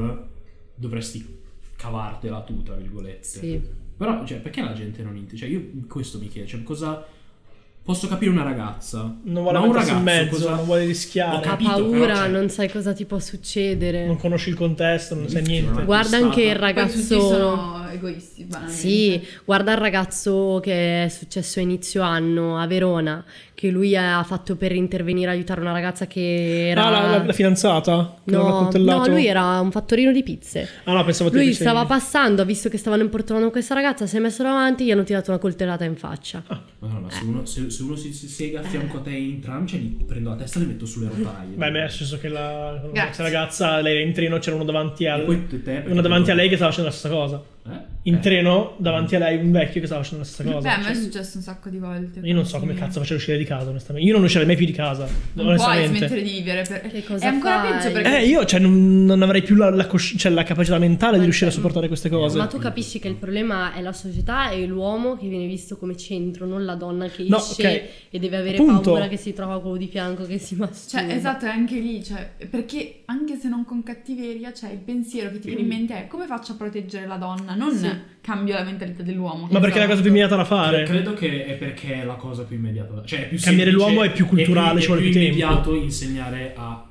Speaker 4: dovresti cavartela tu, tra virgolette.
Speaker 5: Sì.
Speaker 4: Però, cioè, perché la gente non inter- Cioè, io questo mi chiedo, cioè, cosa... Posso capire una ragazza,
Speaker 7: Non vuole
Speaker 4: ma un
Speaker 7: mettersi in
Speaker 4: ragazzo
Speaker 7: mezzo,
Speaker 4: cosa...
Speaker 7: non vuole
Speaker 4: Ho
Speaker 7: rischiare,
Speaker 4: cap-
Speaker 5: Ha
Speaker 4: Capito, però,
Speaker 5: paura,
Speaker 4: cioè-
Speaker 5: non sai cosa ti può succedere.
Speaker 7: non conosci il contesto, non sai
Speaker 4: eh.
Speaker 7: niente.
Speaker 5: Guarda anche il
Speaker 9: Poi tutti
Speaker 5: ragazzo...
Speaker 9: sono egoisti, banalmente.
Speaker 5: Sì, guarda il ragazzo che è successo a inizio anno a Verona, che lui ha fatto per intervenire, aiutare una ragazza che era...
Speaker 7: Ah, la, la- la fidanzata? Che non l'ha
Speaker 5: no, no,
Speaker 7: accoltellato?
Speaker 5: lui era un fattorino di pizze.
Speaker 7: Ah, no, pensavo te
Speaker 5: Lui
Speaker 7: dicevi.
Speaker 5: stava passando, ha visto che stavano importunando questa ragazza, si è messo davanti, gli hanno tirato una coltellata in faccia.
Speaker 4: Madonna, ma se uno, se, se uno si, si sega a fianco a te in tram, cioè, gli prendo la testa e le metto sulle rotaie.
Speaker 7: Beh, beh, nel senso che la questa
Speaker 9: Grazie.
Speaker 7: ragazza, lei era in treno, c'era uno davanti a,
Speaker 4: E poi te- te, perché
Speaker 7: uno davanti
Speaker 4: te-
Speaker 7: a lei che stava facendo la stessa cosa.
Speaker 4: Eh?
Speaker 7: in treno davanti a lei un vecchio che stava facendo la stessa
Speaker 9: Beh,
Speaker 7: cosa.
Speaker 9: a me è
Speaker 7: Cioè,
Speaker 9: successo un sacco di volte.
Speaker 7: io non so come cazzo faccio a uscire di casa, onestamente. Io non uscirei mai più di casa,
Speaker 9: Non puoi
Speaker 7: onestamente.
Speaker 9: smettere di vivere. Per...
Speaker 5: Che cosa
Speaker 9: è ancora
Speaker 5: fai?
Speaker 9: peggio perché...
Speaker 7: Eh, io cioè, non, non avrei più la, la cosci- cioè, la capacità mentale di
Speaker 5: Ma-
Speaker 7: riuscire a sopportare queste cose.
Speaker 5: Ma tu capisci che il problema è la società e l'uomo che viene visto come centro, non la donna che
Speaker 7: No,
Speaker 5: esce
Speaker 7: ok.
Speaker 5: e deve avere
Speaker 7: Appunto.
Speaker 5: paura che si trova quello di fianco che si masturba.
Speaker 9: Cioè, esatto, è anche lì, cioè, perché anche se non con cattiveria, cioè, il pensiero che ti viene in mente è come faccio a proteggere la donna, non cambio la mentalità dell'uomo. che
Speaker 7: Ma perché è la cosa più
Speaker 9: esatto.
Speaker 7: immediata da
Speaker 4: Cre-
Speaker 7: fare?
Speaker 4: Credo che è perché è la cosa più immediata. da- Cioè, è più
Speaker 7: Cambiare
Speaker 4: semplice,
Speaker 7: l'uomo è più culturale,
Speaker 4: è
Speaker 7: ci vuole
Speaker 4: è
Speaker 7: più tempo.
Speaker 4: immediato insegnare a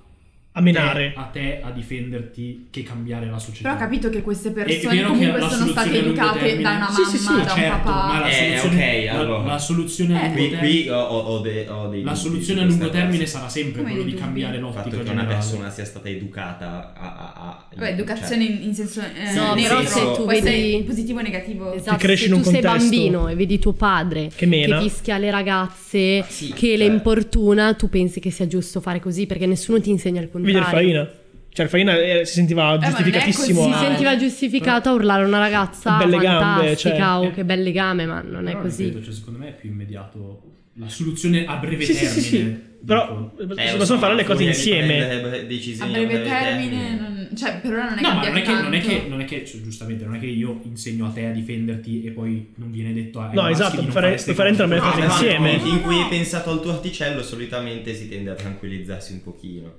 Speaker 7: A menare.
Speaker 4: te- a te a difenderti che cambiare la società.
Speaker 9: Però ho capito che queste
Speaker 4: È
Speaker 9: persone
Speaker 4: vero che
Speaker 9: comunque
Speaker 4: la
Speaker 9: sono state
Speaker 4: soluzione a lungo
Speaker 9: educate
Speaker 4: termine-
Speaker 9: da una mamma,
Speaker 7: Sì, sì, sì,
Speaker 9: da un
Speaker 4: certo, ma
Speaker 9: papà.
Speaker 4: la
Speaker 3: Eh,
Speaker 4: soluzione,
Speaker 3: ok,
Speaker 4: la-
Speaker 3: allora.
Speaker 4: la soluzione a
Speaker 9: Eh.
Speaker 4: lungo
Speaker 3: Qui,
Speaker 4: termine-
Speaker 3: qui ho, ho, ho dei- ho dei
Speaker 4: La
Speaker 3: dubbi
Speaker 4: soluzione
Speaker 3: su
Speaker 4: a lungo
Speaker 3: questa
Speaker 4: termine
Speaker 3: cosa.
Speaker 4: sarà sempre
Speaker 9: Come
Speaker 4: quello
Speaker 9: dei
Speaker 4: di
Speaker 9: dubbi?
Speaker 4: cambiare
Speaker 3: il fatto
Speaker 4: l'ottica
Speaker 3: che una
Speaker 4: generale.
Speaker 3: persona sia stata educata a... a, a- cioè,
Speaker 9: Vabbè, educazione in, in senso eh,
Speaker 5: No,
Speaker 9: nero,
Speaker 5: però se tu
Speaker 9: può essere
Speaker 5: vedi-
Speaker 9: positivo o negativo.
Speaker 5: Esatto,
Speaker 7: Che cresci
Speaker 5: se
Speaker 7: in
Speaker 5: tu
Speaker 7: un
Speaker 5: sei
Speaker 7: contesto-
Speaker 5: bambino e vedi tuo padre
Speaker 7: Che mena.
Speaker 5: che fischia le ragazze,
Speaker 3: sì,
Speaker 5: che le
Speaker 3: cioè.
Speaker 5: importuna, tu pensi che sia giusto fare così perché nessuno ti insegna il
Speaker 7: Vedi il
Speaker 5: contrario.
Speaker 7: Faina. Cioè, il Faina eh, si sentiva
Speaker 9: ma non è
Speaker 7: giustificatissimo.
Speaker 5: Si
Speaker 9: così.
Speaker 7: a-
Speaker 5: sentiva giustificato a urlare a una ragazza
Speaker 7: Che belle gambe,
Speaker 5: fantastica
Speaker 7: cioè.
Speaker 5: o che belle gambe, ma non è
Speaker 4: Però,
Speaker 5: così.
Speaker 4: ripeto, cioè, secondo me è più immediato la soluzione a breve
Speaker 7: Sì, sì,
Speaker 4: termine.
Speaker 7: sì, sì. Però
Speaker 4: dico.
Speaker 3: Eh,
Speaker 7: si
Speaker 3: lo
Speaker 7: possono
Speaker 3: so,
Speaker 7: fare le cose
Speaker 3: bisogna
Speaker 7: insieme.
Speaker 3: prendere
Speaker 9: A
Speaker 3: decisioni
Speaker 9: breve termine, non- cioè, per ora non è
Speaker 4: No, ma
Speaker 9: cambiato
Speaker 4: non è che, non è
Speaker 9: tanto.
Speaker 4: che, non è che- cioè, giustamente, non è che io insegno a te a difenderti e poi non viene detto a. ai
Speaker 7: No,
Speaker 4: maschi
Speaker 7: esatto,
Speaker 4: di non
Speaker 7: fare-
Speaker 4: ste
Speaker 7: fare
Speaker 4: cose.
Speaker 7: entrambe le
Speaker 4: No,
Speaker 7: cose
Speaker 4: ma-
Speaker 7: insieme.
Speaker 3: Nel momento esatto, in cui hai pensato al tuo articello solitamente si tende a tranquillizzarsi un pochino.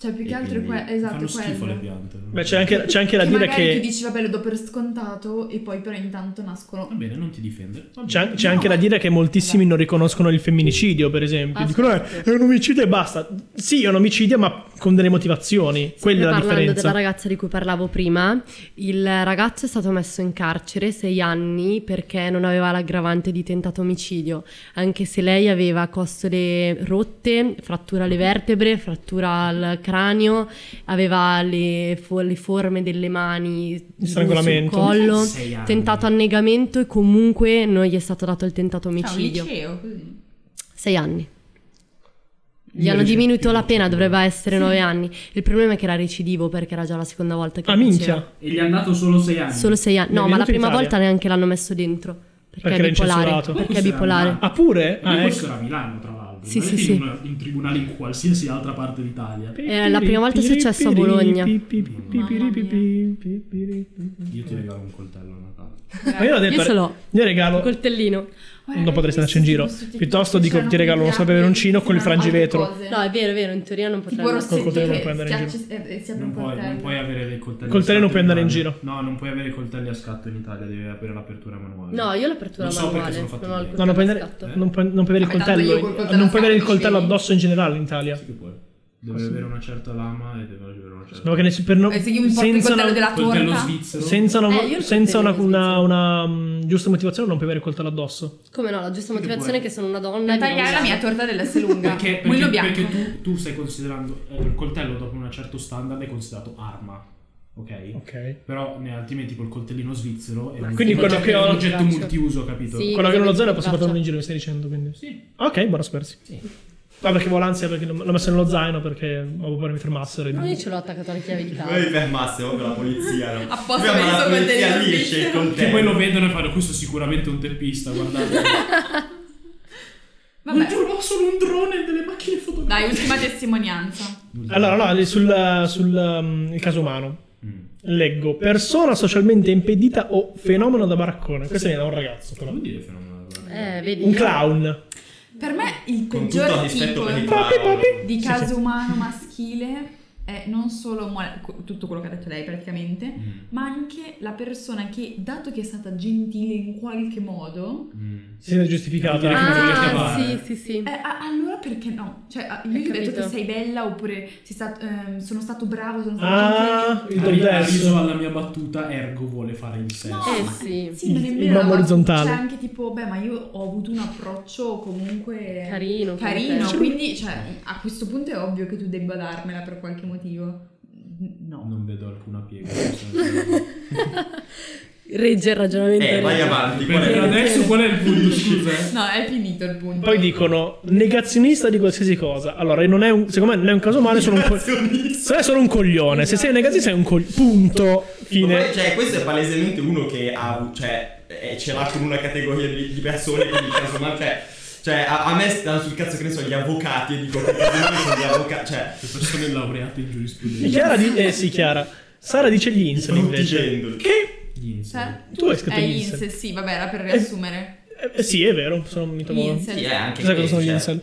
Speaker 9: Cioè, più che
Speaker 3: E
Speaker 9: altro è
Speaker 3: quindi
Speaker 9: que- esatto,
Speaker 4: Fanno schifo
Speaker 9: quello.
Speaker 4: le piante.
Speaker 7: Beh, c'è anche, c'è anche da
Speaker 9: che
Speaker 7: dire
Speaker 9: magari tu
Speaker 7: che.
Speaker 9: dici, vabbè, lo do per scontato e poi però intanto nascono...
Speaker 4: Va bene, non ti difendere. Va
Speaker 7: C'è,
Speaker 4: bene.
Speaker 7: an- c'è anche da dire che
Speaker 5: Esatto.
Speaker 7: moltissimi non riconoscono il femminicidio, per esempio.
Speaker 5: Ah,
Speaker 7: Dicono eh,
Speaker 5: certo.
Speaker 7: è un omicidio e basta. Sì, è un omicidio, ma con delle motivazioni. Quella è la
Speaker 5: Sempre parlando
Speaker 7: differenza.
Speaker 5: della ragazza di cui parlavo prima, il ragazzo è stato messo in carcere sei anni perché non aveva l'aggravante di tentato omicidio, anche se lei aveva costole rotte, frattura alle vertebre, frattura al cranio, aveva le, fo- le forme delle mani sul
Speaker 7: strangolamento.
Speaker 5: collo,
Speaker 4: Sei anni.
Speaker 5: tentato annegamento e comunque non gli è stato dato il tentato
Speaker 9: Ah, un
Speaker 5: omicidio.
Speaker 9: liceo, così.
Speaker 5: Sei anni. Gli
Speaker 7: Non
Speaker 5: hanno
Speaker 7: dice
Speaker 5: diminuito
Speaker 4: più,
Speaker 5: la
Speaker 4: non
Speaker 5: pena,
Speaker 4: so.
Speaker 5: dovrebbe essere nove anni. Il problema è che era recidivo perché era già la seconda volta che
Speaker 7: Ah,
Speaker 5: lo
Speaker 7: minchia.
Speaker 5: faceva.
Speaker 4: E gli è andato solo sei anni.
Speaker 5: Solo sei anni.
Speaker 7: Non
Speaker 5: No,
Speaker 7: è
Speaker 5: ma la
Speaker 7: venuto in
Speaker 5: prima
Speaker 7: Italia?
Speaker 5: volta neanche l'hanno messo dentro. Perché,
Speaker 7: Perché era
Speaker 5: è bipolare.
Speaker 7: incensurato.
Speaker 5: Perché è
Speaker 4: Questo era
Speaker 5: bipolare.
Speaker 4: Milano.
Speaker 7: Ah, pure?
Speaker 4: Ma
Speaker 5: Eh,
Speaker 7: Ah,
Speaker 4: Eh, questo
Speaker 7: ecco.
Speaker 4: era a Milano, tra l'altro.
Speaker 5: Sì,
Speaker 4: non è
Speaker 5: sì,
Speaker 4: che
Speaker 5: sì.
Speaker 4: In, in tribunale in qualsiasi altra parte d'Italia.
Speaker 5: Eh, la prima volta è successo a Bologna.
Speaker 4: Io ti regalo un coltello a Natale.
Speaker 7: Ma io, l'ho detto-
Speaker 5: Io ce l'ho.
Speaker 7: io
Speaker 5: Un
Speaker 7: regalo
Speaker 5: coltellino.
Speaker 7: Non potresti andarci in giro. Piuttosto dico, ti regalo uno
Speaker 9: spaveroncino
Speaker 7: spaveroncino con il frangivetro.
Speaker 5: No, è vero, è vero, in teoria non
Speaker 9: tipo
Speaker 5: potrebbe.
Speaker 7: Col
Speaker 9: rossetto
Speaker 7: coltello
Speaker 9: che
Speaker 7: puoi andare in
Speaker 9: schiacci e e si apre
Speaker 4: Non
Speaker 9: un
Speaker 4: puoi, non puoi
Speaker 9: coltello.
Speaker 4: avere dei coltelli.
Speaker 7: Coltelli
Speaker 4: a
Speaker 7: non
Speaker 4: scatto
Speaker 7: puoi andare in
Speaker 4: Italia.
Speaker 7: giro.
Speaker 4: No, non puoi avere i coltelli a scatto in Italia, devi avere l'apertura manuale.
Speaker 5: No, io l'apertura
Speaker 4: Non so perché
Speaker 5: manuale.
Speaker 4: sono fatti
Speaker 5: non ho il
Speaker 4: bene.
Speaker 7: No, non puoi,
Speaker 5: coltello
Speaker 7: andare-
Speaker 5: a scatto.
Speaker 7: non puoi- non puoi avere il
Speaker 9: Vabbè, tanto
Speaker 7: coltello,
Speaker 9: io col coltello
Speaker 7: non puoi avere il
Speaker 9: sacco di
Speaker 7: coltello
Speaker 9: peli.
Speaker 7: addosso in generale in Italia.
Speaker 4: Sì che puoi. Deve avere una certa lama e deve avere una certa.
Speaker 7: Ma che nessuno- per no-
Speaker 9: E Eh, se io mi porto il
Speaker 7: senza
Speaker 9: coltello
Speaker 7: una,
Speaker 9: della
Speaker 4: coltello
Speaker 9: torta.
Speaker 4: svizzero.
Speaker 7: senza una-
Speaker 5: Eh, io il
Speaker 7: senza una,
Speaker 5: coltello
Speaker 7: una-
Speaker 5: in
Speaker 7: una, mm, giusta motivazione non puoi avere il coltello addosso.
Speaker 5: Come no, la giusta
Speaker 4: Sì che
Speaker 5: motivazione è
Speaker 4: puoi.
Speaker 5: che sono una donna.
Speaker 9: Per
Speaker 5: e mi
Speaker 9: tagliare la
Speaker 5: non-
Speaker 9: mia torta dell'S lunga.
Speaker 4: Perché, perché,
Speaker 9: Mullo bianco.
Speaker 4: perché tu, tu stai considerando eh, il coltello dopo un certo standard è considerato arma, ok?
Speaker 7: Ok.
Speaker 4: Però ne- altrimenti col coltellino svizzero è un,
Speaker 7: Quindi
Speaker 4: un
Speaker 7: quello
Speaker 4: oggetto-
Speaker 7: che ho-
Speaker 4: è un oggetto
Speaker 5: Braccio.
Speaker 4: multiuso, capito?
Speaker 5: Sì.
Speaker 7: Quello che non lo zero
Speaker 5: Braccia.
Speaker 7: posso portarlo in giro, mi stai dicendo quindi.
Speaker 4: Sì.
Speaker 7: Ok, buona spersi. No, perché avevo l'ansia perché non- l'ho messo nello zaino perché avevo paura mi fermassero. e-
Speaker 5: No, io ce l'ho attaccata alla chiave di casa.
Speaker 3: Noi fermassimo per oh, la polizia, no?
Speaker 9: Apposta
Speaker 3: Ferma
Speaker 9: per il
Speaker 3: la
Speaker 9: suo
Speaker 3: polizia
Speaker 9: contenitore.
Speaker 3: lì esce il coltello.
Speaker 4: Che poi lo vedono e fanno questo è sicuramente un teppista, guardate.
Speaker 9: Vabbè,
Speaker 4: trovò solo un drone e delle macchine fotografiche.
Speaker 9: dai, ultima testimonianza.
Speaker 7: [LAUGHS] Allora, no, sul, sul, um, il caso umano.
Speaker 4: Mm.
Speaker 7: Leggo, persona socialmente impedita o fenomeno da baraccone. Questo viene da un ragazzo, però.
Speaker 4: Cosa vuol dire fenomeno? guarda?
Speaker 5: Eh, vedi.
Speaker 7: Un
Speaker 5: io-
Speaker 7: clown.
Speaker 9: Per me il
Speaker 3: Con tutto il
Speaker 9: peggior
Speaker 3: rispetto
Speaker 9: tipo
Speaker 3: per il clown.
Speaker 9: di
Speaker 7: Sì,
Speaker 9: caso umano maschile è non solo mo- co- tutto quello che ha detto lei praticamente,
Speaker 4: Mm.
Speaker 9: ma anche la persona che, dato che è stata gentile in qualche modo,
Speaker 4: Mm.
Speaker 7: Si è giustificata.
Speaker 4: Ah,
Speaker 7: anche perché-
Speaker 5: Ah,
Speaker 4: chiamare.
Speaker 5: sì, sì, sì.
Speaker 9: eh, a- allora perché no? Cioè, a- io
Speaker 5: Hai
Speaker 9: gli ho detto
Speaker 5: capito.
Speaker 9: che sei bella oppure sei stato, ehm, sono stato bravo, sono stato
Speaker 7: Ah, il
Speaker 4: Ha ri- ha riso
Speaker 7: doppelverso.
Speaker 4: alla mia battuta, ergo vuole fare il sesso.
Speaker 9: No,
Speaker 5: Eh
Speaker 9: ma-
Speaker 5: sì.
Speaker 9: Sì, ma
Speaker 7: Il- il
Speaker 9: nemmeno
Speaker 7: mamma
Speaker 9: la-
Speaker 7: orizzontale.
Speaker 9: C'è anche tipo, beh, ma io ho avuto un approccio comunque
Speaker 5: Carino.
Speaker 9: carino,
Speaker 5: contento.
Speaker 9: quindi cioè, a questo punto è ovvio che tu debba darmela per qualche motivo. No.
Speaker 4: Non vedo alcuna piega.
Speaker 7: [LAUGHS]
Speaker 5: Regge il ragionamento.
Speaker 3: Eh, vai
Speaker 5: regge.
Speaker 3: avanti. qual
Speaker 4: Perché
Speaker 3: è?
Speaker 4: adesso qual è il punto, scusa?
Speaker 9: No, è finito il punto.
Speaker 7: Poi dicono negazionista di qualsiasi cosa. Allora, non è un, secondo me non è un caso umano, è solo un, co- se è solo un coglione. Se sei un negazionista sei un coglione. Punto.
Speaker 3: Ma
Speaker 7: fine.
Speaker 3: poi, cioè, questo è palesemente uno che ha, cioè, eh, ce l'ha con una categoria di, di persone, quindi casomai, cioè, cioè a, a me stanno sul cazzo che ne so, gli avvocati, e dico che casomai sono gli avvocati,
Speaker 7: [LAUGHS]
Speaker 3: cioè,
Speaker 4: Le persone laureate in giurisprudenza.
Speaker 7: Chiara di- eh sì, Chiara. Sara dice gli insel invece.
Speaker 3: gendoli.
Speaker 7: Che?
Speaker 4: Gli insel.
Speaker 9: Cioè,
Speaker 7: Tu hai scritto
Speaker 9: eh,
Speaker 7: gli incel.
Speaker 9: incel, sì, vabbè, era per riassumere.
Speaker 7: Eh, sì, è vero, sono un mito
Speaker 9: Gli
Speaker 7: buono.
Speaker 9: incel.
Speaker 3: Sì, eh, anche
Speaker 7: Sai cosa sono gli
Speaker 3: cioè,
Speaker 7: incel?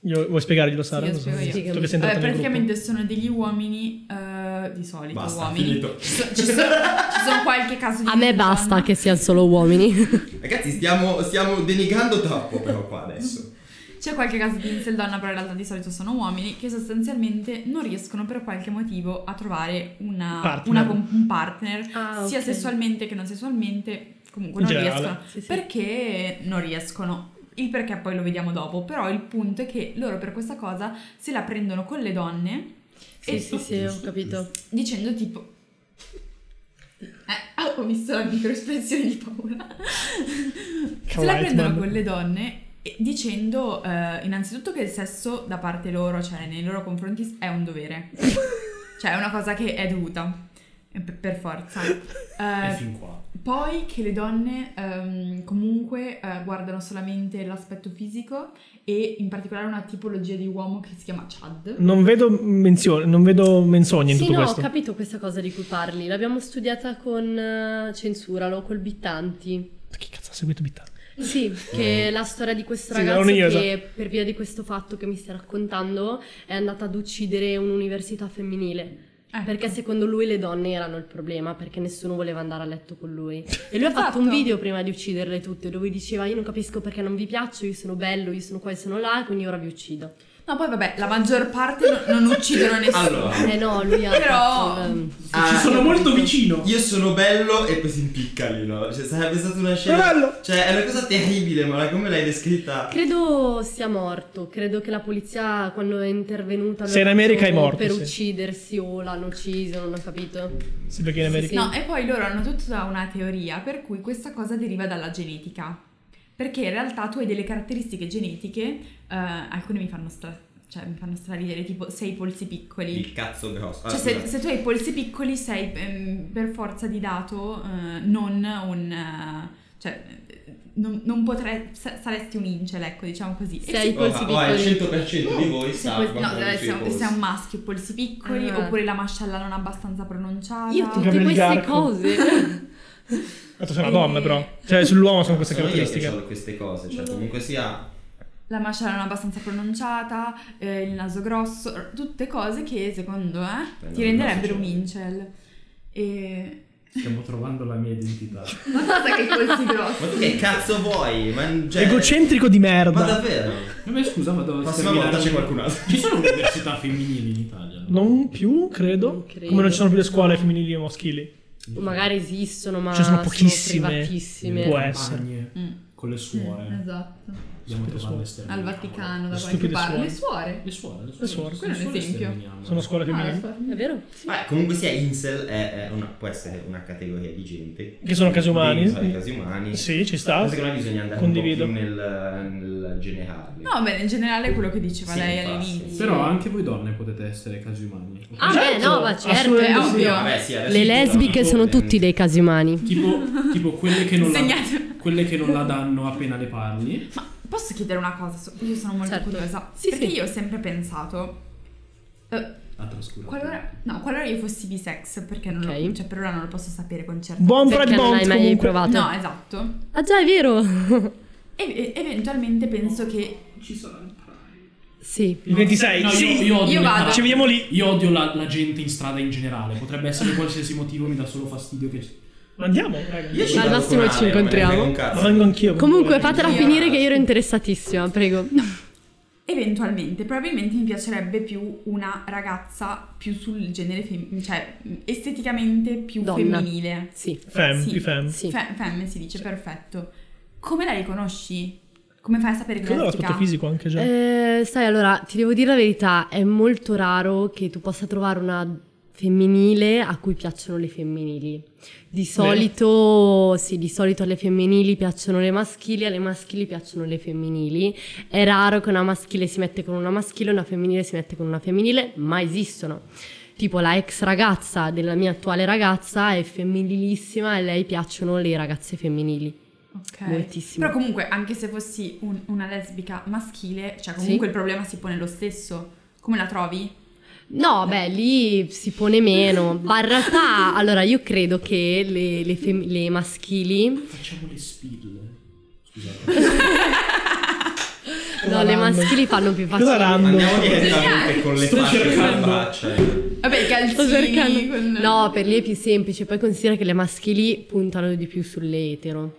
Speaker 7: Io- vuoi spiegarglielo,
Speaker 9: Sì,
Speaker 7: Sara?
Speaker 9: lo
Speaker 7: Non so
Speaker 9: spiego
Speaker 7: se-
Speaker 9: io.
Speaker 7: Tu che sei entrata
Speaker 9: Vabbè,
Speaker 7: nel gruppo.
Speaker 9: praticamente sono degli uomini eh, di solito
Speaker 3: Basta,
Speaker 9: uomini.
Speaker 3: finito.
Speaker 9: Ci, so- [LAUGHS] ci so- ci sono qualche caso di
Speaker 5: A me basta che siano solo uomini.
Speaker 3: Ragazzi, stiamo, stiamo denigrando troppo però qua adesso.
Speaker 9: C'è qualche caso di incel donna, però in realtà di solito sono uomini che sostanzialmente non riescono per qualche motivo a trovare una,
Speaker 7: Partner.
Speaker 9: una com- un partner,
Speaker 5: Ah,
Speaker 9: sia
Speaker 5: ok.
Speaker 9: sessualmente che non sessualmente, comunque
Speaker 7: In
Speaker 9: non
Speaker 7: generale.
Speaker 9: riescono.
Speaker 5: Sì, sì.
Speaker 9: Perché non riescono? Il perché poi lo vediamo dopo, però il punto è che loro per questa cosa se la prendono con le donne
Speaker 5: Sì, sì, sì, ho capito.
Speaker 9: dicendo tipo... Eh, ho visto la microespressione di paura. Se la
Speaker 7: Kawaii,
Speaker 9: prendono
Speaker 7: man.
Speaker 9: con le donne e- dicendo eh, innanzitutto che il sesso da parte loro, cioè nei loro confronti, è un dovere. cioè è una cosa che è dovuta, eh, per, per forza. Eh,
Speaker 4: E fin qua.
Speaker 9: poi che le donne ehm, comunque eh, guardano solamente l'aspetto fisico e in particolare una tipologia di uomo che si chiama Chad.
Speaker 7: Non vedo menzione, non vedo menzogne in
Speaker 5: Sì,
Speaker 7: tutto
Speaker 5: no, ho
Speaker 7: questo.
Speaker 5: capito questa cosa di cui parli. L'abbiamo studiata con eh, Censuralo, col Bittanti.
Speaker 7: Chi cazzo ha seguito Bittano?
Speaker 5: Sì, che è la storia di questo
Speaker 7: Eh. Sì,
Speaker 5: ragazzo
Speaker 7: sono io, esatto.
Speaker 5: che per via di questo fatto che mi stai raccontando è andata ad uccidere un'università femminile.
Speaker 9: Ecco.
Speaker 5: Perché secondo lui le donne erano il problema, perché nessuno voleva andare a letto con
Speaker 7: [LAUGHS]
Speaker 5: lui. E lui ha
Speaker 9: Esatto.
Speaker 5: fatto un video prima di ucciderle tutte, dove diceva io non capisco perché non vi piaccio, io sono bello, io sono qua, io sono là, quindi ora vi uccido.
Speaker 9: No, poi vabbè, la maggior parte no- non uccidono nessuno.
Speaker 3: Allora,
Speaker 5: Eh no, lui ha
Speaker 9: Però-
Speaker 5: fatto il-
Speaker 3: Ah,
Speaker 4: Ci sono
Speaker 5: ho
Speaker 4: molto
Speaker 5: capito.
Speaker 4: vicino.
Speaker 3: io sono bello e poi si impiccano, no? Cioè, sarebbe stata una scena...
Speaker 7: Bello!
Speaker 3: Cioè, è una cosa terribile, ma come l'hai descritta?
Speaker 5: Credo sia morto, credo che la polizia quando è intervenuta lo
Speaker 7: Se in America è
Speaker 5: ucciso
Speaker 7: morto,
Speaker 5: per
Speaker 7: sì.
Speaker 5: uccidersi o l'hanno ucciso, non ho capito.
Speaker 7: Sì, perché in America...
Speaker 5: Sì.
Speaker 9: No, e poi loro hanno tutta una teoria per cui questa cosa deriva dalla genetica. Perché in realtà tu hai delle caratteristiche genetiche, eh, alcune mi fanno, stra- cioè, mi fanno straridere, tipo sei polsi piccoli.
Speaker 3: Il cazzo grosso.
Speaker 9: Cioè,
Speaker 3: Allora,
Speaker 9: se,
Speaker 3: scusa.
Speaker 9: se tu hai i polsi piccoli sei ehm, per forza di dato eh, non un... eh, cioè, eh, non, non potrei... sa- saresti un incel, ecco, diciamo così. E
Speaker 5: Sei
Speaker 9: sì,
Speaker 5: i polsi
Speaker 3: Oh, ah, il
Speaker 5: piccoli.
Speaker 3: 100% di voi
Speaker 9: se
Speaker 3: sa
Speaker 9: quel- no,
Speaker 3: guardare
Speaker 9: dai,
Speaker 3: i
Speaker 9: se,
Speaker 3: suoi
Speaker 9: un-
Speaker 3: post.
Speaker 9: se è un maschio, polsi piccoli,
Speaker 5: Ah.
Speaker 9: oppure la mascella non abbastanza pronunciata.
Speaker 5: Io tutte
Speaker 7: Gabriel
Speaker 5: queste
Speaker 7: Garco.
Speaker 5: cose.
Speaker 7: [LAUGHS] Ma tu sei una
Speaker 9: Eh.
Speaker 7: donna, però. Cioè, sull'uomo sono queste
Speaker 3: Sono io che
Speaker 7: caratteristiche.
Speaker 3: ho queste cose, cioè, comunque sia...
Speaker 9: La mascella non abbastanza pronunciata, eh, il naso grosso, tutte cose che secondo me
Speaker 3: Beh,
Speaker 9: ti
Speaker 3: no,
Speaker 9: renderebbero un
Speaker 3: naso c'è.
Speaker 9: incel. E...
Speaker 4: Stiamo trovando la mia identità.
Speaker 9: Ma cosa che colsi grossi?
Speaker 3: [LAUGHS] Ma tu che cazzo vuoi? Ma, cioè,
Speaker 7: Egocentrico di
Speaker 3: Ma
Speaker 7: merda.
Speaker 3: davvero?
Speaker 4: No, ma scusa, ma dove
Speaker 3: La prossima volta c'è qualcun altro.
Speaker 4: Ci sono università femminili in Italia?
Speaker 7: Non più, credo.
Speaker 5: Non credo.
Speaker 7: Come non ci sono più le scuole femminili e maschili.
Speaker 5: O magari esistono, ma
Speaker 7: Ci sono pochissime.
Speaker 5: sono privatissime.
Speaker 7: Può
Speaker 4: Campagne
Speaker 7: essere.
Speaker 9: Mm.
Speaker 4: Con le suore.
Speaker 9: Esatto.
Speaker 3: Eh,
Speaker 4: Dobbiamo
Speaker 7: Stupide
Speaker 4: trovarle
Speaker 7: suore.
Speaker 4: estermine.
Speaker 9: Al Vaticano, da qualche
Speaker 7: Stupide
Speaker 9: parte.
Speaker 7: suore.
Speaker 9: Le
Speaker 4: Le
Speaker 9: suore.
Speaker 4: suore, le suore.
Speaker 7: Le suore.
Speaker 9: Quello è un
Speaker 4: suore
Speaker 9: esempio.
Speaker 4: esterminiamo.
Speaker 7: Sono scuole
Speaker 9: Ah, le
Speaker 7: femminili.
Speaker 9: suore.
Speaker 5: È vero? Sì.
Speaker 3: Beh, comunque sia, incel è, è una- può essere una categoria di gente.
Speaker 7: Che sono casi umani.
Speaker 3: Dentro ai casi umani.
Speaker 7: Sì, ci sta.
Speaker 3: Secondo me bisogna andare
Speaker 7: Condivido.
Speaker 3: un po' più nel, nel generale. Cioè,
Speaker 9: No, beh, in generale è quello che diceva
Speaker 3: Sì,
Speaker 9: lei
Speaker 3: infatti.
Speaker 9: all'inizio.
Speaker 4: Però anche voi donne potete essere casi umani.
Speaker 5: Ah,
Speaker 7: Certo,
Speaker 5: beh, no, ma certo,
Speaker 9: Cioè,
Speaker 7: assolutamente
Speaker 5: è
Speaker 7: sì.
Speaker 5: ovvio.
Speaker 3: Vabbè, sì, adesso
Speaker 5: Le
Speaker 3: ci
Speaker 5: lesbiche sono
Speaker 3: torniamo.
Speaker 5: tutti dei casi umani.
Speaker 4: Tipo, tipo quelle, che non la,
Speaker 9: Insegnate.
Speaker 4: quelle che non la danno appena le parli.
Speaker 9: Ma posso chiedere una cosa? So- Io sono molto
Speaker 5: Certo.
Speaker 9: curiosa.
Speaker 5: Sì,
Speaker 9: perché
Speaker 5: sì.
Speaker 9: io ho sempre pensato. eh,
Speaker 4: Ah, trascurate.
Speaker 9: qualora, no, qualora io fossi bisex, perché non lo,
Speaker 5: Ok.
Speaker 9: cioè, per ora non lo posso sapere con certezza.
Speaker 7: Buon
Speaker 5: Perché
Speaker 7: Brad
Speaker 5: non
Speaker 7: Bond
Speaker 5: hai mai
Speaker 7: comunque.
Speaker 5: provato?
Speaker 9: No, esatto.
Speaker 5: Ah già, è vero.
Speaker 9: E- e- eventualmente penso che.
Speaker 4: Ci sarà il Pride.
Speaker 5: sì.
Speaker 7: Il 26.
Speaker 4: Eh, No, io-
Speaker 7: sì.
Speaker 4: io, odio
Speaker 9: io
Speaker 4: le
Speaker 9: vado.
Speaker 4: tra-
Speaker 7: Ci vediamo lì.
Speaker 4: Io odio la, la gente in strada in generale. Potrebbe essere qualsiasi motivo, mi dà solo fastidio che.
Speaker 7: Ma andiamo, raga.
Speaker 3: Io ci
Speaker 5: Al
Speaker 3: vado
Speaker 5: massimo
Speaker 3: con
Speaker 5: ci
Speaker 3: Ale, ma me ne frega
Speaker 5: incontriamo.
Speaker 3: un
Speaker 7: Ma
Speaker 3: cazzo.
Speaker 7: vengo anch'io.
Speaker 5: Comunque fatela
Speaker 9: Io-
Speaker 5: finire che io ero interessatissima, prego.
Speaker 9: Eventualmente, probabilmente mi piacerebbe più una ragazza più sul genere fem- cioè esteticamente più
Speaker 5: Donna.
Speaker 9: femminile.
Speaker 5: Sì,
Speaker 7: Fem,
Speaker 9: Sì.
Speaker 7: più fem.
Speaker 5: sì.
Speaker 9: Fe- femme si dice, perfetto. Come la riconosci? Come fai a sapere che è
Speaker 7: Credo l'aspetto
Speaker 9: lesbica?
Speaker 7: fisico anche già.
Speaker 5: Eh, sai, allora ti devo dire la verità, è molto raro che tu possa trovare una femminile a cui piacciono le femminili. Di solito, sì, di solito alle femminili piacciono le maschili, alle maschili piacciono le femminili. È raro che una maschile si mette con una maschile, una femminile si mette con una femminile, ma esistono. tipo la ex ragazza della mia attuale ragazza è femminilissima e a lei piacciono le ragazze femminili.
Speaker 9: Ok.
Speaker 5: Moltissimo.
Speaker 9: Però comunque, anche se fossi un- una lesbica maschile, cioè comunque
Speaker 5: Sì.
Speaker 9: il problema si pone lo stesso. Come la trovi?
Speaker 5: No, beh, lì si pone meno. Ma in realtà, allora, io credo che le, le fem- le maschili,
Speaker 4: Facciamo le spille. Scusate.
Speaker 5: no, le maschili fanno più
Speaker 7: Cosa
Speaker 5: facile.
Speaker 7: rando?
Speaker 3: Andiamo direttamente con le
Speaker 4: Sto
Speaker 3: facce eh.
Speaker 4: cercando.
Speaker 3: selvacce.
Speaker 9: Vabbè, i
Speaker 5: Sto
Speaker 9: calzini
Speaker 5: cercando-
Speaker 9: con-
Speaker 5: No, per lì è più semplice. Poi considera che le maschili puntano di più sulle etero.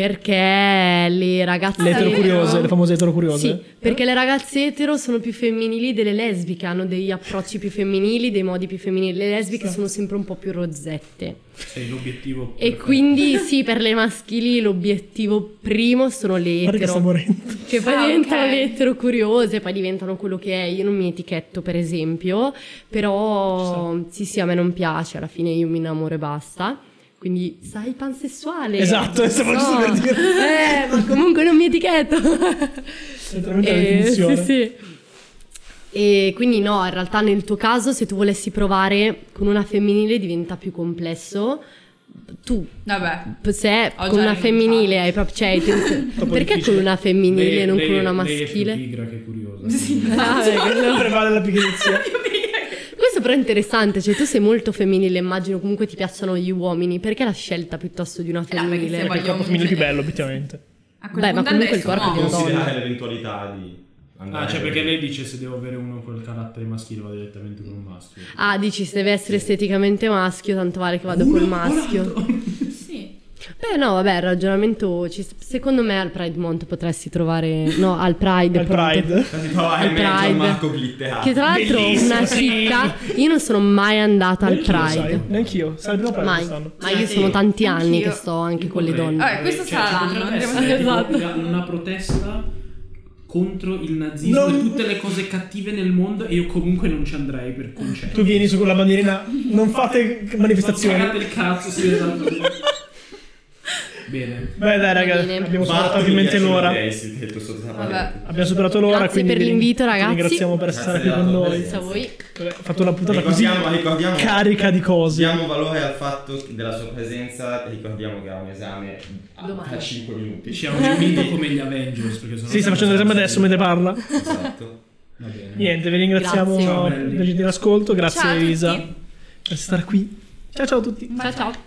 Speaker 5: Perché le ragazze.
Speaker 7: Le eterocuriose,
Speaker 5: etero-
Speaker 7: le famose eh. eterocuriose.
Speaker 5: Sì, perché le ragazze etero sono più femminili delle lesbiche, hanno degli approcci più femminili, dei modi più femminili. Le lesbiche sono sempre un po' più rozzette.
Speaker 4: Sei l'obiettivo.
Speaker 5: E
Speaker 4: perfetto.
Speaker 5: quindi sì, per le maschili l'obiettivo primo sono le
Speaker 7: Guarda che sta
Speaker 5: etero.
Speaker 7: morendo.
Speaker 5: Che poi
Speaker 9: Ah, ok.
Speaker 5: diventano le etero curiose, poi diventano quello che è. Io non mi etichetto, per esempio, però sì, sì, a me non piace. Alla fine io mi innamoro e basta. Quindi sai pansessuale.
Speaker 7: Esatto, stavo [LAUGHS] giusto per dire.
Speaker 5: Eh, ma comunque non mi etichetto.
Speaker 7: letteralmente la
Speaker 5: [LAUGHS] Eh,
Speaker 7: definizione.
Speaker 5: sì, sì. E quindi no, in realtà nel tuo caso se tu volessi provare con una femminile diventa più complesso. Tu
Speaker 9: Vabbè.
Speaker 5: se con
Speaker 9: Ho già
Speaker 5: una
Speaker 9: rinunciato.
Speaker 5: femminile hai proprio cioè, hai
Speaker 9: [LAUGHS]
Speaker 5: tentato- perché
Speaker 7: difficile.
Speaker 5: con una femminile
Speaker 4: Lei-
Speaker 5: e non
Speaker 4: lei-
Speaker 5: con
Speaker 4: lei
Speaker 5: una
Speaker 4: è più
Speaker 5: maschile
Speaker 4: pigra che curiosa.
Speaker 5: Ah, beh,
Speaker 9: [LAUGHS]
Speaker 5: quello-
Speaker 7: Prevale la
Speaker 5: Eh,
Speaker 7: pigrizia.
Speaker 5: questo però è interessante cioè tu sei molto femminile immagino comunque ti piacciono gli uomini perché la scelta piuttosto di una
Speaker 9: perché
Speaker 5: femminile
Speaker 9: Eh, se
Speaker 7: Perché il corpo femminile è più bello, obiettivamente.
Speaker 9: A quel
Speaker 5: Beh, ma
Speaker 9: punto
Speaker 5: comunque il
Speaker 9: adesso
Speaker 5: corpo di
Speaker 9: no.
Speaker 5: una donna
Speaker 3: Considerare l'eventualità di andare...
Speaker 4: Ah, cioè perché lei dice se devo avere uno col carattere maschile vado direttamente con un maschio.
Speaker 5: ah dici se deve essere esteticamente maschio tanto vale che vado
Speaker 4: Uno
Speaker 5: col
Speaker 4: o
Speaker 5: maschio
Speaker 4: l'altro?
Speaker 9: Sì.
Speaker 5: beh no vabbè il ragionamento ci- secondo me al Pride Month potresti trovare no al Pride
Speaker 7: Al
Speaker 5: pronto.
Speaker 7: Pride.
Speaker 3: Infatti, no,
Speaker 5: Al
Speaker 3: è meglio
Speaker 5: Pride.
Speaker 3: Marco Glitterato.
Speaker 5: che tra l'altro
Speaker 7: Bellissimo,
Speaker 5: una
Speaker 7: sì.
Speaker 5: chicca io non sono mai andata al
Speaker 7: Neanch'io, sai,
Speaker 5: Pride
Speaker 7: Neanch'io. Sarà il primo Pride
Speaker 5: Mai,
Speaker 7: quest'anno.
Speaker 5: ma io sono tanti anni
Speaker 9: Anch'io. Eh,
Speaker 5: che sto anche con le donne.
Speaker 9: Vabbè, questo sarà
Speaker 4: Cioè,
Speaker 9: Esatto.
Speaker 4: ci
Speaker 9: l'anno,
Speaker 4: potrebbe
Speaker 9: andremo
Speaker 4: essere
Speaker 5: a-
Speaker 4: tipo una protesta contro il nazismo
Speaker 7: Non-
Speaker 4: e tutte le cose cattive nel mondo e io comunque non ci andrei per concetto.
Speaker 7: Tu vieni su con la bandierina, non fate manifestazioni.
Speaker 4: Cagate il cazzo, sì, esatto. Bene.
Speaker 7: Beh dai raga,
Speaker 5: Bene.
Speaker 7: abbiamo superato
Speaker 3: Marco, mi
Speaker 7: probabilmente
Speaker 3: piacciono
Speaker 7: l'ora.
Speaker 3: i testi del tuo sottotono.
Speaker 9: Vabbè.
Speaker 7: Abbiamo superato l'ora,
Speaker 5: Grazie
Speaker 7: quindi
Speaker 5: per
Speaker 7: vi-
Speaker 5: l'invito,
Speaker 7: vi
Speaker 5: ragazzi.
Speaker 7: ringraziamo per
Speaker 3: Grazie
Speaker 7: essere qui con
Speaker 3: della tua
Speaker 7: noi. Eh,
Speaker 5: Grazie a voi.
Speaker 7: Ho fatto una puntata così
Speaker 3: Ricordiamo, ricordiamo,
Speaker 7: carica di cose.
Speaker 3: diamo valore al fatto della sua presenza. Ricordiamo che ha un esame a-
Speaker 5: Domani.
Speaker 3: tra 5 minuti.
Speaker 7: [LAUGHS]
Speaker 4: Siamo riuniti come gli Avengers. Perché sono
Speaker 7: Sì, sta facendo l'esame adesso mentre parla.
Speaker 3: Esatto.
Speaker 4: Va bene.
Speaker 7: Niente, vi ringraziamo
Speaker 5: Grazie.
Speaker 4: Ciao,
Speaker 7: per
Speaker 4: belli.
Speaker 7: l'ascolto,
Speaker 9: Ciao a
Speaker 7: grazie
Speaker 9: tutti.
Speaker 7: Elisa per stare qui. Ciao ciao a tutti.
Speaker 5: Ciao ciao.